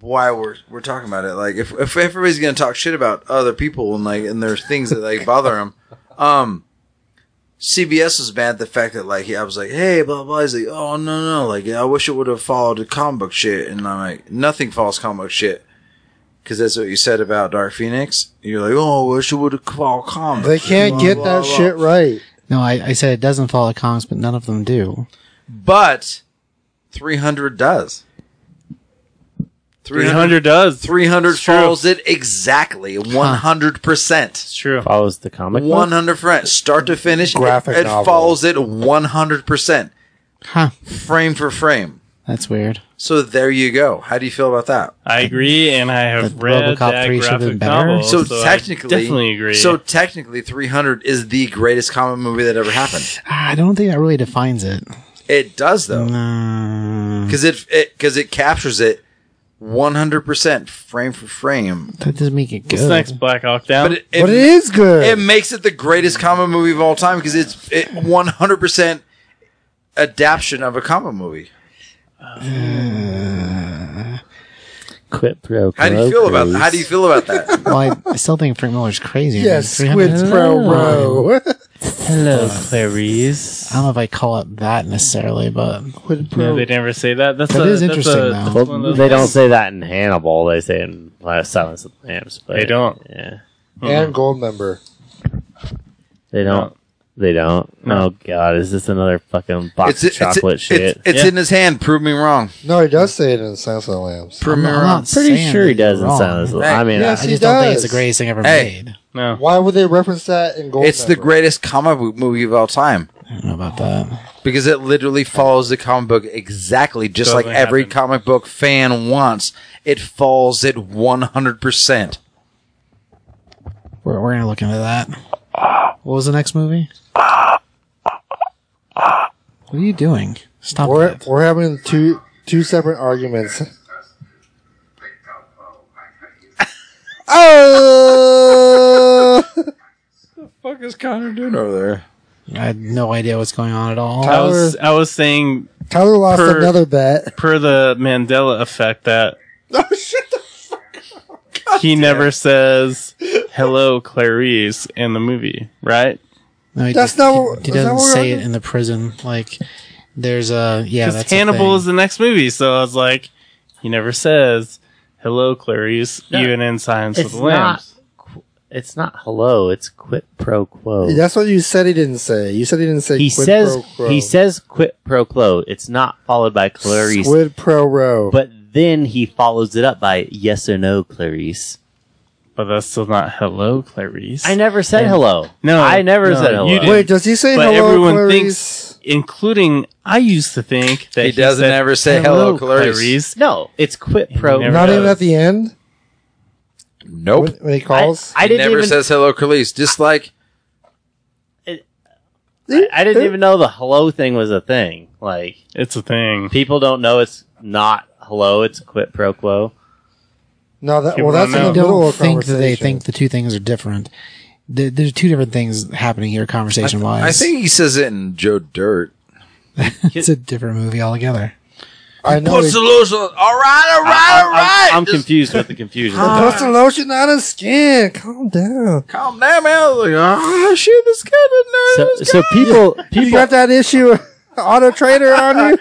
S1: Why we're we're talking about it? Like, if if everybody's gonna talk shit about other people and like and there's things that like bother them, um, CBS was mad at the fact that like I was like, hey, blah blah. He's like, oh no no, like I wish it would have followed the comic book shit, and I'm like, nothing follows comic book shit. because that's what you said about Dark Phoenix. You're like, oh, I wish it would have called comics.
S5: They can't
S1: Blah,
S5: get
S1: blah,
S5: that
S1: blah.
S5: shit right.
S2: No, I, I said it doesn't follow comics, but none of them do.
S1: But 300 does.
S4: 300, does.
S1: 300
S4: It's true.
S1: follows it exactly 100%.
S4: It's true.
S3: Follows the comic. book?
S1: 100%. Start to finish,
S5: Graphic
S1: it, it
S5: novel.
S1: follows it 100%,
S2: Huh.
S1: frame for frame.
S2: That's weird.
S1: So there you go. How do you feel about that?
S4: I agree, and I have
S2: That
S4: read
S2: RoboCop
S4: that
S2: 3 should have been
S4: graphic
S2: better.
S4: novel.
S1: so,
S4: I
S1: technically,
S4: definitely agree.
S1: So technically, 300 is the greatest comic movie that ever happened.
S2: Ah, I don't think that really defines it. Uh,
S1: It does though,
S2: No,
S5: Mm.
S1: because it because it captures it 100 percent frame for frame.
S2: that doesn't make it
S4: What's
S2: good.
S4: next, Black Hawk Down?
S1: But it, it,
S5: but it is good.
S1: it makes it the greatest comic movie of all time because it's it 100% adaptation of a comic movie.
S3: Quit pro.
S1: How do you feel about that? How do you feel about that?
S2: well, I, I still think Frank Miller's crazy. I mean,
S5: yes,
S2: 300
S5: Squid Pro Row.
S3: Hello,
S4: uh,
S3: Clarice.
S2: I don't know if I call it that necessarily, but
S5: Squid Pro.
S4: no, they never say that. That's
S2: That
S4: a,
S2: is
S4: that's
S2: interesting,
S4: a-
S2: though.
S4: that's
S3: Well,
S4: one of those
S3: they don't
S4: things.
S3: say that in Hannibal. They say it in uh, Silence of the Lambs. But
S4: They don't.
S3: Yeah,
S1: Hmm.
S5: and Gold Member.
S3: they don't. They don't. Oh God, is this another fucking box of chocolate
S1: it's,
S3: shit?
S1: It's, it's
S4: Yeah.
S1: in his hand. Prove me wrong.
S5: No, he does say it in Silence of the Lambs.
S1: Prove
S2: I'm,
S1: me
S2: I'm
S1: wrong.
S2: not
S3: Pretty
S2: saying
S3: sure he
S2: that you're
S3: does in
S2: wrong.
S3: Silence. of the-
S1: Right.
S3: I mean,
S5: Yes,
S2: I
S5: he
S2: just don't think it's the
S5: does.
S2: greatest thing ever
S1: Hey.
S2: made.
S4: No.
S5: Why would they reference that in Gold?
S1: It's the greatest comic book movie of all time
S2: I don't know about that.
S1: because it literally follows the comic book exactly just like
S4: Doesn't
S1: every
S4: happen.
S1: comic book fan wants. It follows it 100%.
S2: We're, we're gonna look into that. What was the next movie? What are you doing? Stop
S5: We're,
S2: that.
S5: we're having two two separate arguments. oh,
S1: What the fuck is Connor doing over there?
S2: I had no idea what's going on at all.
S4: I was I was saying
S5: Tyler lost
S4: Per-
S5: another bet.
S4: per the Mandela effect that
S1: Oh,
S4: he never says hello Clarice in the movie, right?
S2: No, he
S5: That's
S2: just-
S5: not
S2: he-
S5: what-
S2: He,
S5: that's not
S2: doesn't
S5: what we're
S2: say it
S5: arguing.
S2: in the prison. Like, there's a yeah.
S4: Because
S2: That's a
S4: Hannibal
S2: thing.
S4: is the next movie, so I was like, he never says hello Clarice even in Silence of
S3: it's
S4: the
S3: not.
S4: Lambs.
S3: qu- It's not hello. It's quit pro quo.
S5: That's what you said. He didn't say. You said he didn't say.
S3: he
S5: quid
S3: says
S5: pro quo.
S3: he says quit pro quo. It's not followed by Clarice,
S5: Squid Pro Row.
S3: but then he follows it up by yes or no Clarice.
S4: But that's still not hello Clarice.
S3: I never said hello.
S4: No,
S3: I never
S4: no,
S3: said hello.
S4: you didn't.
S5: Wait, does he say
S4: But
S5: hello,
S4: everyone
S5: Clarice?
S4: thinks- including I used to think that
S1: He doesn't
S4: said,
S1: ever say hello, Clarice."
S3: No, it's quit pro.
S4: never
S5: Not
S4: does.
S5: even at the end
S1: Nope.
S5: when, when he
S3: I,
S5: calls.
S3: I
S1: He
S3: didn't
S1: never
S3: even.
S1: says hello, Khalees. Just like
S3: I, I didn't even know the hello thing was a thing. Like
S4: It's a thing.
S3: people don't know it's not hello. It's quit pro quo.
S5: no, that,
S4: People
S5: well, that's in
S4: don't
S5: the
S2: I
S4: know.
S5: middle
S2: don't
S5: of
S2: think that they
S5: conversation.
S2: think the two things are different. There, there's two different things happening here, conversation wise.
S1: I think he says it in Joe Dirt.
S2: it's a different movie altogether.
S5: I know.
S1: Puts
S5: He,
S1: the lotion. on. All right, all right,
S3: I'm,
S1: all
S3: I'm-
S1: right.
S3: I'm
S1: Just
S3: confused with the confusion.
S5: puts the lotion on his skin. Calm down.
S1: calm down, man. I was like, ah, shit, this guy didn't know
S3: so,
S1: this guy.
S3: so people,
S5: You
S3: people,
S5: got that issue, of Auto Trader on you.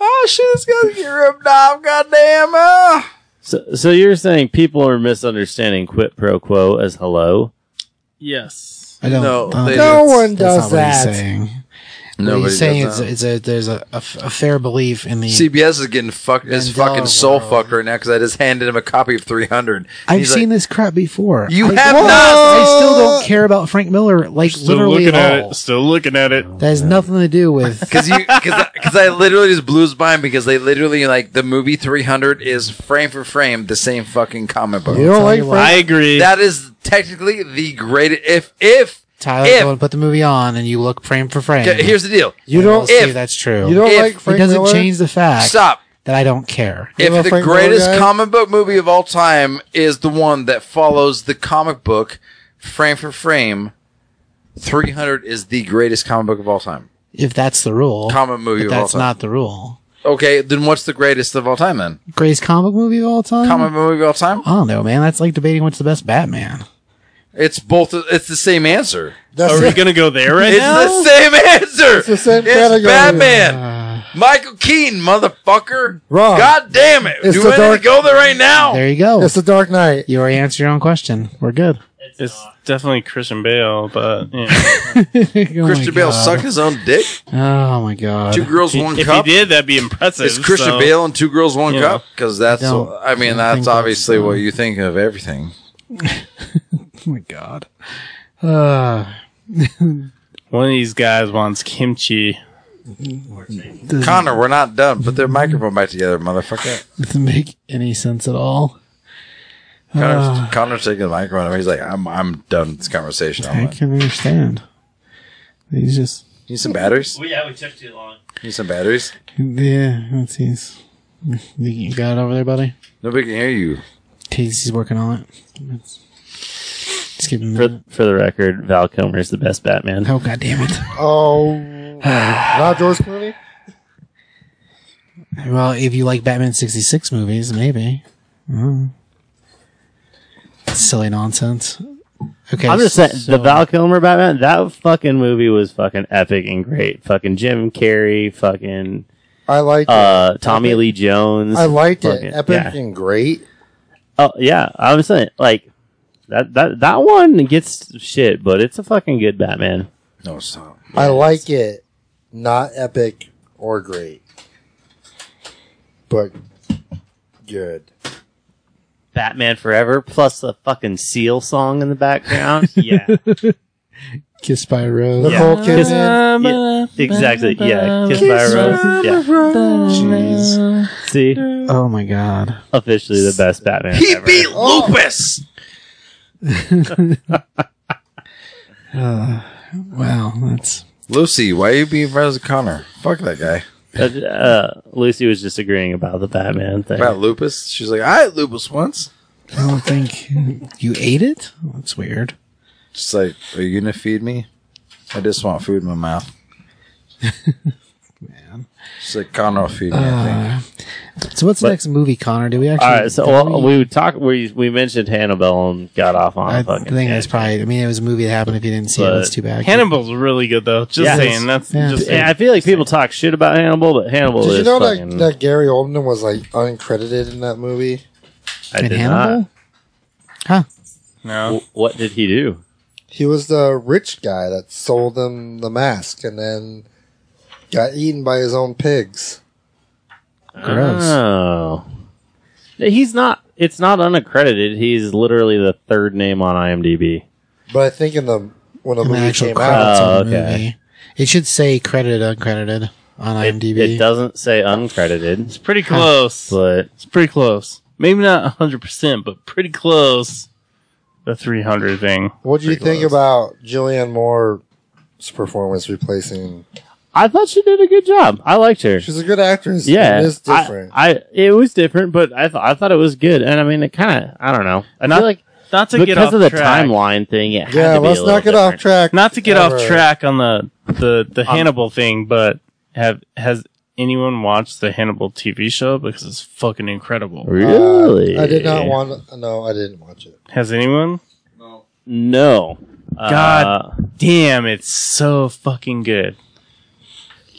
S1: Oh shit, this guy's getting ripped off. Goddamn. Uh.
S3: so, so you're saying people are misunderstanding quit pro quo as hello.
S4: Yes.
S2: I don't. uh,
S1: No,
S2: I don't
S1: they-
S2: think
S5: No
S2: that's-
S5: one
S2: that's
S5: does
S2: not what he's
S5: that.
S2: saying. What he's saying is it's a there's a, a f- a fair belief in the.
S1: CBS is getting fucked. His
S2: Mandela
S1: fucking soul
S2: world.
S1: fucked right now because I just handed him a copy of 300.
S2: I've
S1: He's
S2: seen
S1: like,
S2: this crap before.
S1: You
S2: I,
S1: have
S2: I
S1: not.
S2: still don't care about Frank Miller. Like
S4: Still
S2: literally
S4: looking
S2: at
S4: at
S2: all.
S4: it. Still looking at it.
S2: That has nothing to do with.
S1: Cause you, cause, I, cause I literally just blew his mind because they literally like the movie 300 is frame for frame the same fucking comic book.
S5: You don't
S2: tell
S5: like
S2: you what.
S5: Frank
S4: I agree.
S1: That is technically the greatest. If if
S2: Tyler,
S1: If-
S2: go and put the movie on, and you look frame for frame.
S1: okay, here's the deal,
S5: You
S2: and we'll
S5: don't.
S2: see
S1: if-
S2: if that's true.
S5: you don't
S1: if-
S5: like
S1: it
S5: Frank
S2: it doesn't
S5: Miller?
S2: change the fact
S1: stop.
S2: that I don't care.
S5: You know
S1: If the
S5: Frank Miller
S1: greatest
S5: guy?
S1: comic book movie of all time is the one that follows the comic book frame for frame, 300 is the greatest comic book of all time.
S2: If that's the rule,
S1: Comic movie
S2: but
S1: of all
S2: that's
S1: time.
S2: not the rule.
S1: Okay, then what's the greatest of all time then?
S2: Greatest comic movie of all time.
S1: Comic book movie of all time?
S2: I don't know, man. That's like debating what's the best Batman.
S1: It's both. It's the same answer.
S5: That's
S4: Are we
S5: it.
S4: gonna go there right
S1: It's
S4: now?
S1: the same answer. It's
S5: the same category.
S1: Batman. Michael Keaton, motherfucker.
S5: Wrong.
S1: God damn it.
S5: It's
S1: Do
S5: the
S1: we need to
S5: dark-
S1: go there right now?
S2: There you go.
S5: It's the Dark Knight.
S2: You already answered your own question. We're good.
S4: It's definitely Christian Bale, but you know.
S1: Christian Bale sucked his own dick.
S2: Oh my god.
S1: Two girls, one
S4: if
S1: cup.
S4: he did, that'd be impressive.
S1: It's Christian
S4: so-
S1: Bale and two girls, one
S4: Yeah.
S1: cup. Because that's,
S2: I don't-
S1: I mean,
S2: I don't think
S1: that's
S2: that's,
S1: obviously what
S2: uh,
S1: you think of everything.
S2: Oh my god. Uh,
S4: One of these guys wants kimchi.
S2: does
S1: Connor, we're not done. Put their microphone back together, motherfucker.
S2: doesn't make any sense at all.
S1: Connor's,
S2: Ah.
S1: Connor's taking the microphone away. He's like, I'm, I'm done with this conversation. I'm
S2: I
S1: like,
S2: can't understand. He's just
S1: need some batteries?
S3: yeah, we took too long.
S1: Need some batteries?
S2: yeah. That's he's. You got it over there, buddy.
S1: Nobody can hear you.
S2: He's, he's working on it. It's, just give him a
S3: For,
S2: minute.
S3: for the record, Val Kilmer is the best Batman.
S2: Oh god damn it.
S5: Oh, not George Clooney.
S2: Well, if you like Batman 66 movies, maybe. Mm. Silly nonsense. Okay.
S3: I'm just saying
S2: so-
S3: the Val Kilmer Batman. That fucking movie was fucking epic and great. Fucking Jim Carrey. Fucking
S5: I liked
S3: uh, Tommy Lee Jones.
S5: it. I liked it.
S3: fucking-
S5: Epic
S3: yeah.
S5: and great.
S3: Oh yeah, I'm saying like that that that one gets shit, but it's a fucking good Batman.
S1: No, stop.
S5: I like it. Not epic or great, but good.
S3: Batman Forever plus the fucking Seal song in the background. yeah,
S2: Kissed by a Rose.
S5: Nicole
S3: Yeah. Kiss-
S5: Kidman.
S3: Yeah, exactly. Yeah, Kiss by a Rose. Yeah,
S5: Jeez.
S3: see,
S2: Oh my god.
S3: officially the best Batman.
S1: He
S3: ever.
S1: beat Lupus!
S2: Wow, that's
S1: Lucy, why you being friends with Connor? Fuck that guy.
S3: Uh, Lucy was just agreeing about the Batman thing.
S1: About lupus? She's like, I had lupus once.
S2: I don't think you ate it? That's weird.
S1: She's like, Are you going to feed me? I just want food in my mouth. Man. She's like, Connor will feed me, I think.
S2: So what's the
S3: But-
S2: next movie, Connor? Do we actually
S3: All right, so well, we would talk. We we mentioned Hannibal and got off on
S2: I
S3: a fucking.
S2: think that's
S3: tangent.
S2: probably I mean it was a movie that happened if you didn't see it.
S3: But
S2: That's too bad.
S4: Hannibal's really good though. Just
S3: Yeah.
S4: saying. That's
S2: Yeah.
S4: just
S3: Yeah, I feel like people talk shit about Hannibal, but Hannibal
S5: Did
S3: is
S5: you know
S3: fucking.
S5: that, that Gary Oldman was like uncredited in that movie?
S3: I
S2: And
S3: did
S2: Hannibal?
S3: not.
S4: no.
S3: Wh- What did he do?
S5: He was the rich guy that sold him the mask and then got eaten by his own pigs.
S3: Uh-huh.
S2: Gross.
S3: Oh. He's not. It's not unaccredited. He's literally the third name on IMDb.
S5: But I think in the when
S2: I
S5: the
S2: mean,
S5: movie
S2: actual
S5: came out,
S2: credits
S3: Oh,
S2: on the
S3: okay.
S2: movie. It should say credited, uncredited on IMDb.
S3: It doesn't say uncredited,
S4: It's pretty close.
S3: but
S4: It's pretty close. Maybe not 100%, but pretty close. The 300 thing.
S5: what do you
S4: Pretty
S5: think
S4: close.
S5: about Julianne Moore's performance replacing?
S3: I thought she did a good job. I liked her.
S5: She's a good actress.
S3: yeah,
S5: it is
S3: I-
S5: different.
S3: I, it was different, but I thought I thought it was good. And I mean, it kind of I don't know. I
S4: Not
S3: feel like
S4: Not to get
S3: because
S4: off
S3: of the
S4: track.
S3: timeline thing, it had
S5: yeah,
S3: to be
S5: let's
S3: a little
S5: not get off
S3: different.
S5: track.
S4: Not to get
S5: ever.
S4: off track on the the the Hannibal thing, but have has anyone watched the Hannibal TV show because it's fucking incredible?
S5: Uh,
S3: Really,
S5: I did not want. No, I didn't watch it.
S4: Has anyone?
S3: No,
S4: God.
S3: Uh,
S4: Damn, it's so fucking good.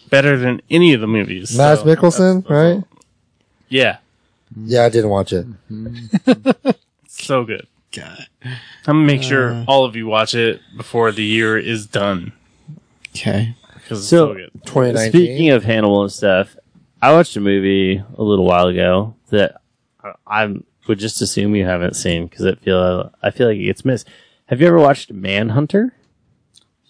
S4: Better than any of the movies.
S5: Mads
S4: so-
S5: Mikkelsen, right?
S4: Yeah,
S5: Yeah, I didn't watch it.
S4: so good. I'm gonna make sure all of you watch it before the year is done
S2: Okay.
S4: because it's
S3: So-
S4: so, good.
S5: 2019.
S3: Speaking of Hannibal and stuff, I watched a movie a little while ago that I I'm- would just assume you haven't seen because it feel I feel like it gets missed. Have you ever watched Manhunter?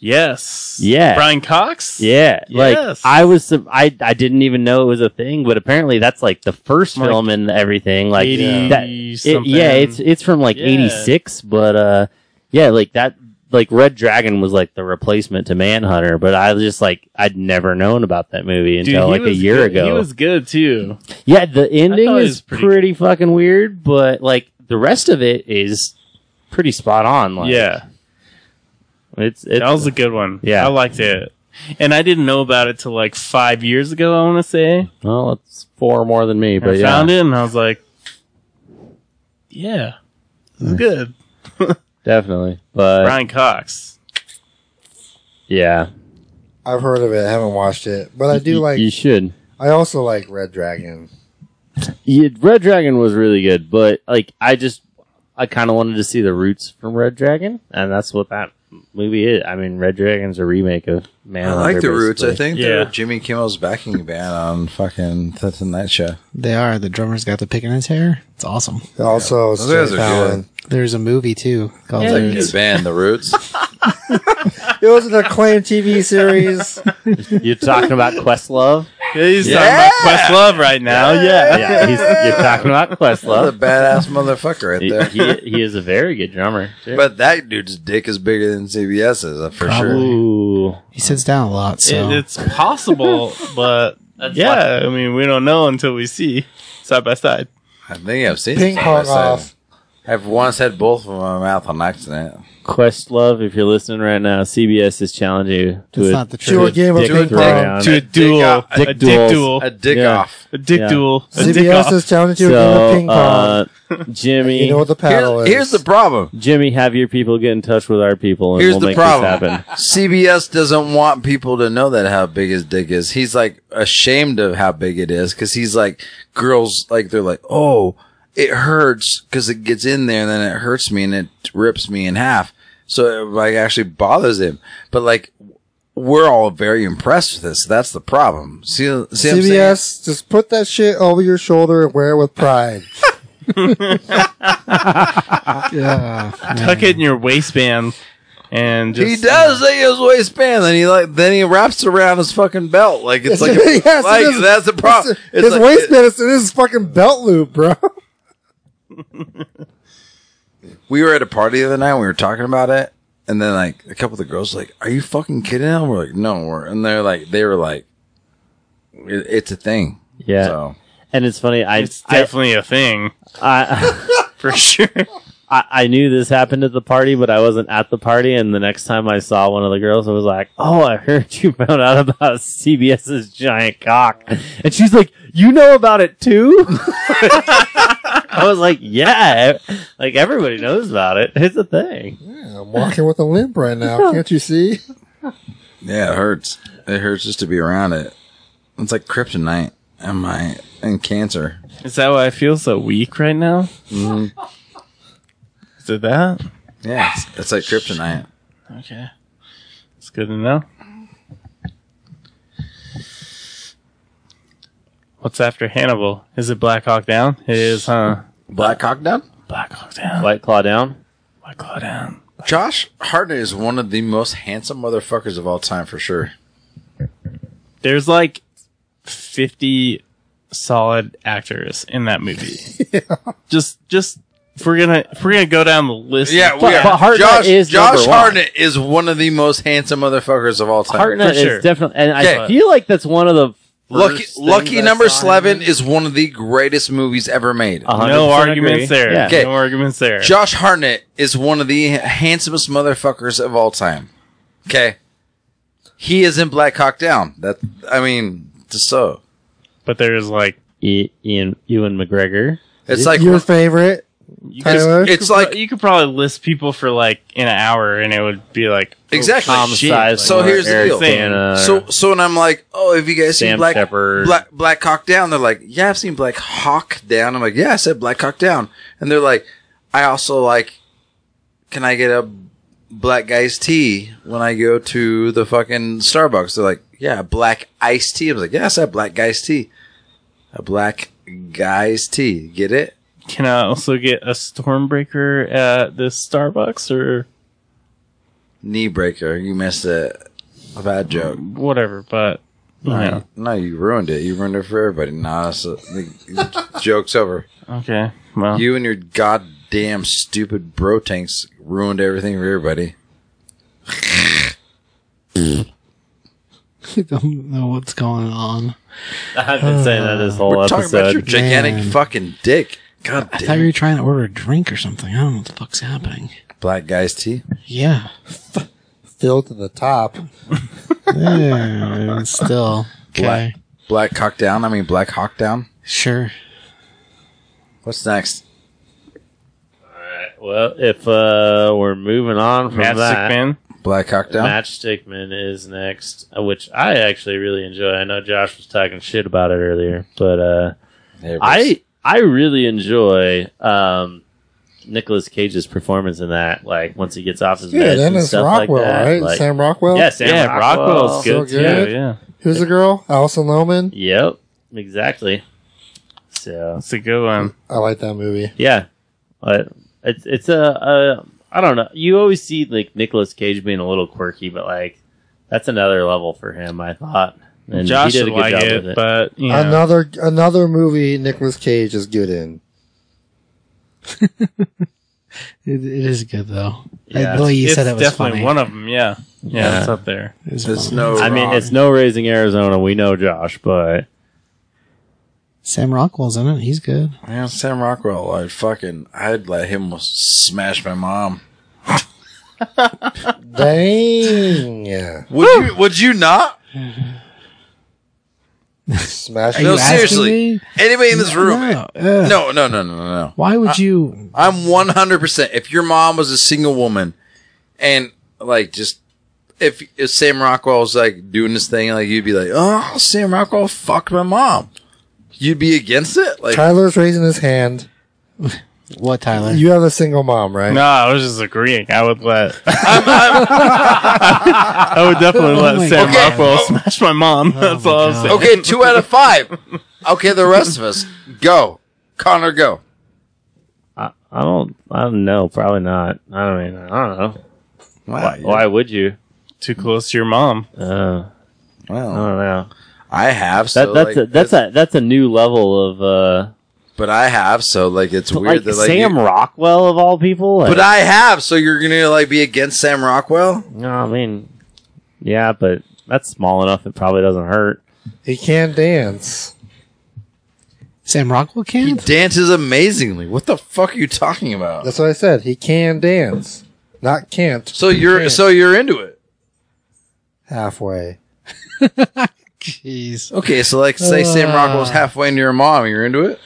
S4: Yes.
S3: Yeah.
S4: Brian Cox.
S3: Yeah, like
S4: Yes.
S3: I was, sur- I I didn't even know it was a thing, but apparently that's like the first
S4: Like
S3: film and everything. Like
S4: 80
S3: that, it,
S4: something.
S3: yeah, it's it's from like
S4: Yeah.
S3: '86, but uh, yeah, like that, like Red Dragon was like the replacement to Manhunter, but I was just like I'd never known about that movie
S4: Dude,
S3: until
S4: he
S3: like a
S4: was
S3: year
S4: good.
S3: ago.
S4: He was good too.
S3: Yeah, the ending
S4: thought it
S3: is
S4: was pretty
S3: pretty, fucking weird, but like the rest of it is pretty spot on. Like,
S4: yeah,
S3: it's it's
S4: that was a good one.
S3: Yeah.
S4: I liked it, and I didn't know about it till like five years ago. I want to say
S3: well, it's four more than me,
S4: And
S3: but
S4: I
S3: yeah,
S4: found it, and I was like, yeah, this is good.
S3: definitely. But
S4: Brian Cox.
S3: yeah,
S5: I've heard of it. I haven't watched it, but I do
S3: You-
S5: like
S3: You should.
S5: I also like Red Dragon.
S3: Yeah, Red Dragon was really good, but like I just I kind of wanted to see the roots from Red Dragon, and that's what that movie is. I mean, Red Dragon's a remake of Man.
S1: I
S3: Hunter,
S1: like the Roots. I
S3: basically.
S1: think
S4: Yeah.
S1: they're Jimmy Kimmel's backing band on fucking the Tonight Show.
S2: They are. The drummer's got the pick in his hair. It's awesome.
S5: Also,
S1: Those guys
S5: Steve
S1: are
S5: Allen.
S2: There's a movie too called
S1: It's
S2: The
S1: like a
S2: Roots.
S1: good band, The Roots.
S5: It was an acclaimed TV series.
S3: You're talking about Questlove.
S4: Yeah, he's
S1: Yeah!
S4: talking about Questlove right now. Yeah.
S3: Yeah, he's, you're talking about
S1: That's a
S3: Questlove.
S1: badass motherfucker right
S3: He,
S1: there.
S3: he, he is a very good drummer. Too.
S1: But that dude's dick is bigger than CBS's, uh, for sure.
S3: Ooh,
S2: He sits down a lot, so
S4: It, it's possible, but yeah, I mean, we don't know until we see side by side.
S1: I think I've seen
S5: Ping
S1: it
S5: pong
S1: somewhere, so-
S5: off.
S1: I've once had both of them in my mouth on accident.
S3: Questlove, if you're listening right now, CBS is challenging you to
S2: it's
S3: a
S2: not the
S5: To a
S2: truth.
S5: game of
S3: dick
S5: ping pong.
S3: throwdown.
S4: To a
S1: dick
S4: duel,
S1: off-
S4: a
S3: dick
S4: dick
S3: duels.
S4: duel,
S1: A dick
S3: Yeah.
S1: off.
S4: a dick
S3: Yeah.
S4: duel, a dick
S5: CBS
S4: off.
S5: is challenging you to a game of
S3: So,
S5: ping pong.
S3: uh, Jimmy,
S5: you know what the paddle
S1: Here-
S5: is.
S1: here's the problem.
S3: Jimmy, have your people get in touch with our people, and
S1: Here's
S3: we'll
S1: the
S3: make
S1: problem.
S3: this happen.
S1: CBS doesn't want people to know that how big his dick is. He's like ashamed of how big it is because he's like girls like they're like oh it hurts because it gets in there and then it hurts me and it rips me in half. So it like actually bothers him. But like we're all very impressed with this. That's the problem. See, see what I'm saying?
S5: CBS, just put that shit over your shoulder and wear it with pride.
S2: Yeah.
S4: Tuck it in your waistband, and just,
S1: He does say his waistband, then he like then he wraps around his fucking belt like it's like a,
S5: Yes, it
S1: like
S5: is.
S1: that's the problem. It's
S5: his
S1: like-
S5: waistband is in his fucking belt loop, bro.
S1: we were at a party the other night. and We were talking about it, and then like a couple of the girls were like, "Are you fucking kidding?" And we're like, "No, we're," and they're like, they were like, it, "It's a thing."
S3: Yeah,
S1: So
S3: and it's funny. I,
S4: It's definitely a thing
S3: I,
S4: for sure.
S3: I I knew this happened at the party, but I wasn't at the party. And the next time I saw one of the girls, I was like, "Oh, I heard you found out about CBS's giant cock," and she's like, "You know about it too." I was like, "Yeah, like everybody knows about it. It's a thing."
S5: Yeah, I'm walking with a limp right now. Can't you see?
S1: yeah, it hurts. It hurts just to be around it. It's like kryptonite and my and cancer.
S4: Is that why I feel so weak right now? Mm. Is it that?
S1: Yeah, it's, it's like kryptonite.
S4: Okay, it's good to know. What's after Hannibal? Is it Black Hawk Down? It is, huh?
S1: Black Hawk Down.
S4: Black Hawk Down.
S3: White Claw down.
S4: Black Hawk Down.
S1: Josh Hartnett is one of the most handsome motherfuckers of all time for sure.
S4: There's like 50 solid actors in that movie. Just, just if we're gonna if we're gonna go down the list.
S1: Yeah, we
S3: But-
S1: are.
S3: but Hartnett
S1: Josh,
S3: is
S1: Josh
S3: number one.
S1: Hartnett is one of the most handsome motherfuckers of all time.
S3: Hartnett
S4: For
S3: is
S4: sure.
S3: definitely, and I
S1: Okay.
S3: feel like that's one of the
S1: Lucky,
S3: first
S1: Lucky
S3: things I
S1: number
S3: saw him
S1: eleven
S3: in.
S1: is one of the greatest movies ever made.
S3: A hundred
S4: no
S3: percent
S4: arguments
S3: agree.
S4: there.
S3: Yeah.
S1: Okay.
S4: No arguments there.
S1: Josh Hartnett is one of the handsomest motherfuckers of all time. Okay, he is in Black Hawk Down. That I mean, just so
S4: but there's like
S3: I- Ian Ewan McGregor.
S1: it's like
S5: your favorite.
S4: you
S5: Tyler?
S4: could-
S1: It's
S4: you could
S1: like-
S4: pro- you could probably list people for like in an hour, and it would be like
S1: exactly.
S3: Tom
S1: Shit.
S3: Sizemore,
S1: so here's the
S3: Eric
S1: deal.
S3: Bana.
S1: So so and I'm like, oh, have you guys seen
S3: Sam
S1: Black
S3: Shepard.
S1: Black Black Hawk Down? They're like, yeah, I've seen Black Hawk Down. I'm like, yeah, I said Black Hawk Down, and they're like, I also like, can I get a black guy's tea when I go to the fucking Starbucks? They're like, yeah, black iced tea. I was like, yeah, I said black guy's tea, a black guy's tea. Get it?
S4: Can I also get a Stormbreaker at this Starbucks or
S1: Knee breaker. You missed it. A bad joke.
S4: whatever? But you know,
S1: No, you ruined it. You ruined it for everybody. Nah, so, the joke's over.
S4: okay. Well,
S1: You and your goddamn stupid bro tanks ruined everything for everybody.
S2: I don't know what's going on.
S3: I've been saying that this whole
S1: We're talking about your
S3: episode.
S1: gigantic
S2: Man.
S1: fucking dick. God
S2: I thought
S1: damn.
S2: you were trying to order a drink or something. I don't know what the fuck's happening.
S1: Black guy's tea.
S2: Yeah.
S5: Filled to the top.
S2: Yeah, Eh, still. Okay.
S1: Black. Black cock down. I mean, black hawk down.
S2: Sure.
S1: What's next?
S3: Well, if uh, we're moving on from
S4: Matchstick
S3: that,
S4: Man.
S1: Black Hawk Down.
S3: Matchstickman is next, uh, which I actually really enjoy. I know Josh was talking shit about it earlier, but uh,
S1: There it is.
S3: I I really enjoy um, Nicolas Cage's performance in that. Like once he gets off his
S5: Yeah,
S3: meds
S5: then
S3: and
S5: it's
S3: stuff
S5: Rockwell,
S3: like that.
S5: right?
S3: Like,
S5: Sam Rockwell.
S3: yeah, Sam
S4: Yeah,
S3: Rockwell's
S4: Rockwell's
S3: good
S5: so
S3: too.
S5: good.
S4: Yeah, yeah.
S5: Who's the girl? Allison Lohman.
S3: Yep, exactly. So
S4: That's a good one.
S5: I like that movie.
S3: yeah, but it's it's a, a I don't know. You always see like Nicolas Cage being a little quirky, but like that's another level for him. I thought. And
S4: Josh
S3: he did a
S4: would
S3: good job
S4: like it,
S3: with it.
S4: but you know,
S5: Another another movie Nicolas Cage is good in.
S2: It, it is good though.
S3: Yeah.
S2: I, the way you
S4: it's
S2: said it was
S4: definitely
S2: funny.
S4: one of them. Yeah. yeah,
S3: Yeah.
S4: it's up there.
S2: It was
S1: There's
S2: funny.
S1: no.
S3: I mean,
S1: wrong.
S3: it's no raising Arizona. We know Josh, but
S2: Sam Rockwell's in it. He's good.
S1: Yeah, Sam Rockwell. I fucking. I'd let him smash my mom.
S5: Dang. Yeah.
S1: Would you? Would you not?
S5: Smash.
S1: No,
S2: you asking
S1: seriously.
S2: me?
S1: Anybody in this room?
S2: No, uh,
S1: No, no, no, no, no, no.
S2: Why would you?
S1: I'm 100%. If your mom was a single woman and like just if, if Sam Rockwell was like doing this thing, like you'd be like, oh, Sam Rockwell fucked my mom. You'd be against it? Like,
S5: Tyler's raising his hand.
S2: What Tyler?
S5: You have a single mom, right?
S4: No, I was just agreeing. I would let. I would definitely
S2: Oh my
S4: let Sam
S1: God.
S4: Rockwell smash my mom.
S3: Oh
S4: That's
S2: my
S4: all
S2: God.
S4: I'm saying.
S1: Oh, okay, two out of five. Okay, the rest of us, go. Connor, go.
S3: I, I don't. I don't know. Probably not. I mean, I don't know.
S1: Wow.
S3: Why would you?
S4: Too close to your mom.
S3: Uh, I
S1: Well,
S3: don't know.
S1: I have,
S3: That,
S1: so
S3: that's
S1: like,
S3: a, that's a that's a new level of uh,
S1: but I have, so like it's weird
S3: like
S1: that like.
S3: Sam
S1: you-
S3: Rockwell of all people. Like,
S1: but I have, so you're gonna like be against Sam Rockwell?
S3: no, I mean, yeah, but that's small enough. It probably doesn't hurt.
S5: He can dance.
S2: Sam Rockwell
S1: He
S2: can't.
S1: dances amazingly. What the fuck are you talking about?
S5: That's what I said. He can dance. Not can't.
S1: So you're so you're into it.
S5: Halfway.
S2: Jeez.
S1: Okay, so like say Sam Rockwell's halfway into your mom, you're into it.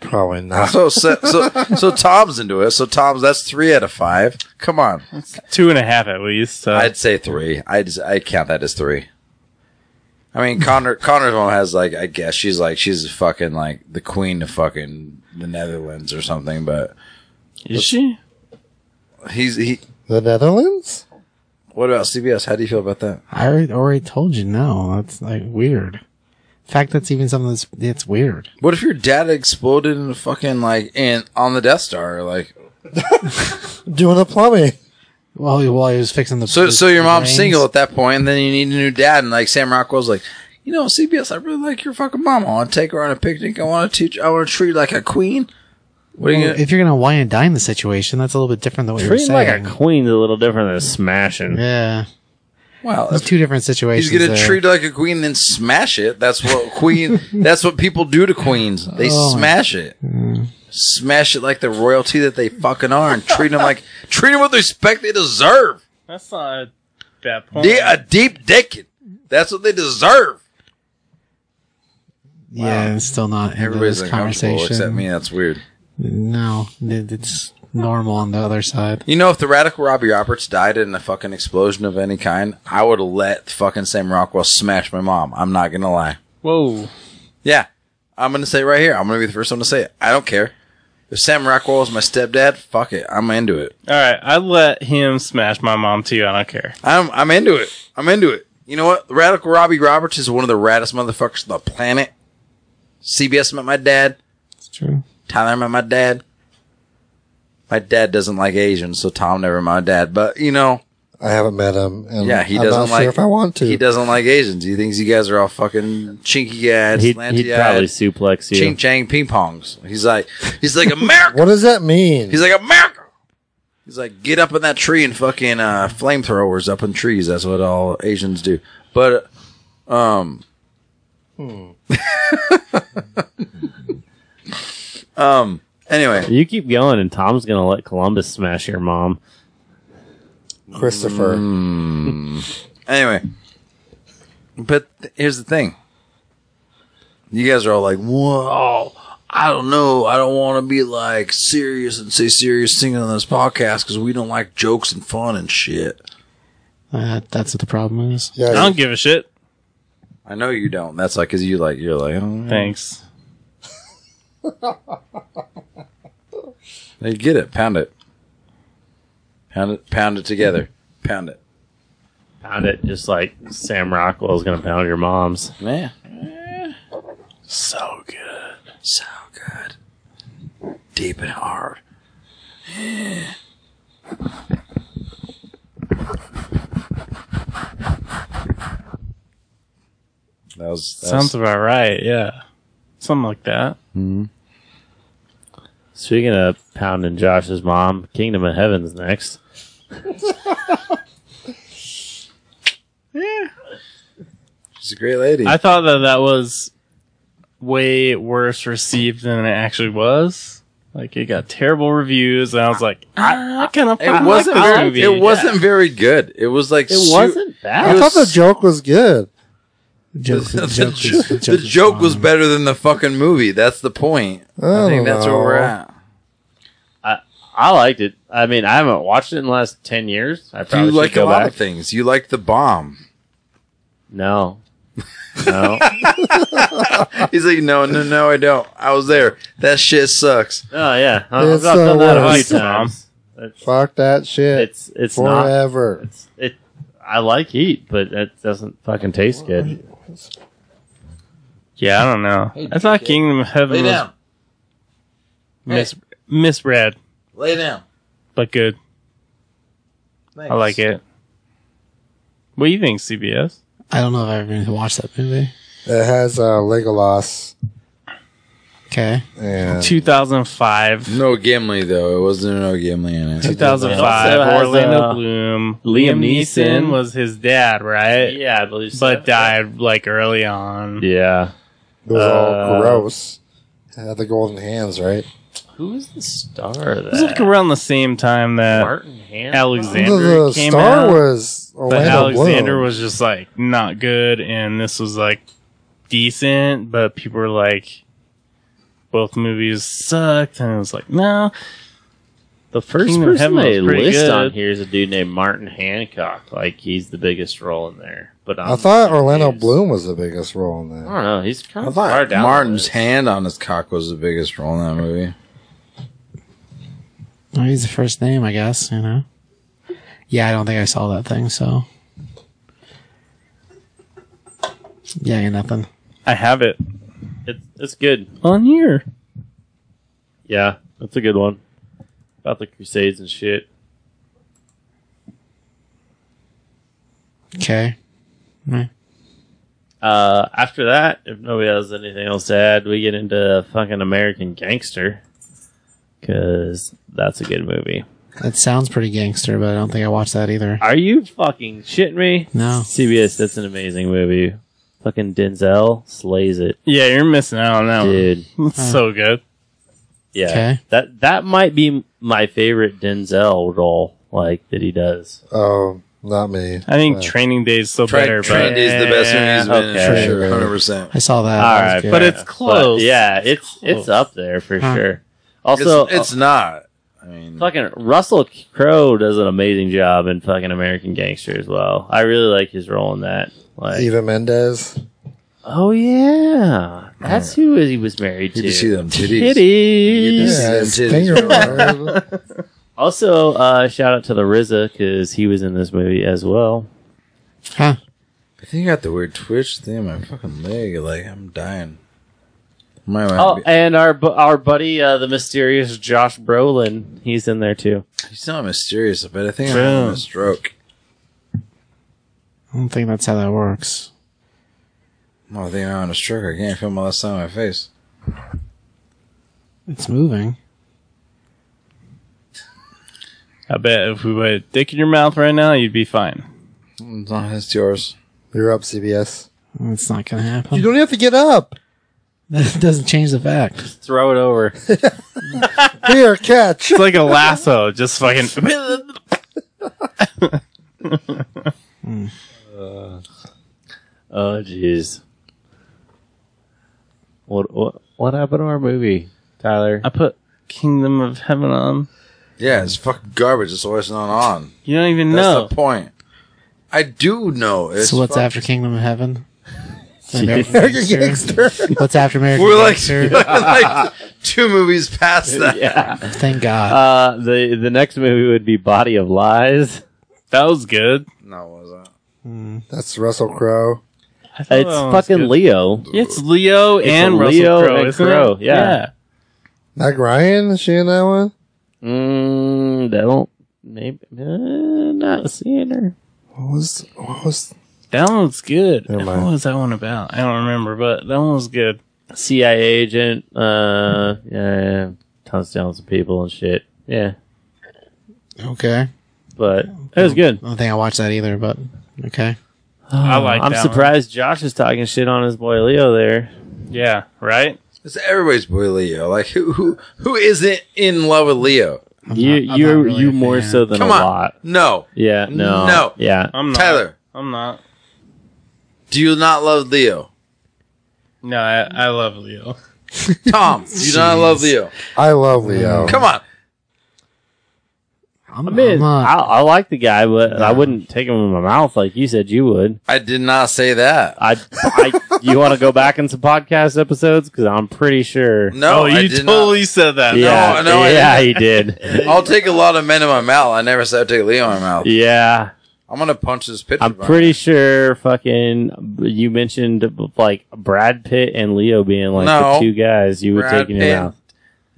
S5: Probably not.
S1: So so so, so Tom's into it. So Tom's that's three out of five. Come on,
S4: Two and a half at least. So.
S1: Uh, I'd say three. I just I count that as three. I mean Connor Connor's mom has like I guess she's like she's fucking like the queen of fucking the Netherlands or something. But
S4: Is she?
S1: he's he.
S5: The Netherlands?
S1: What about CBS? How do you feel about that?
S2: I already, already told you no. That's like weird. In fact, that's even something that's it's weird.
S1: What if your dad exploded in a fucking like in on the Death Star? Like
S5: Doing the plumbing.
S2: Well, he- while he was fixing the
S1: So, so your mom's
S2: brains.
S1: single at that point, and then you need a new dad, and like Sam Rockwell's like, you know, CBS, I really like your fucking mom. I want to take her on a picnic. I want to teach. I want to treat her like a queen. What are you
S2: Well,
S1: gonna?
S2: if you're gonna wine and dine the situation, that's a little bit different than what you're
S3: Treating like a
S2: saying.
S3: queen's a little different than smashing.
S2: yeah,
S1: Well,
S2: it's
S1: if
S2: two different situations.
S1: he's gonna
S2: there.
S1: treat her like a queen, then smash it. That's what queen. that's what people do to queens. They
S2: Oh my- Mm.
S1: smash it. Smash it like the royalty that they fucking are, and treat them like treat them with the respect they deserve.
S4: That's not a bad point.
S1: They a deep dick. That's what they deserve.
S2: Yeah, it's still not into
S1: Everybody's
S2: this
S1: uncomfortable
S2: conversation.
S1: except me. That's weird.
S2: No, it- it's normal on the other side.
S1: You know, if the radical Robbie Roberts died in a fucking explosion of any kind, I would have let fucking Sam Rockwell smash my mom. I'm not gonna lie.
S4: Whoa.
S1: Yeah, I'm gonna say it right here. I'm gonna be the first one to say it. I don't care. If Sam Rockwell is my stepdad, fuck it. I'm into it.
S4: All right, I let him smash my mom too. I don't care.
S1: I'm I'm into it. I'm into it. You know what? Radical Robbie Roberts is one of the raddest motherfuckers on the planet. CBS met my dad.
S2: It's true.
S1: Tyler met my dad. My dad doesn't like Asians, so Tom never met my dad. But you know,
S5: I haven't met him. And
S1: Yeah, he
S5: I'm
S1: doesn't
S5: not
S1: like-
S5: sure if I want to.
S1: He doesn't like Asians. He thinks you guys are all fucking chinky eyed,
S3: He'd,
S1: slanty
S3: he'd probably
S1: eyed,
S3: suplex you.
S1: ching chang ping pongs. He's like, he's like America.
S5: What does that mean?
S1: he's like America. He's like, get up in that tree and fucking uh, flamethrowers up in trees. That's what all Asians do. But, um, um. Anyway,
S3: You keep going, and Tom's gonna let Columbus smash your mom.
S5: Christopher.
S1: Mm. anyway. But th- here's the thing. You guys are all like, whoa, I don't know. I don't want to be like serious and say serious singing on this podcast because we don't like jokes and fun and shit.
S2: Uh, that's what the problem is.
S5: Yeah,
S4: I don't give a shit.
S1: I know you don't. That's like because you like you're like oh,
S4: Thanks.
S1: You get it. Pound it. Pound it. Pound it together. Pound it.
S3: Pound it just like Sam Rockwell's gonna pound your mom's.
S1: Yeah.
S4: So good.
S1: So good. Deep and hard. That was that
S4: Sounds
S1: was,
S4: about right. Yeah, something like that.
S3: Speaking of pounding Josh's mom, Kingdom of Heaven's next.
S1: she's a great lady.
S4: I thought that that was way worse received than it actually was. Like it got terrible reviews, and I was like, "Ah, I, I kind of
S1: it wasn't.
S4: like this
S1: very,
S4: movie.
S1: it wasn't very good. It was like
S3: It
S1: su-
S3: wasn't bad.
S5: I thought the joke was good.
S2: Joke,
S1: The,
S2: the joke,
S1: jo-
S2: is, the
S1: the
S2: joke, is
S1: joke was
S2: fine.
S1: better than the fucking movie. That's the point. I,
S5: I
S1: think
S5: don't
S1: that's where
S5: know.
S1: we're at.
S3: I liked it. I mean, I haven't watched it in the last ten years. I
S1: You
S3: probably should
S1: like a
S3: go
S1: lot
S3: back.
S1: of things. You like the bomb.
S3: No, no,
S1: He's like, no, no, no, I don't. I was there. That shit sucks.
S3: oh yeah, I- I've
S5: It's
S3: done
S5: the
S3: that a few
S5: worst.
S3: times. It's
S5: Fuck that shit.
S3: it's, it's not.
S5: forever.
S3: It's it. I like heat, but it doesn't fucking taste good.
S4: Yeah, I don't know. I thought Kingdom of Heaven was mis- misread,
S1: Lay down.
S4: but good. I like it. What do you think, CBS?
S2: I don't know if I've ever even watched that movie.
S5: It has uh, Legolas
S2: Okay.
S5: and
S4: 2005.
S1: No Gimli though. It wasn't no Gimli in it.
S4: 2005.
S3: It also has,
S4: Orlando
S3: uh,
S4: Bloom.
S3: Liam
S4: Liam Neeson,
S3: Neeson.
S4: was his dad, right?
S3: Yeah, I believe so.
S4: But died like early on.
S3: Yeah.
S5: it was
S3: Uh,
S5: all gross. It had the golden hands, right?
S3: Who is the star of that?
S4: It was like around the same time that
S3: Martin Hand.
S4: Alexander
S5: the
S4: came
S5: star
S4: out.
S5: was
S4: but
S5: Orlando
S4: Alexander
S5: Bloom.
S4: was just like not good, and this was like decent, but people were like, both movies sucked, and it was like, no.
S3: The first
S4: Kingdom of
S3: person
S4: Heaven
S3: they
S4: was pretty
S3: list
S4: good.
S3: on here is a dude named Martin Hancock. Like he's the biggest role in there. But I'm
S5: I thought Orlando
S3: confused.
S5: Bloom was the biggest role in
S3: I
S5: that.
S3: don't know. He's kind
S1: I
S3: of far
S1: thought
S3: down.
S1: Martin's hand on his cock was the biggest role in that movie.
S2: Oh, he's the first name, I guess, you know? Yeah, I don't think I saw that thing, so. Yeah, ain't nothing.
S4: I have it
S3: It's, it's good.
S4: on here.
S3: Yeah, that's a good one. About the Crusades and shit.
S2: Okay. Meh.
S3: Uh, after that, if nobody has anything else to add, we get into fucking American Gangster. Because that's a good movie.
S2: That sounds pretty gangster, but I don't think I watched that either.
S3: Are you fucking shitting me?
S2: No.
S3: CBS, that's an amazing movie. Fucking Denzel slays it,
S4: Yeah, you're missing out on that
S3: dude.
S4: one. It's so good.
S3: Yeah.
S2: Okay.
S3: That that might be my favorite Denzel role, like that he does.
S5: Oh, not me.
S4: I think
S5: Uh,
S4: Training Day is still
S1: Train,
S4: better,
S1: Train
S4: but
S1: Day's the best movie he's been in for
S3: okay.
S1: sure, hundred percent.
S2: I saw that.
S3: All
S2: That was
S3: right,
S2: good.
S4: but it's close.
S3: But yeah, it's it's
S4: Close.
S3: up there for
S2: Huh.
S3: sure.
S1: It's,
S3: Also, uh,
S1: it's not. I mean,
S3: fucking Russell Crowe does an amazing job in fucking American Gangster as well. I really like his role in that. Like,
S5: Eva Mendes.
S3: oh yeah, that's who he was married
S1: you
S3: to.
S1: just see them titties.
S3: Titties.
S1: You just-
S5: Yeah,
S1: Yeah,
S5: his
S1: it is.
S5: finger was-
S3: Also, uh, shout out to the RZA because he was in this movie as well.
S2: Huh.
S1: I think I got the weird twitch thing in my fucking leg. Like I'm dying. My
S3: Oh, and our bu- our buddy, uh, the mysterious Josh Brolin, he's in there too.
S1: he's not mysterious, but I think I'm having a stroke.
S2: I don't think that's how that works.
S1: Oh, I think I'm having a stroke. I can't feel my left side of my face.
S2: It's moving.
S4: I bet if we put a dick in your mouth right now, you'd be fine.
S1: It's not his, it's yours.
S5: You're up, CBS.
S2: It's not going to
S5: You
S2: happen.
S5: don't have to get up.
S2: That doesn't change the fact.
S3: Throw it over.
S5: Here, catch.
S4: It's like a lasso, just fucking.
S3: Oh, jeez. What what what happened to our movie, Tyler?
S4: I put Kingdom of Heaven on.
S1: Yeah, it's fucking garbage. It's always not on.
S4: You don't even
S1: That's
S4: know.
S1: the point. I do know. It's
S2: so what's
S1: fuck-
S2: after Kingdom of Heaven?
S5: American Gangster.
S2: What's after American
S1: We're like,
S2: Gangster?
S1: like two movies past that.
S3: yeah.
S2: Thank God.
S3: Uh, the the next movie would be Body of Lies.
S4: That was good.
S1: No, it wasn't.
S5: That's Russell Crowe.
S3: It's
S4: that one was
S3: fucking
S4: Oh, good.
S3: Leo.
S4: It's Leo and Russell
S3: Leo
S4: Crowe,
S3: and
S4: isn't
S3: Crowe,
S4: it?
S3: yeah.
S5: Meg Ryan, is she in that one?
S3: Mm, I don't maybe uh, not seeing her.
S5: What was what was
S4: That one was good.
S5: Never mind.
S4: What was that one about? I don't remember, but that one was good.
S3: CIA agent. Uh, yeah, tons, tons of people and shit. Yeah,
S2: Okay.
S3: but it was good.
S2: I don't think I watched that either, but okay.
S4: I like.
S3: I'm
S4: that one.
S3: surprised Josh is talking shit on his boy Leo there.
S4: Yeah. Right.
S1: It's everybody's boy Leo. Like who who who isn't in love with Leo?
S2: I'm
S3: You
S2: not- I'm
S3: you
S2: not really
S3: you
S2: a
S3: more
S2: fan.
S3: so than
S1: Come
S3: a
S1: on.
S3: lot.
S1: No,
S3: Yeah. No.
S1: No.
S3: Yeah.
S4: I'm not.
S1: Tyler,
S4: I'm not.
S1: do you not love Leo?
S4: No, I, I love Leo.
S1: Tom, do you not love Leo?
S5: I love Leo.
S1: Come on,
S2: I'm,
S3: I mean,
S2: I'm not-
S3: I, I like the guy, but I wouldn't take him in my mouth like you said you would.
S1: I did not say that.
S3: I, I you want to go back in some podcast episodes because I'm pretty sure.
S1: No,
S4: oh,
S1: I
S4: you
S1: did
S4: totally said that.
S3: yeah,
S1: no, no, I
S3: yeah, he did.
S1: not. I'll take a lot of men in my mouth. I never said I'd take Leo in my mouth.
S3: yeah,
S1: I'm gonna punch this picture.
S3: I'm
S1: behind
S3: pretty
S1: me.
S3: sure. Fucking, you mentioned like Brad Pitt and Leo being like
S1: No.
S3: the two guys you would
S1: Brad
S3: take in your
S1: Pitt
S3: mouth.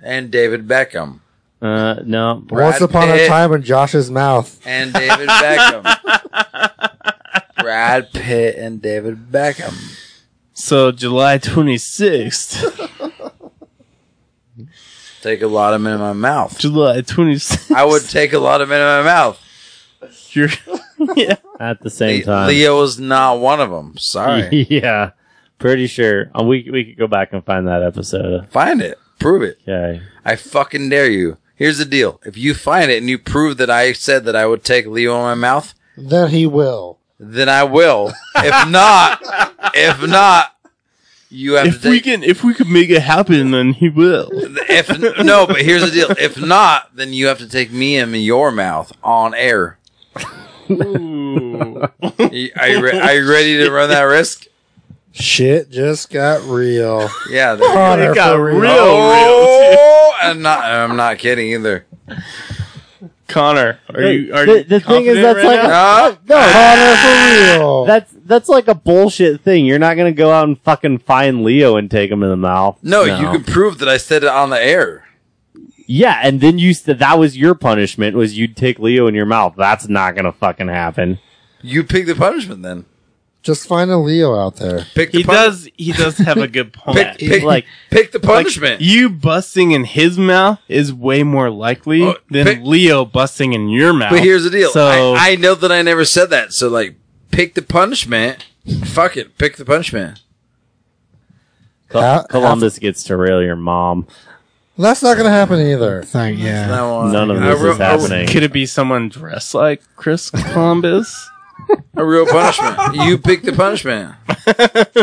S1: and David Beckham
S3: Uh, no,
S5: Once
S1: Brad
S5: upon a
S1: Pitt.
S5: time in Josh's mouth.
S1: and David Beckham. Brad Pitt and David Beckham.
S4: So July 26th,
S1: Take a lot of men in my mouth.
S4: July 26th.
S1: I would take a lot of men in my mouth.
S4: You're, yeah.
S3: at the same
S1: Le-
S3: time.
S1: Leo is not one of them. Sorry.
S3: yeah, pretty sure. Uh, we we could go back and find that episode.
S1: find it. Prove it.
S3: Okay.
S1: I fucking dare you. Here's the deal. If you find it and you prove that I said that I would take Leo in my mouth,
S5: Then he will.
S1: then I will. If not, if not, you have
S4: If
S1: to
S4: we
S1: take.
S4: can, if we could make it happen, then he will.
S1: if no, but here's the deal. If not, then you have to take me in your mouth on air. Are you, are you re- are you ready to run that risk?
S5: Shit just got real.
S1: Yeah. there you go.
S5: Connor,
S4: got
S5: for real.
S4: real.
S1: Oh, I'm not. I'm not kidding either.
S4: Connor, are you? Are
S3: the,
S4: you
S3: the thing is,
S4: confident
S3: that's
S4: right
S3: like
S4: now?
S1: No,
S5: Connor, for real.
S3: That's that's like a bullshit thing. You're not gonna go out and fucking find Leo and take him in the mouth.
S1: no, you can prove that I said it on the air.
S3: Yeah, and then you said that was your punishment was you'd take Leo in your mouth. That's not gonna fucking happen.
S1: You pick the punishment then.
S5: Just find a Leo out there.
S1: Pick the
S4: he
S1: pun-
S4: does. He does have a good point.
S1: Pick, pick,
S3: Like-
S1: pick the
S4: Like,
S1: punishment.
S4: you busting in his mouth is way more likely
S1: Oh,
S4: than
S1: pick-
S4: Leo busting in your mouth.
S1: but here's the deal.
S4: So
S1: I, I know that I never said that. So like, pick the punishment. Fuck it. Pick the punishment.
S3: Col-
S5: How-
S3: Columbus gets to rail your mom.
S5: That's not gonna happen either.
S2: it's like, yeah.
S1: That one-
S3: None of
S1: a
S3: this
S1: real-
S3: is happening.
S4: could it be someone dressed like Chris Columbus?
S1: A, real punishment. you pick the punishment.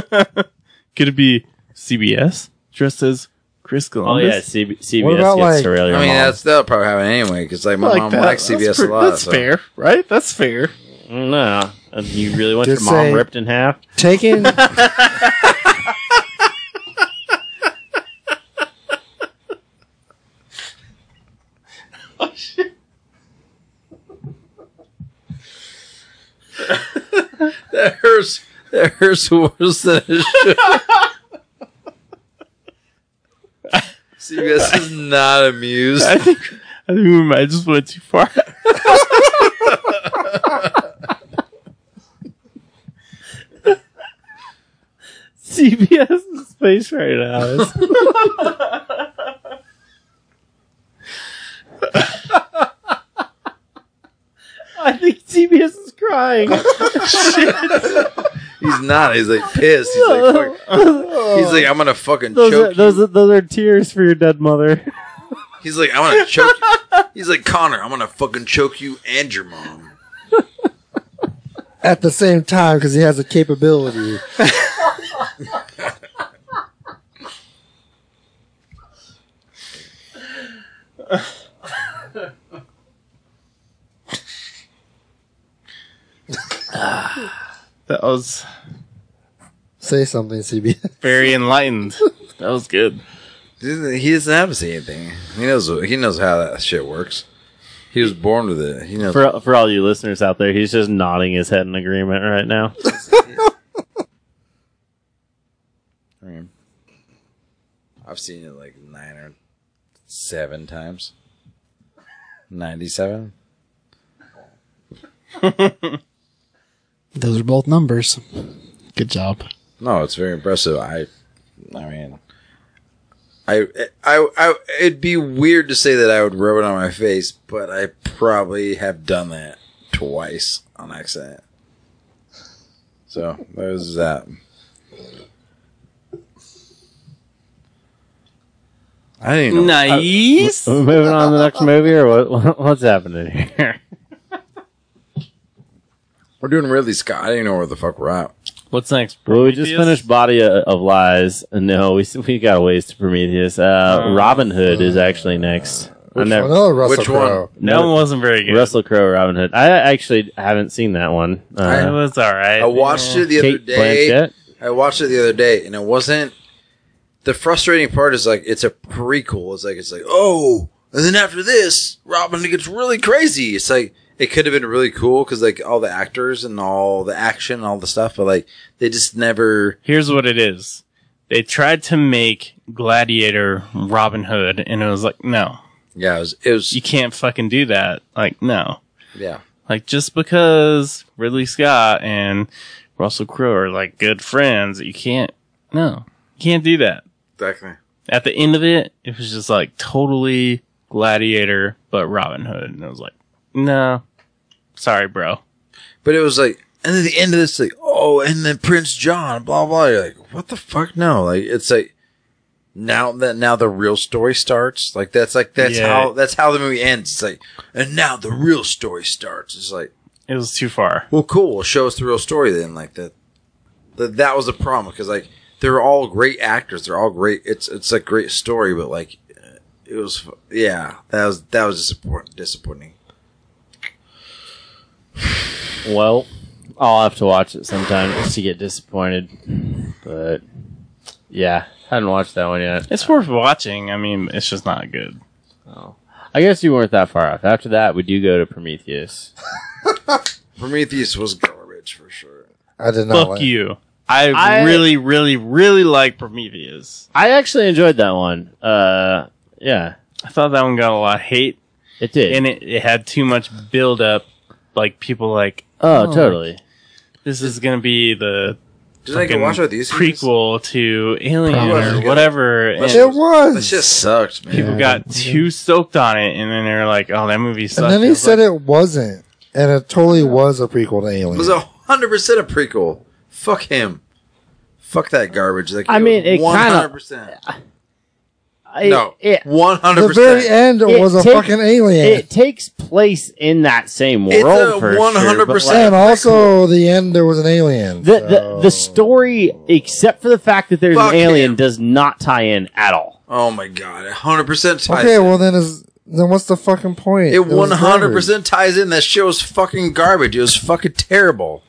S4: could it be CBS dressed as Chris
S3: Oh
S4: Columbus?
S3: yeah, CB- CBS
S5: What
S3: gets
S5: about, like-
S3: to rail your
S1: I mean,
S3: mom.
S1: that's that'll probably happen anyway. Because like my
S4: Like
S1: mom
S4: that.
S1: likes
S4: That's
S1: CBS
S4: pre-
S1: a lot.
S4: That's
S1: so.
S4: fair, right? That's fair.
S3: no, Uh, you really want your
S5: Just
S3: mom
S5: say-
S3: ripped in half?
S5: Taking
S1: That hurts. That hurts worse than it should. CBS is not amused.
S4: I think I think we might just went too far.
S3: CBS face right now. I think CBS is crying.
S1: He's not. He's like pissed. He's like, fuck. he's like, I'm gonna fucking
S3: those
S1: choke.
S3: are, those are, those are tears for your dead mother.
S1: you. He's like, I'm gonna choke. You. He's like, Connor, I'm gonna fucking choke you and your mom.
S5: at the same time because he has a capability.
S4: That was
S5: Say something, CB.
S4: very enlightened. That was good.
S1: He doesn't have to say anything. He knows. He knows how that shit works. He was born with it. He knows.
S3: For for all you listeners out there, he's just nodding his head in agreement right now.
S1: I mean, I've seen it like nine or seven times. Ninety-seven.
S2: Those are both numbers. Good job.
S1: No, it's very impressive. I, I mean, I, I, I, it'd be weird to say that I would rub it on my face, but I probably have done that twice on accident. So there's that. I didn't know.
S4: Nice.
S3: We're moving on to the next movie, or what, what- what's happening here?
S1: We're doing Ridley Scott. I didn't know where the fuck we're at.
S4: What's next?
S3: Well, we just
S4: Prometheus?
S3: finished Body of, of Lies. No, we we got a ways to Prometheus. Uh, Robin Hood is actually next. I never
S5: Another Oh, Russell
S1: Which one?
S5: Crowe.
S4: That one
S3: no
S4: wasn't very good.
S3: Russell Crowe Robin Hood. I actually haven't seen that one.
S4: It
S3: Uh,
S4: was all right.
S1: I watched it the other
S3: Kate
S1: day.
S3: Blanchett.
S1: I watched it the other day, and it wasn't. The frustrating part is like it's a prequel. It's like it's like oh, and then after this, Robin gets really crazy. It's like it could have been really cool because like all the actors and all the action, and all the stuff, but like they just never.
S4: Here's what it is. They tried to make Gladiator Robin Hood, and it was like, no,
S1: Yeah, it was. It was
S4: you can't fucking do that. Like, no.
S1: yeah.
S4: Like, just because Ridley Scott and Russell Crowe are like good friends, you can't, no, you can't do that.
S1: Exactly.
S4: At the end of it, it was just like totally Gladiator, but Robin Hood. And I was like, no, sorry, bro.
S1: But it was like, and then the end of this, like, oh, and then Prince John, blah blah. You're like, what the fuck? No, like it's like now that now the real story starts. Like that's like that's
S4: Yeah.
S1: how that's how the movie ends. It's like, and now the real story starts. It's like,
S4: It was too far.
S1: well, cool. Show us the real story then. Like that, that, that was the problem because like they're all great actors. They're all great. It's it's a great story, but like it was yeah. That was that was disappointing. Disappointing.
S3: Well, I'll have to watch it sometime just to get disappointed. But yeah, hadn't watched that one yet.
S4: It's worth watching. I mean, it's just not good.
S3: I guess you weren't that far off. After that, we do go to Prometheus.
S1: Prometheus was garbage for sure.
S5: I did not
S4: Fuck
S5: like
S4: you. I,
S3: I-
S4: really, really, really like Prometheus.
S3: I actually enjoyed that one. Uh, yeah,
S4: I thought that one got a lot of hate,
S3: it did.
S4: and it, it had too much build up. Like people like
S3: oh, totally.
S4: this is gonna be the
S1: Did I go
S4: fucking
S1: watch with these
S4: prequel to Alien
S2: Probably.
S4: or whatever. And
S5: It was.
S1: That just sucked, man.
S4: people got too stoked on it, and then they're like, "Oh, that movie sucks."
S5: and then
S4: I
S5: he
S4: was
S5: said
S4: like,
S5: it wasn't, and it totally was a prequel to Alien.
S1: It was a hundred percent a prequel. Fuck him. Fuck that garbage. Like,
S3: I mean, it kinda-
S1: percent.
S3: It,
S1: No,
S3: it,
S1: one hundred
S5: the very
S1: percent.
S5: end
S3: It
S5: was a
S3: take-
S5: fucking alien,
S3: it takes place in that same world.
S1: It's a
S3: for sure, but,
S1: 100%
S3: like,
S5: and also the end there was an alien.
S3: the, the the story, except for the fact that there's
S1: Fuck
S3: an alien,
S1: him.
S3: does not tie in at all.
S1: Oh my god, hundred percent ties.
S5: okay,
S1: in.
S5: well then is then what's the fucking point?
S1: it
S5: was
S1: one hundred
S5: garbage.
S1: percent ties in. That shit was fucking garbage. It was fucking terrible.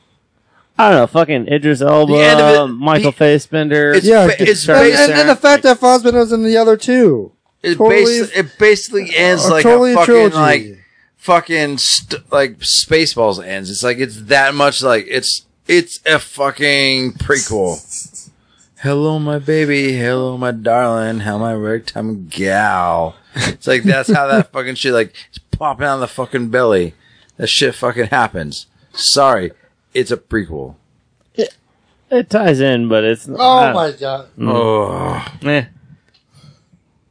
S3: I don't know, fucking Idris
S1: end
S3: Elba,
S1: of it-
S3: Michael
S1: the-
S3: Fassbender.
S1: It's
S5: Yeah,
S1: ba- it's
S5: And,
S1: based,
S5: and, and the fact that Fosbin was in the other two,
S1: it,
S5: totally-
S1: basi- it basically ends
S5: a
S1: like
S5: totally
S1: a
S5: a
S1: fucking
S5: trilogy.
S1: like fucking st- like Spaceballs ends. It's like it's that much like it's it's a fucking prequel. Hello, my baby. Hello, my darling. How my rectum gal. It's like that's how that fucking shit like it's popping out of the fucking belly. That shit fucking happens. Sorry, it's a prequel.
S3: It ties in, but it's
S5: oh my god,
S1: Oh,
S4: "Eh."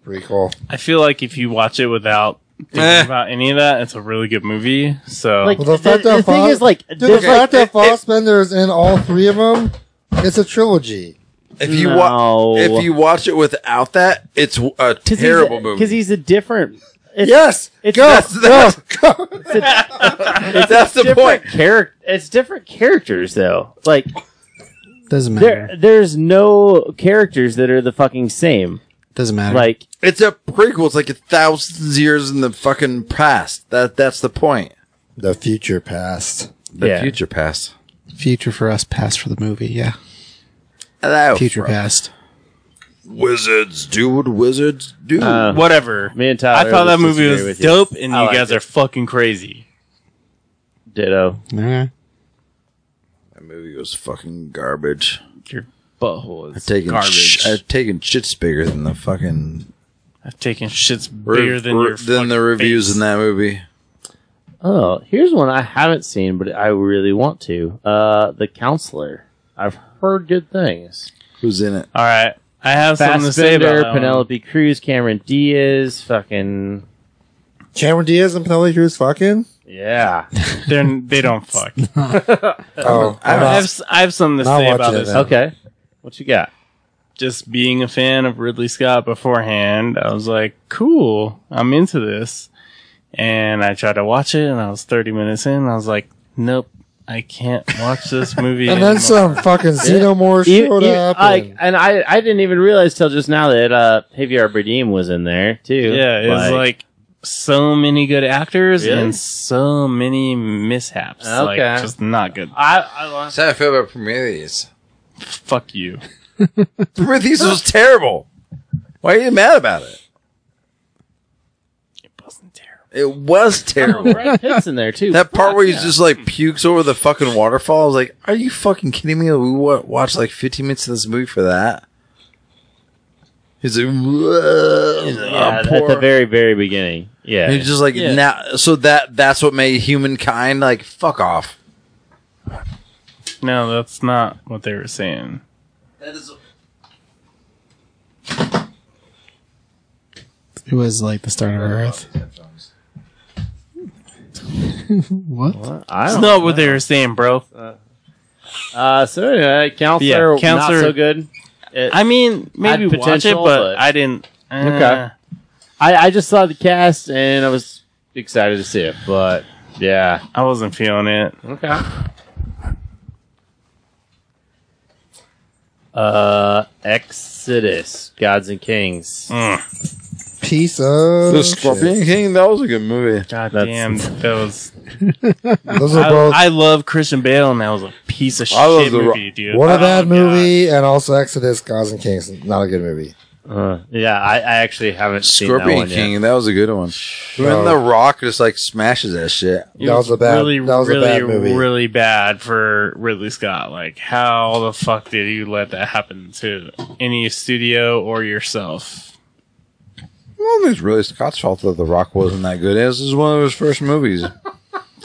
S5: prequel.
S4: I feel like if you watch it without thinking
S1: Eh.
S4: about any of that, it's a really good movie. So
S3: Like
S5: Well, the
S3: the,
S5: fact
S3: the
S5: that
S3: thing
S5: Fo-
S3: is, like
S5: Dude, the
S3: there's like
S5: fact that Fassbender is in all three of them, it's a trilogy.
S1: if you wa-
S3: No.
S1: if you watch it without that, it's a
S3: because
S1: terrible
S3: he's,
S1: movie.
S3: because he's a different. It's,
S5: Yes,
S3: it's
S5: go,
S3: that's-
S5: go, go.
S1: that's the point.
S3: different character. It's different characters though. Like
S2: Doesn't matter.
S3: there, there's no characters that are the fucking same.
S2: Doesn't matter.
S3: Like
S1: It's a prequel. It's like a thousand years in the fucking past. That that's the point.
S5: The future past.
S1: The
S3: Yeah.
S1: future past.
S2: Future for us, past for the movie. Yeah.
S1: Hello,
S2: Future past.
S1: wizards, dude. Wizards, dude.
S3: Uh,
S4: Whatever.
S3: Me and
S4: I
S3: Tyler
S4: thought that movie
S3: disagree
S4: was
S3: with you.
S4: dope, and
S3: I
S4: you
S3: liked
S4: guys
S3: it.
S4: are fucking crazy.
S3: Ditto.
S2: Okay.
S1: that movie was fucking garbage.
S4: Your butthole
S1: I've
S4: is
S1: taken
S4: garbage.
S1: sh- I've taken shits bigger than the fucking
S4: I've taken shits bigger than
S1: re-
S4: your
S1: than the
S4: fucking
S1: reviews
S4: face.
S1: in that movie.
S3: Oh, here's one I haven't seen, but I really want to. Uh, the Counselor. I've heard good things.
S1: Who's in it?
S4: All right, I have something to say about
S3: Fassbender,
S4: that one.
S3: Penelope Cruz, Cameron Diaz, fucking
S5: Cameron Diaz and Penelope Cruz fucking.
S3: yeah.
S4: They're, they don't fuck.
S1: Uh,
S5: Oh,
S4: I
S5: I'm
S4: have,
S5: not-
S4: s- I have something to
S5: Not
S4: say about
S5: watching it
S4: this.
S5: then.
S3: Okay, what you got?
S4: Just being a fan of Ridley Scott beforehand, I was like, cool, I'm into this. And I tried to watch it, and I was 30 minutes in, and I was like, nope, I can't watch this movie.
S5: and then
S4: anymore.
S5: some fucking xenomorph
S3: You-
S5: showed
S3: you-
S5: up.
S3: I,
S5: and-
S3: E-, and I, I didn't even realize till just now that uh, Javier Bardem was in there too.
S4: Yeah, it's like, so many good actors
S3: Really?
S4: and so many mishaps. Like,
S3: Okay.
S4: just not good.
S3: I, I lost.
S1: That's how I feel about Prometheus.
S4: Fuck you.
S1: Prometheus was terrible. Why are you mad about it?
S4: It wasn't terrible.
S1: It was terrible.
S3: Brad Pitt's in there too.
S1: That part
S3: Fuck,
S1: where he
S3: yeah.
S1: just like pukes over the fucking waterfall, I was like, "Are you fucking kidding me? We wa- watched like 15 minutes of this movie for that." He's like, "Whoa." He's like,
S3: yeah,
S1: "I'm
S3: at the
S1: poor."
S3: very very beginning. Yeah,
S1: And he's just like
S4: Yeah.
S1: now. So that that's what made humankind like fuck off.
S4: No, that's not what they were saying.
S2: It was like the start of Earth. what?
S3: I
S4: That's
S3: don't.
S4: not what they were saying, bro.
S3: Uh, so anyway, counselor,
S4: Yeah, Counselor-
S3: not so good. It-
S4: I mean, maybe
S3: Had
S4: watch it,
S3: potential,
S4: but,
S3: but-
S4: I didn't. uh,
S3: Okay. I, I just saw the cast and I was excited to see it, but yeah.
S4: I wasn't feeling it.
S3: Okay. Uh, Exodus, Gods and Kings.
S1: Uh-huh.
S4: Mm.
S5: piece of shit.
S1: King. That was a good movie.
S4: God
S3: That's-
S4: damn, that was.
S5: Those
S4: I,
S5: are both
S4: I love Christian Bale, and that was a piece of
S1: I love
S4: shit
S1: the ro-
S4: movie, dude.
S5: what a
S4: Oh,
S5: bad
S4: God.
S5: movie, and also Exodus, Gods and Kings. Not a good movie.
S3: Uh, yeah, I, I actually haven't seen that
S1: Scorpion
S3: one
S1: King.
S3: yet.
S1: That was a good one. When the Rock just like smashes that shit.
S4: It
S5: That was a bad-
S4: Really,
S5: that was a
S4: really,
S5: bad movie.
S4: really bad for Ridley Scott. Like, how the fuck did you let that happen to any studio or yourself?
S1: Well, it was really Scott's fault that The Rock wasn't that good. This is one of his first movies.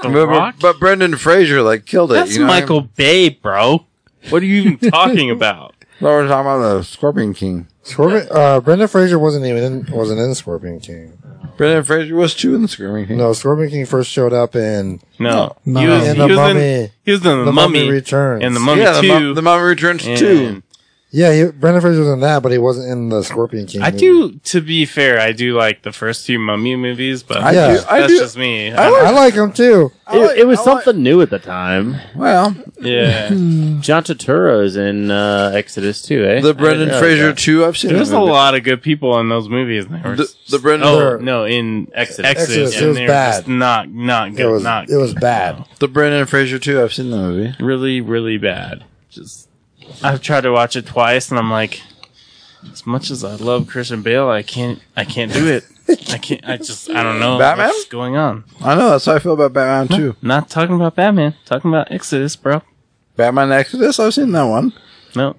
S4: The
S1: But-
S4: Rock?
S1: But, but Brendan Fraser like killed it.
S4: That's
S1: you know what I
S4: Michael Bay, bro. What are you even talking about?
S1: mean? No, we're talking about the Scorpion King.
S5: Scorpion, uh, Brendan Fraser wasn't even in, wasn't in Scorpion King.
S1: Brendan Fraser was too in the Scorpion King.
S5: No, Scorpion King first showed up in
S4: No,
S2: No.
S4: He, was,
S5: in
S4: he,
S5: the
S4: was
S5: Mummy.
S4: in, he was in the,
S5: The Mummy,
S4: mummy,
S5: Returns.
S4: and the mummy
S1: yeah,
S4: two.
S1: the, Mu- the Mummy Returns
S4: and
S1: two.
S5: yeah, he, Brendan Fraser was in that, but he wasn't in the Scorpion King.
S4: I
S5: movie.
S4: do. To be fair, I do like the first two mummy movies, but
S1: I
S5: Yeah.
S1: do. I
S4: that's
S1: do.
S4: just me.
S5: I
S4: I-
S5: like, him too.
S1: I
S3: It,
S1: like-
S3: it was
S1: I like-
S3: something new at the time.
S1: well,
S4: yeah,
S3: John Turturro's in uh, Exodus too, eh?
S1: the Brendan Fraser two. I've seen.
S4: there's
S1: that
S4: a
S1: movie.
S4: lot of good people in those movies. and they were
S1: The,
S4: s-
S1: the Brendan
S4: Oh
S5: They're-
S4: no! In Exodus,
S5: Exodus, it
S4: and
S5: was
S4: they were
S5: bad.
S4: just not not
S5: It
S4: good.
S5: was
S4: not
S5: it was bad.
S1: the Brendan Fraser two. I've seen the movie.
S4: really really bad. Just I've tried to watch it twice, and I'm like, as much as I love Christian Bale, I can't I can't do it. I can't. I just I don't know
S1: Batman?
S4: what's going on.
S1: I know that's how I feel about Batman two.
S4: Not talking about Batman. Talking about Exodus, bro.
S1: Batman Exodus. I've seen that one.
S4: No,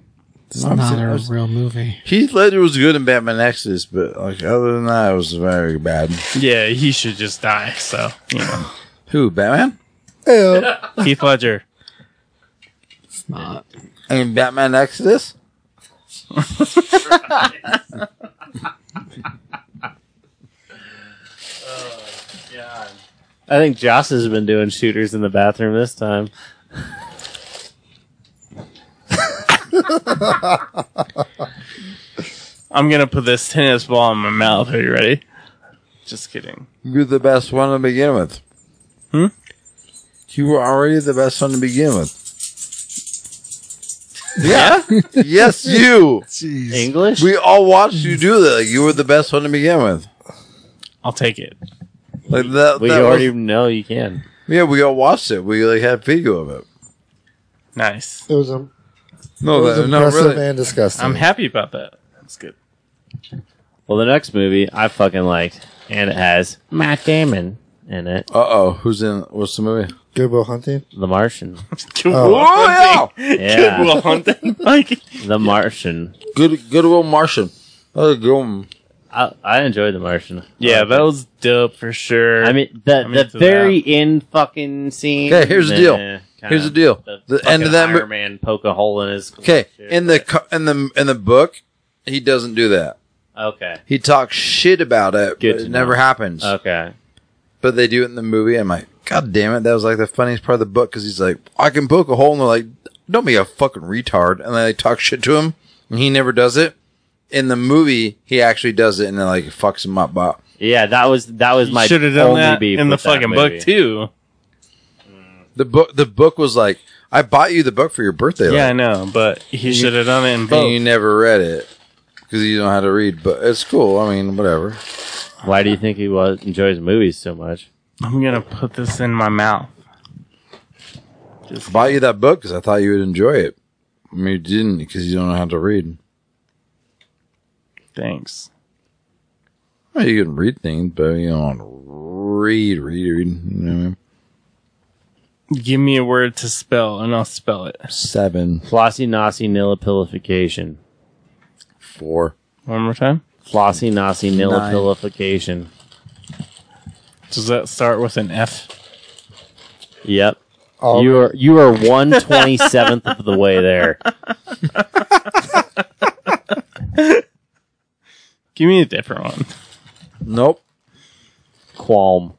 S2: It's
S1: I've
S2: not
S1: seen-
S2: a
S1: I've seen-
S2: real movie.
S1: Heath Ledger was good in Batman Exodus, but like other than that, it was very bad.
S4: yeah, he should just die. So you know,
S1: Who Batman?
S5: Ew.
S4: Keith Ledger.
S2: It's not.
S1: I mean Batman Exodus.
S3: I think Joss has been doing shooters in the bathroom this time.
S4: I'm gonna put this tennis ball in my mouth. Are you ready? Just kidding.
S1: You're the best one to begin with.
S4: Hmm?
S1: You were already the best one to begin with. Yeah. yes, you.
S2: Jeez.
S3: English?
S1: We all watched you do that. You were the best one to begin with.
S4: I'll take it.
S1: Like that.
S3: we
S1: that
S3: already
S1: was-
S3: know you can.
S1: yeah, we all watched it. We like had video of it.
S4: Nice.
S5: It was, um, it
S1: No,
S5: was
S1: that, no,
S5: impressive
S1: really.
S5: and disgusting.
S4: I'm happy about that. That's good.
S3: Well, the next movie I fucking liked, and it has Matt Damon in it,
S1: Uh oh, who's in? What's the movie?
S5: Good Will Hunting.
S3: The Martian.
S4: Goodwill
S1: Oh,
S4: Hunting.
S3: Yeah.
S4: Goodwill Hunting. Like,
S3: The Martian.
S1: Good Goodwill Martian. Oh, good one.
S3: I, I enjoyed The Martian.
S4: yeah, that was dope for sure.
S3: I mean, the
S4: I'm
S3: the
S4: into
S3: very end fucking scene.
S1: Okay, here's the deal. Here's the deal. The
S3: The, end of that Iron
S1: mo-
S3: Man poke a hole in his.
S1: Okay,
S3: shit,
S1: in the
S3: but-
S1: co- in the in the book, he doesn't do that.
S3: okay,
S1: He talks shit about it,
S3: Good
S1: but
S3: to
S1: it never
S3: know. Uh,
S1: happens.
S3: okay,
S1: But they do it in the movie. I'm like, God damn it, that was like the funniest part of the book because he's like, I can poke a hole, and they're like, Don't be a fucking retard. And then they talk shit to him, and he never does it. In the movie, he actually does it, and it like fucks him up. But
S3: yeah, that was that was my
S4: should have done
S3: only
S4: that
S3: beef
S4: in the
S3: with that
S4: fucking
S3: movie.
S4: book too.
S1: the book, the book was like, I bought you the book for your birthday.
S4: Yeah, I
S1: like,
S4: know, but he should have done it in
S1: and you
S4: both.
S1: never read it because you don't know how to read. But it's cool. I mean, whatever.
S3: Why do you think he was enjoys movies so much?
S4: I'm gonna put this in my mouth.
S1: bought you that book because I thought you would enjoy it. I mean, you didn't because you don't know how to read.
S4: Thanks.
S1: Well, you can read things, but you don't read, read, read. You know what I mean?
S4: Give me a word to spell, and I'll spell it.
S1: Seven,
S3: Flossy Nosy Nilipilification.
S1: four.
S4: One more time.
S3: Flossy Nosy Nilipilification.
S4: Does that start with an F?
S3: Yep.
S5: All
S3: You are you are one twenty seventh of the way there.
S4: Give me a different one.
S1: Nope.
S3: Qualm.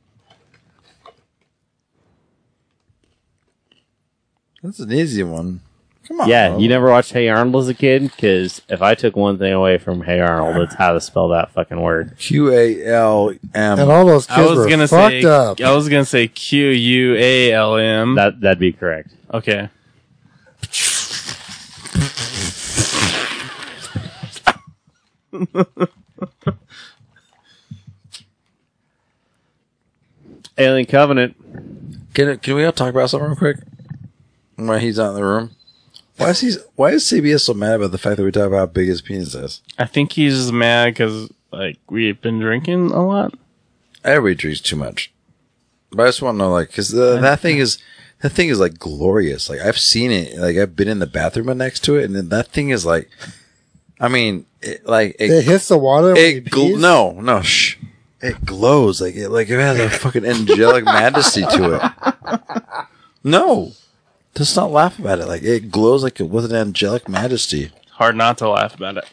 S1: That's an easy one. Come on.
S3: Yeah,
S2: Oh.
S3: you never watched Hey Arnold as a kid because if I took one thing away from Hey Arnold, it's how to spell that fucking word.
S1: Q A L
S5: And
S1: M.
S5: all those
S4: I
S5: kids
S4: was
S5: were
S4: gonna
S5: fucked
S4: say.
S5: up.
S4: I was gonna say Q U A L M.
S3: That that'd be correct.
S4: Okay.
S3: Alien Covenant.
S1: Can can we all talk about something real quick? Why he's not in the room? Why is he? Why is CBS so mad about the fact that we talk about how big his penis is?
S4: I think he's just mad because like we've been drinking a lot.
S1: Everybody drinks too much. But I just want to know, like, because that thing is that thing is like glorious. Like I've seen it. Like I've been in the bathroom next to it, and then that thing is like, I mean, it, like
S5: It
S1: it,
S5: hits the water. when he
S1: it gl-
S5: pees?
S1: no no shh, it glows like it like it has a fucking angelic majesty to it. No, just not laugh about it. Like it glows like it with an angelic majesty.
S4: Hard not to laugh about it.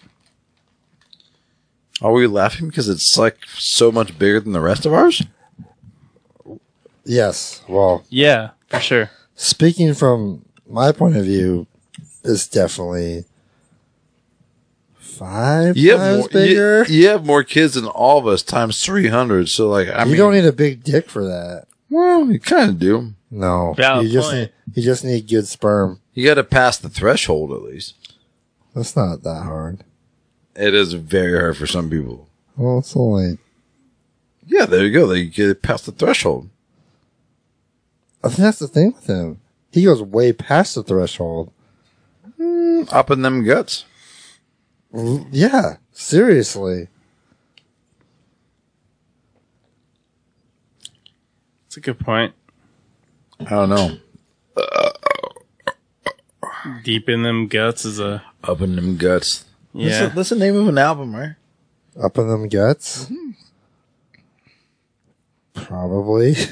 S1: Are we laughing because it's like so much bigger than the rest of ours?
S5: Yes. Well,
S4: Yeah, for sure.
S5: speaking from my point of view, it's definitely five
S1: You have,
S5: times
S1: more,
S5: bigger.
S1: You, you have more kids than all of us times 300. So, like, I
S5: you
S1: mean,
S5: don't e-, need a big dick for that.
S1: well, you kind of do.
S5: No,
S4: Valid
S5: you just
S4: point.
S5: need you just need good sperm.
S1: You got to pass the threshold at least.
S5: That's not that hard.
S1: It is very hard for some people.
S5: Well, it's only.
S1: Yeah, there you go. They get past the threshold.
S5: I think that's the thing with him. He goes way past the threshold.
S1: Up in them guts.
S5: L- Yeah, seriously.
S4: It's a good point.
S1: I don't know.
S4: Deep in them guts is a
S1: Up in them guts.
S4: yeah.
S1: That's, the, that's the name of an album, right?
S5: Up in them guts. Probably.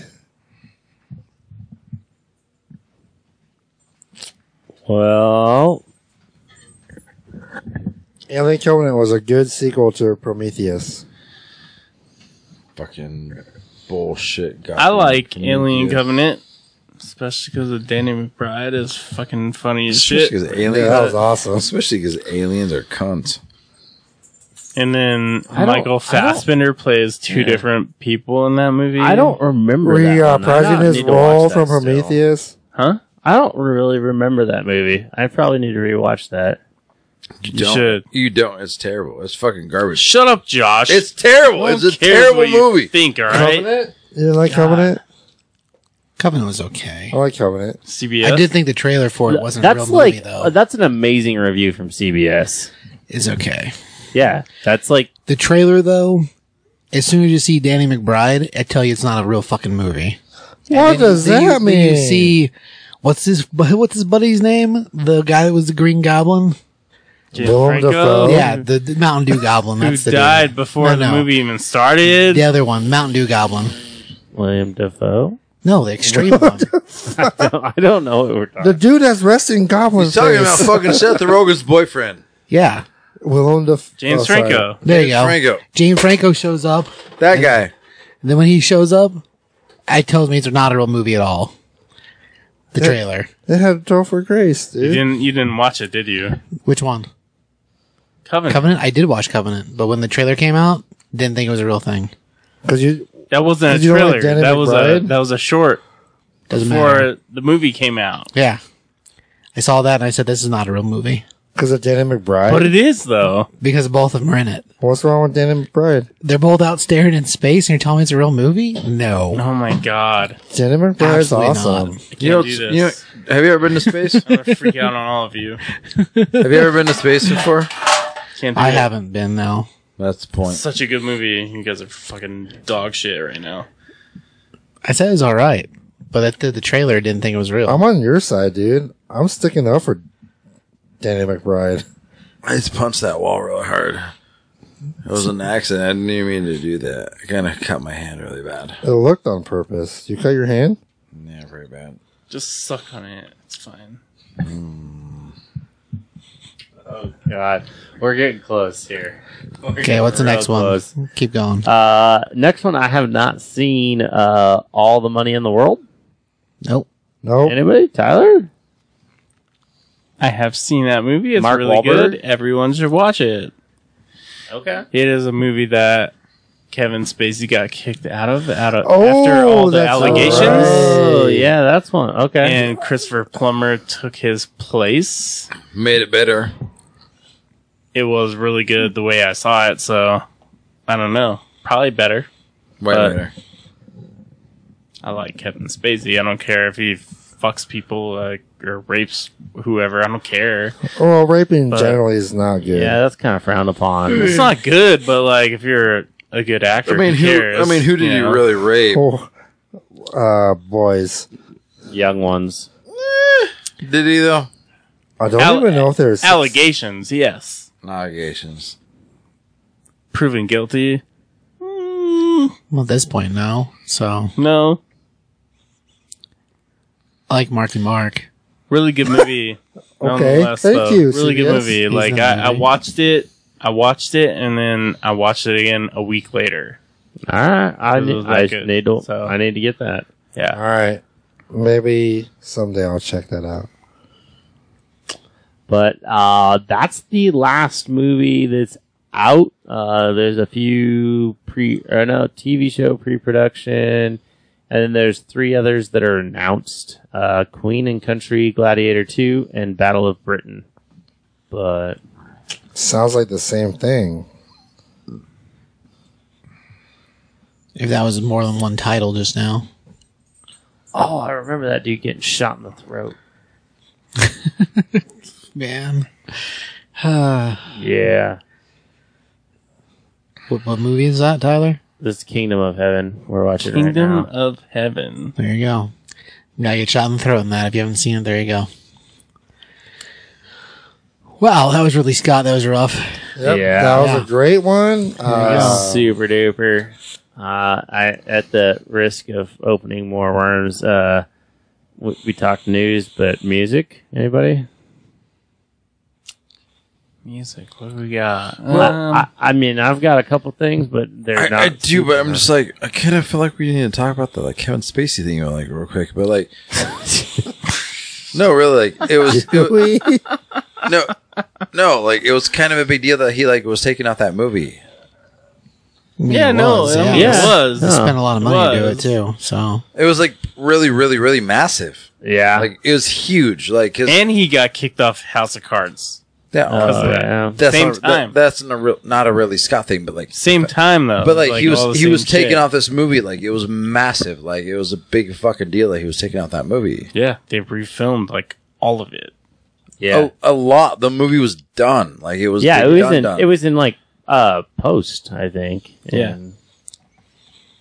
S3: Well,
S5: Alien Covenant was a good sequel to Prometheus.
S1: Fucking bullshit.
S4: I
S1: goddamn
S4: like
S1: thing.
S4: Alien
S1: Yeah.
S4: Covenant, especially because of Danny McBride is fucking funny as
S1: Especially
S4: shit.
S1: 'cause aliens,
S5: Yeah, that was awesome.
S1: especially because aliens are cunts.
S4: And then
S3: don't- I
S4: Michael
S3: don't-
S4: Fassbender plays two different people in that movie.
S3: I don't remember. that
S2: uh,
S3: one. I
S5: Reprising
S3: don't
S5: his
S3: need to watch
S5: role
S3: that
S5: uh, from
S3: still.
S5: Prometheus.
S4: Huh?
S3: I don't really remember that movie. I probably need to rewatch that.
S1: You,
S4: You should.
S1: You don't. It's terrible. It's fucking garbage.
S4: Shut up, Josh.
S1: It's terrible.
S4: Who
S1: It's a
S4: cares
S1: terrible
S4: what you
S1: movie.
S4: Think all right.
S5: You didn't like Covenant?
S2: Covenant was okay.
S5: I like Covenant.
S4: CBS.
S2: I did think the trailer for it wasn't a
S3: Oh, that's
S2: real
S3: like
S2: movie
S3: uh,
S2: though.
S3: that's an amazing review from CBS.
S2: Is okay.
S3: Yeah, that's like
S2: The trailer though, as soon as you see Danny McBride, I tell you it's not a real fucking movie. And
S5: What
S2: then you-
S5: does
S2: then you-
S5: that
S2: then You
S5: mean?
S2: see what's his bu- what's his buddy's name? The guy that was the Green Goblin.
S4: Jim
S5: Willem
S4: Franco,
S5: Dafoe. Oh.
S2: Yeah, the, the Mountain Dew Goblin.
S4: Who
S2: That's the dude.
S4: died before
S2: No, no.
S4: the movie even started?
S2: The other one, Mountain Dew Goblin.
S3: William Defoe.
S2: No, the extreme one.
S3: I don't know what we're talking.
S5: The dude that's resting goblin face.
S1: Talking about fucking Seth Rogen's boyfriend.
S2: Yeah,
S5: Willem Dafoe.
S4: James
S5: oh, sorry.
S4: Franco.
S2: there you go.
S1: Franco.
S2: James Franco shows up.
S1: That guy.
S2: And then when he shows up, it tells me it's not a real movie at all. The trailer.
S5: It had Topher Grace,
S4: You
S5: dude.
S4: didn't you didn't watch it, did you?
S2: Which one?
S4: Covenant.
S2: Covenant? I did watch Covenant, but when the trailer came out, didn't think it was a real thing.
S5: Because you,
S4: That
S5: Did
S4: wasn't a
S5: you don't
S4: trailer.
S5: like Danny
S4: that was a
S5: McBride?
S4: that was a short
S2: Doesn't matter.
S4: before the movie came out.
S2: Yeah. I saw that and I said, this is not a real movie.
S5: because of Danny McBride.
S4: But it is though.
S2: Because both of them are in it.
S5: What's wrong with Danny McBride?
S2: They're both out staring in space and you're telling me it's a real movie? No.
S4: Oh my god!
S5: Danny McBride's
S2: Absolutely
S5: awesome.
S2: not.
S4: I can't
S1: You know,
S4: do
S1: you
S4: this.
S1: know, have you ever been to space? have
S4: I'm gonna freak out on all of you.
S1: you ever been to space before?
S4: Can't. Do
S2: I
S4: it.
S2: haven't been, no.
S1: That's the point.
S4: Such a good movie. You guys are fucking dog shit right now.
S2: I said it was alright, but that the, the trailer didn't think it was real.
S5: I'm on your side, dude. I'm sticking up for Danny McBride.
S1: I just punched that wall really hard. It was an accident. I didn't even mean to do that. I kind of cut my hand really bad.
S5: It looked on purpose. You cut your hand?
S1: Yeah, very bad.
S4: Just suck on it. It's fine.
S3: God, we're getting close here.
S2: okay, what's the
S3: real
S2: next one?
S3: close.
S2: Keep going.
S3: Uh, next one I have not seen. Uh, all the money in the world.
S2: nope.
S5: Nope.
S3: Anybody? Tyler?
S4: I have seen that movie. It's
S3: Mark
S4: really
S3: Wahlberg?
S4: good. Everyone should watch it.
S3: Okay.
S4: It is a movie that Kevin Spacey got kicked out of out of
S5: Oh,
S4: after all the
S5: that's
S4: allegations.
S5: right.
S3: Oh yeah, that's one. Okay.
S4: And Christopher Plummer took his place.
S1: Made it better.
S4: It was really good the way I saw it, so I don't know. Probably better.
S1: Way
S4: Uh,
S1: better.
S4: I like Kevin Spacey. I don't care if he fucks people like, or rapes whoever. I don't care.
S5: Well, raping
S4: But-
S5: generally is not good.
S3: yeah, that's kind of frowned upon.
S4: It's not good, but like if you're a good
S1: I
S4: actor,
S1: mean,
S4: who
S1: who?
S4: cares?
S1: I mean, who did you
S4: know?
S1: really rape?
S5: Oh, uh, boys.
S3: Young ones.
S1: Did he though?
S5: I don't
S4: Alle-
S5: even know if there's
S4: Allegations, yes.
S1: Allegations.
S4: Proven guilty.
S2: Well, at this point, no. So,
S4: No,
S2: I like Marky Mark.
S4: really good movie. nonetheless,
S5: thank
S4: though.
S5: you,
S4: Really good
S5: CBS.
S4: movie.
S2: He's
S4: Like
S2: in the
S4: I, I
S2: movie.
S4: watched it. I watched it and then I watched it again a week later.
S3: All right, I,
S4: It
S3: ne-
S4: was
S3: I
S4: that good,
S3: need to.
S4: so-
S3: I need to get that.
S5: All
S4: Yeah.
S5: right. Maybe someday I'll check that out.
S3: But uh, that's the last movie that's out. Uh, there's a few pre or no TV show pre-production, and then there's three others that are announced: uh, Queen and Country, Gladiator Two, and Battle of Britain. But
S5: Sounds like the same thing.
S2: If that was more than one title just now.
S3: oh, I remember that dude getting shot in the throat.
S2: Man. Uh,
S3: Yeah,
S2: what, what movie is that, Tyler?
S3: this is Kingdom of Heaven. We're watching it right
S4: Kingdom
S3: now.
S4: of Heaven.
S2: There you go. Now you get shot in the throat in that. If you haven't seen it, there you go. Wow, that was really Scott. That was rough.
S5: Yep,
S3: Yeah.
S5: That was
S2: Yeah.
S5: a great one.
S2: go.
S1: Um,
S5: Uh,
S3: super duper. Uh, I at the risk of opening more worms. Uh, we, we talked news, but music. Anybody?
S4: Music. What do we got?
S3: I, I, I mean, I've got a couple things, but they're
S1: I,
S3: not.
S1: I do, but I'm just like I kind of feel like we need to talk about the like Kevin Spacey thing, you know, like real quick. But like, no, really, like it was, it was
S5: we-
S1: no, no, like it was kind of a big deal that he like was taking out that movie.
S2: I mean,
S4: yeah,
S2: it
S4: no,
S2: was,
S4: yeah,
S3: yeah.
S4: it was.
S2: They spent a lot of money to do
S4: was.
S2: it too. So
S1: It was like really, really, really massive.
S3: yeah.
S1: Like it was huge. Like his,
S4: And he got kicked off House of Cards.
S1: Yeah,
S3: Oh,
S4: of that.
S3: yeah.
S1: that's
S4: same
S1: not, that-
S4: time.
S1: that's not a real, not a really Scott thing, but like,
S4: Same time though.
S1: but like, he
S4: all the
S1: was he
S4: same
S1: was taking
S4: shit.
S1: off this movie like it was massive, like it was a big fucking deal that he was taking off that movie.
S4: Yeah, they refilmed like all of it.
S3: Yeah.
S1: A, a lot. The movie was done. Like it Oh, was.
S3: yeah, it
S1: done,
S3: was
S1: done,
S3: in
S1: done.
S3: it was in like uh post, I think.
S4: Yeah.
S3: And-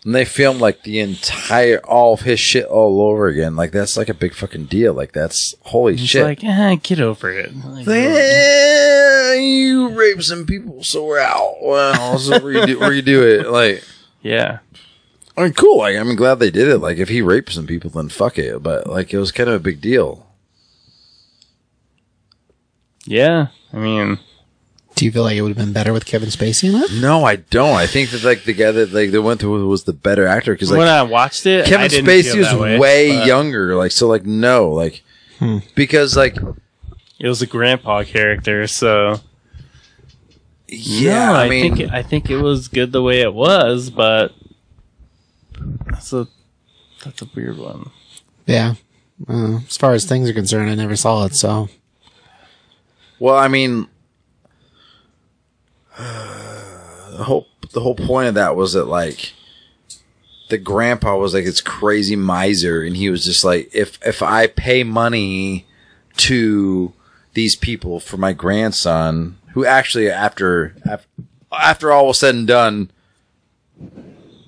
S1: And they filmed like the entire all of his shit all over again. Like that's like a big fucking deal. Like that's holy
S4: He's
S1: shit.
S4: like, eh, get over it. Like,
S1: "Eh, you rape some people, so we're out. Well, so redo, redo it. Like,
S4: yeah,
S1: I mean, cool. Like, I'm glad they did it. Like, if he raped some people, then fuck it. But like, it was kind of a big deal.
S4: yeah. I mean,
S2: Do you feel like it would have been better with Kevin Spacey in it?
S1: No, I don't. I think that like the guy that like they went through was the better actor because like
S4: when I watched it, I
S1: Kevin
S4: didn't
S1: Spacey
S4: feel
S1: was
S4: that way,
S1: way,
S4: but Hmm.
S1: younger. Like, so like no, like because like
S4: It was a grandpa character, so
S1: yeah,
S4: No,
S1: I, mean.
S4: think it, I think it was good the way it was, but that's a that's a weird one.
S2: Yeah. Uh, as far as things are concerned, I never saw it, so
S1: Well, I mean, the whole the whole point of that was that like the grandpa was like this crazy miser, and he was just like, if if I pay money to these people for my grandson, who actually after after, after all was said and done.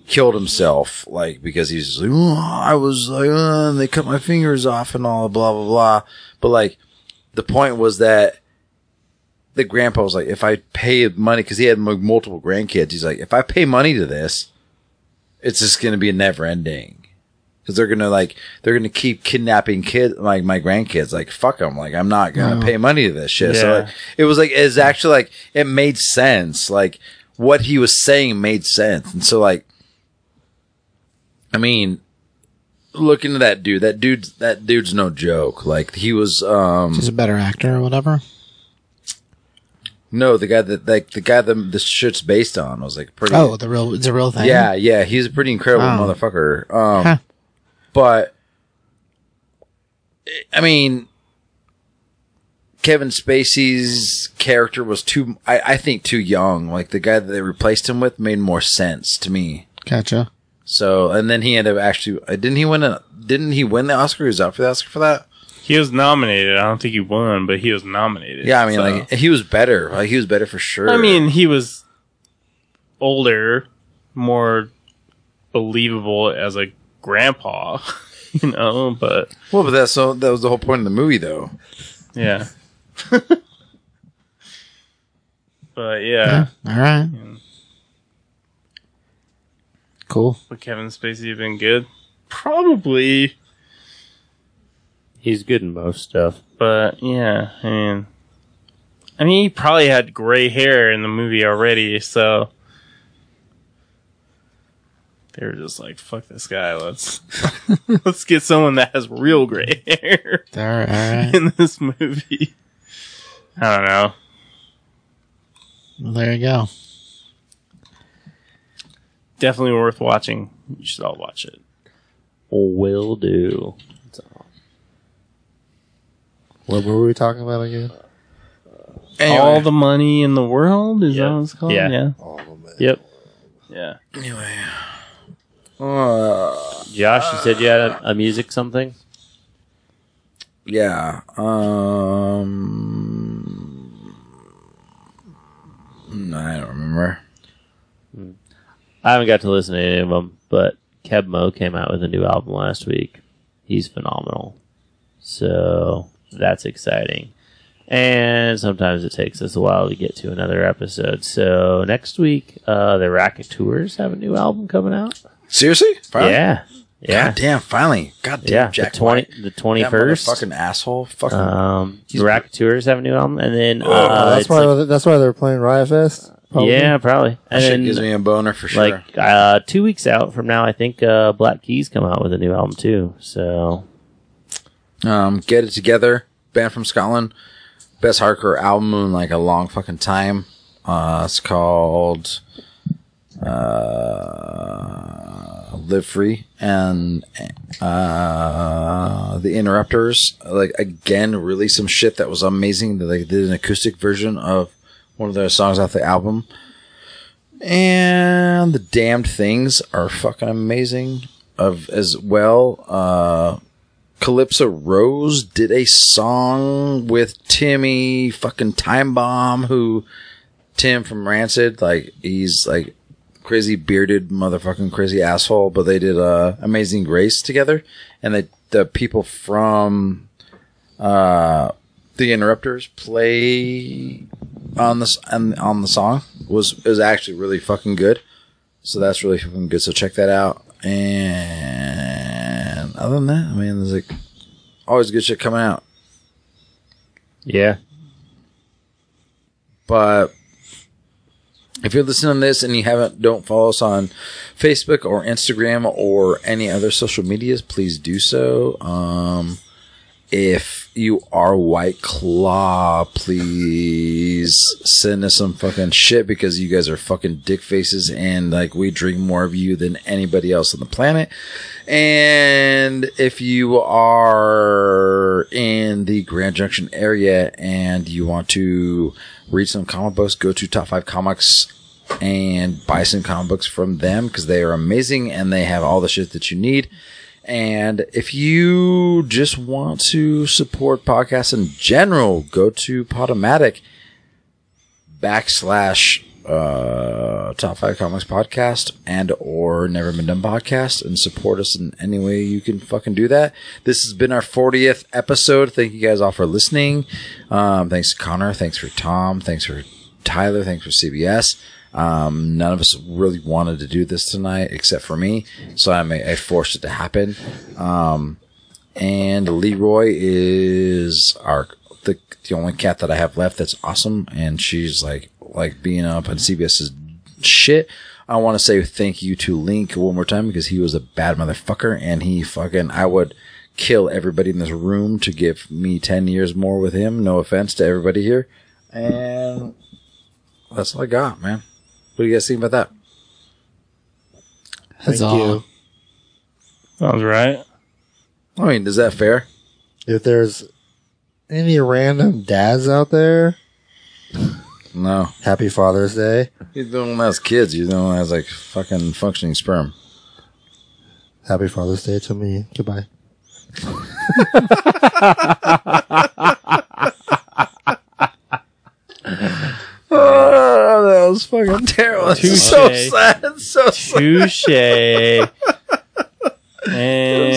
S1: Killed himself, like because he's just like, "Oh, I was like, uh, and they cut my fingers off and all, blah blah blah. But like, the point was that the grandpa was like, if I pay money, because he had m- multiple grandkids, he's like, if I pay money to this, it's just going to be a never ending. Because they're going to like, they're going to keep kidnapping kids, like my grandkids. Like, fuck them. Like, I'm not going to pay money to this shit. So
S4: Yeah.
S1: like, it was like, it's actually like, it made sense. Like, what he was saying made sense. And so, like, I mean, look into that dude. That dude's that dude's no joke. Like he was um
S2: he's a better actor or whatever.
S1: No, the guy that like the guy that the shit's based on was like pretty.
S2: Oh, the real it's a real thing.
S1: yeah, yeah, he's a pretty incredible
S2: Oh.
S1: motherfucker. Um,
S2: Huh.
S1: but I- I mean, Kevin Spacey's character was too. I, I think too young. Like the guy that they replaced him with made more sense to me.
S2: Gotcha.
S1: So, and then he ended up actually. uh, Didn't he win? A, didn't he win the Oscar? He was up for the Oscar for that.
S4: He was nominated. I don't think he won, but he was nominated.
S1: Yeah, I mean,
S4: so-
S1: like he was better. Like he was better for sure.
S4: I mean, he was older, more believable as a grandpa, you know. But
S1: well, but that's so. That was the whole point of the movie, though.
S4: yeah, but
S2: Yeah.
S4: yeah,
S2: All right. Cool.
S4: would Kevin Spacey have been good? Probably,
S3: he's good in most stuff.
S4: but yeah, I mean, I mean, he probably had gray hair in the movie already, so. They were just like, "Fuck this guy! Let's let's get someone that has real gray hair."
S2: All right. All right.
S4: in this movie. I don't know.
S2: Well, there you go.
S4: Definitely worth watching. You should all watch it.
S3: Will do. That's all.
S5: What were we talking about again?
S1: Anyway.
S4: All the money in the world is
S3: Yeah.
S4: that what it's called?
S3: Yeah.
S4: yeah.
S5: All of it.
S3: Yep.
S4: Yeah.
S1: Anyway. Uh,
S3: Josh, you said you had a, a music something?
S1: yeah. Um. No, hmm, I don't remember.
S3: I haven't got to listen to any of them, but Keb Mo came out with a new album last week. He's phenomenal. So that's exciting. And sometimes it takes us a while to get to another episode. So next week, uh, the Racketeurs have a new album coming out.
S1: Seriously? Finally?
S3: Yeah. Yeah.
S1: God damn! Finally. God damn.
S3: yeah.
S1: Jack
S3: the 20,
S1: White.
S3: the
S1: That
S3: 21st.
S1: Fucking asshole. Fucking.
S3: Um, the Racketeurs have a new album. And then, uh,
S5: Oh, that's
S3: it's
S5: why.
S3: like-
S5: that's why they're playing Riot Fest. probably?
S3: yeah, probably.
S1: that
S3: And
S1: shit
S3: then,
S1: gives me a boner for sure.
S3: like uh, two weeks out from now, I think uh, Black Keys come out with a new album too. So
S1: um, get it together. Band from Scotland. Best hardcore album in like a long fucking time. Uh, it's called uh, Live Free, and uh, uh, the Interrupters. Like again, really some shit that was amazing. They like, did an acoustic version of one of their songs off the album. And the Damned Things are fucking amazing. Of as well, uh, Calypso Rose did a song with Timmy fucking Time Bomb, who Tim from Rancid, like he's like crazy bearded motherfucking crazy asshole, but they did uh Amazing Grace together and they the people from uh the interrupters play on this on, on the song was is actually really fucking good. So that's really fucking good. So check that out. And other than that, I mean there's like always good shit coming out.
S3: Yeah.
S1: But if you're listening to this and you haven't, don't follow us on Facebook or Instagram or any other social medias, please do so. Um, if you are White Claw, please send us some fucking shit because you guys are fucking dick faces and like we drink more of you than anybody else on the planet. And if you are in the Grand Junction area and you want to read some comic books, go to Top 5 Comics and buy some comic books from them because they are amazing and they have all the shit that you need. And if you just want to support podcasts in general, go to Podomatic backslash uh, Top Five Comics Podcast and or Never Been Done Podcast and support us in any way you can fucking do that. This has been our 40th episode. Thank you guys all for listening. Um, thanks to Connor. Thanks for Tom. Thanks for Tyler. Thanks for CBS. Um, none of us really wanted to do this tonight except for me, so I, may, I forced it to happen. Um, and Leroy is our the the only cat that I have left that's awesome, and she's like like being up on CBS's shit. I want to say thank you to Link one more time because he was a bad motherfucker, and he fucking I would kill everybody in this room to give me ten years more with him. No offense to everybody here, and that's all I got, man. What do you guys think about that?
S2: That's all.
S5: you.
S4: Sounds right.
S1: I mean, is that fair?
S5: If there's any random dads out there,
S1: No.
S5: happy Father's Day.
S1: He's the one that has kids. He's the one that has like fucking functioning sperm.
S5: Happy Father's Day to me. Goodbye.
S1: Oh, that was fucking terrible. It's
S4: Touche.
S1: so sad. It's so sad.
S4: Touche.
S1: It's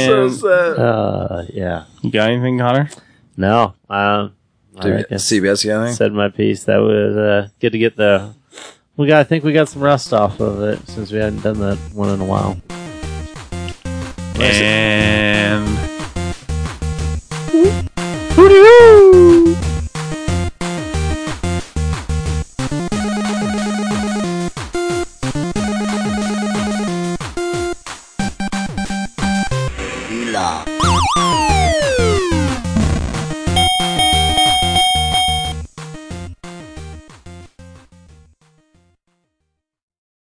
S1: so
S4: and
S1: sad.
S3: Uh, yeah.
S4: you got anything, Connor?
S3: No. Um, I
S1: Dude,
S3: reckon
S1: CBS, you got anything?
S3: said my piece. That was uh, good to get the. We got. I think we got some rust off of it since we hadn't done that one in a while.
S4: And.
S7: Hula.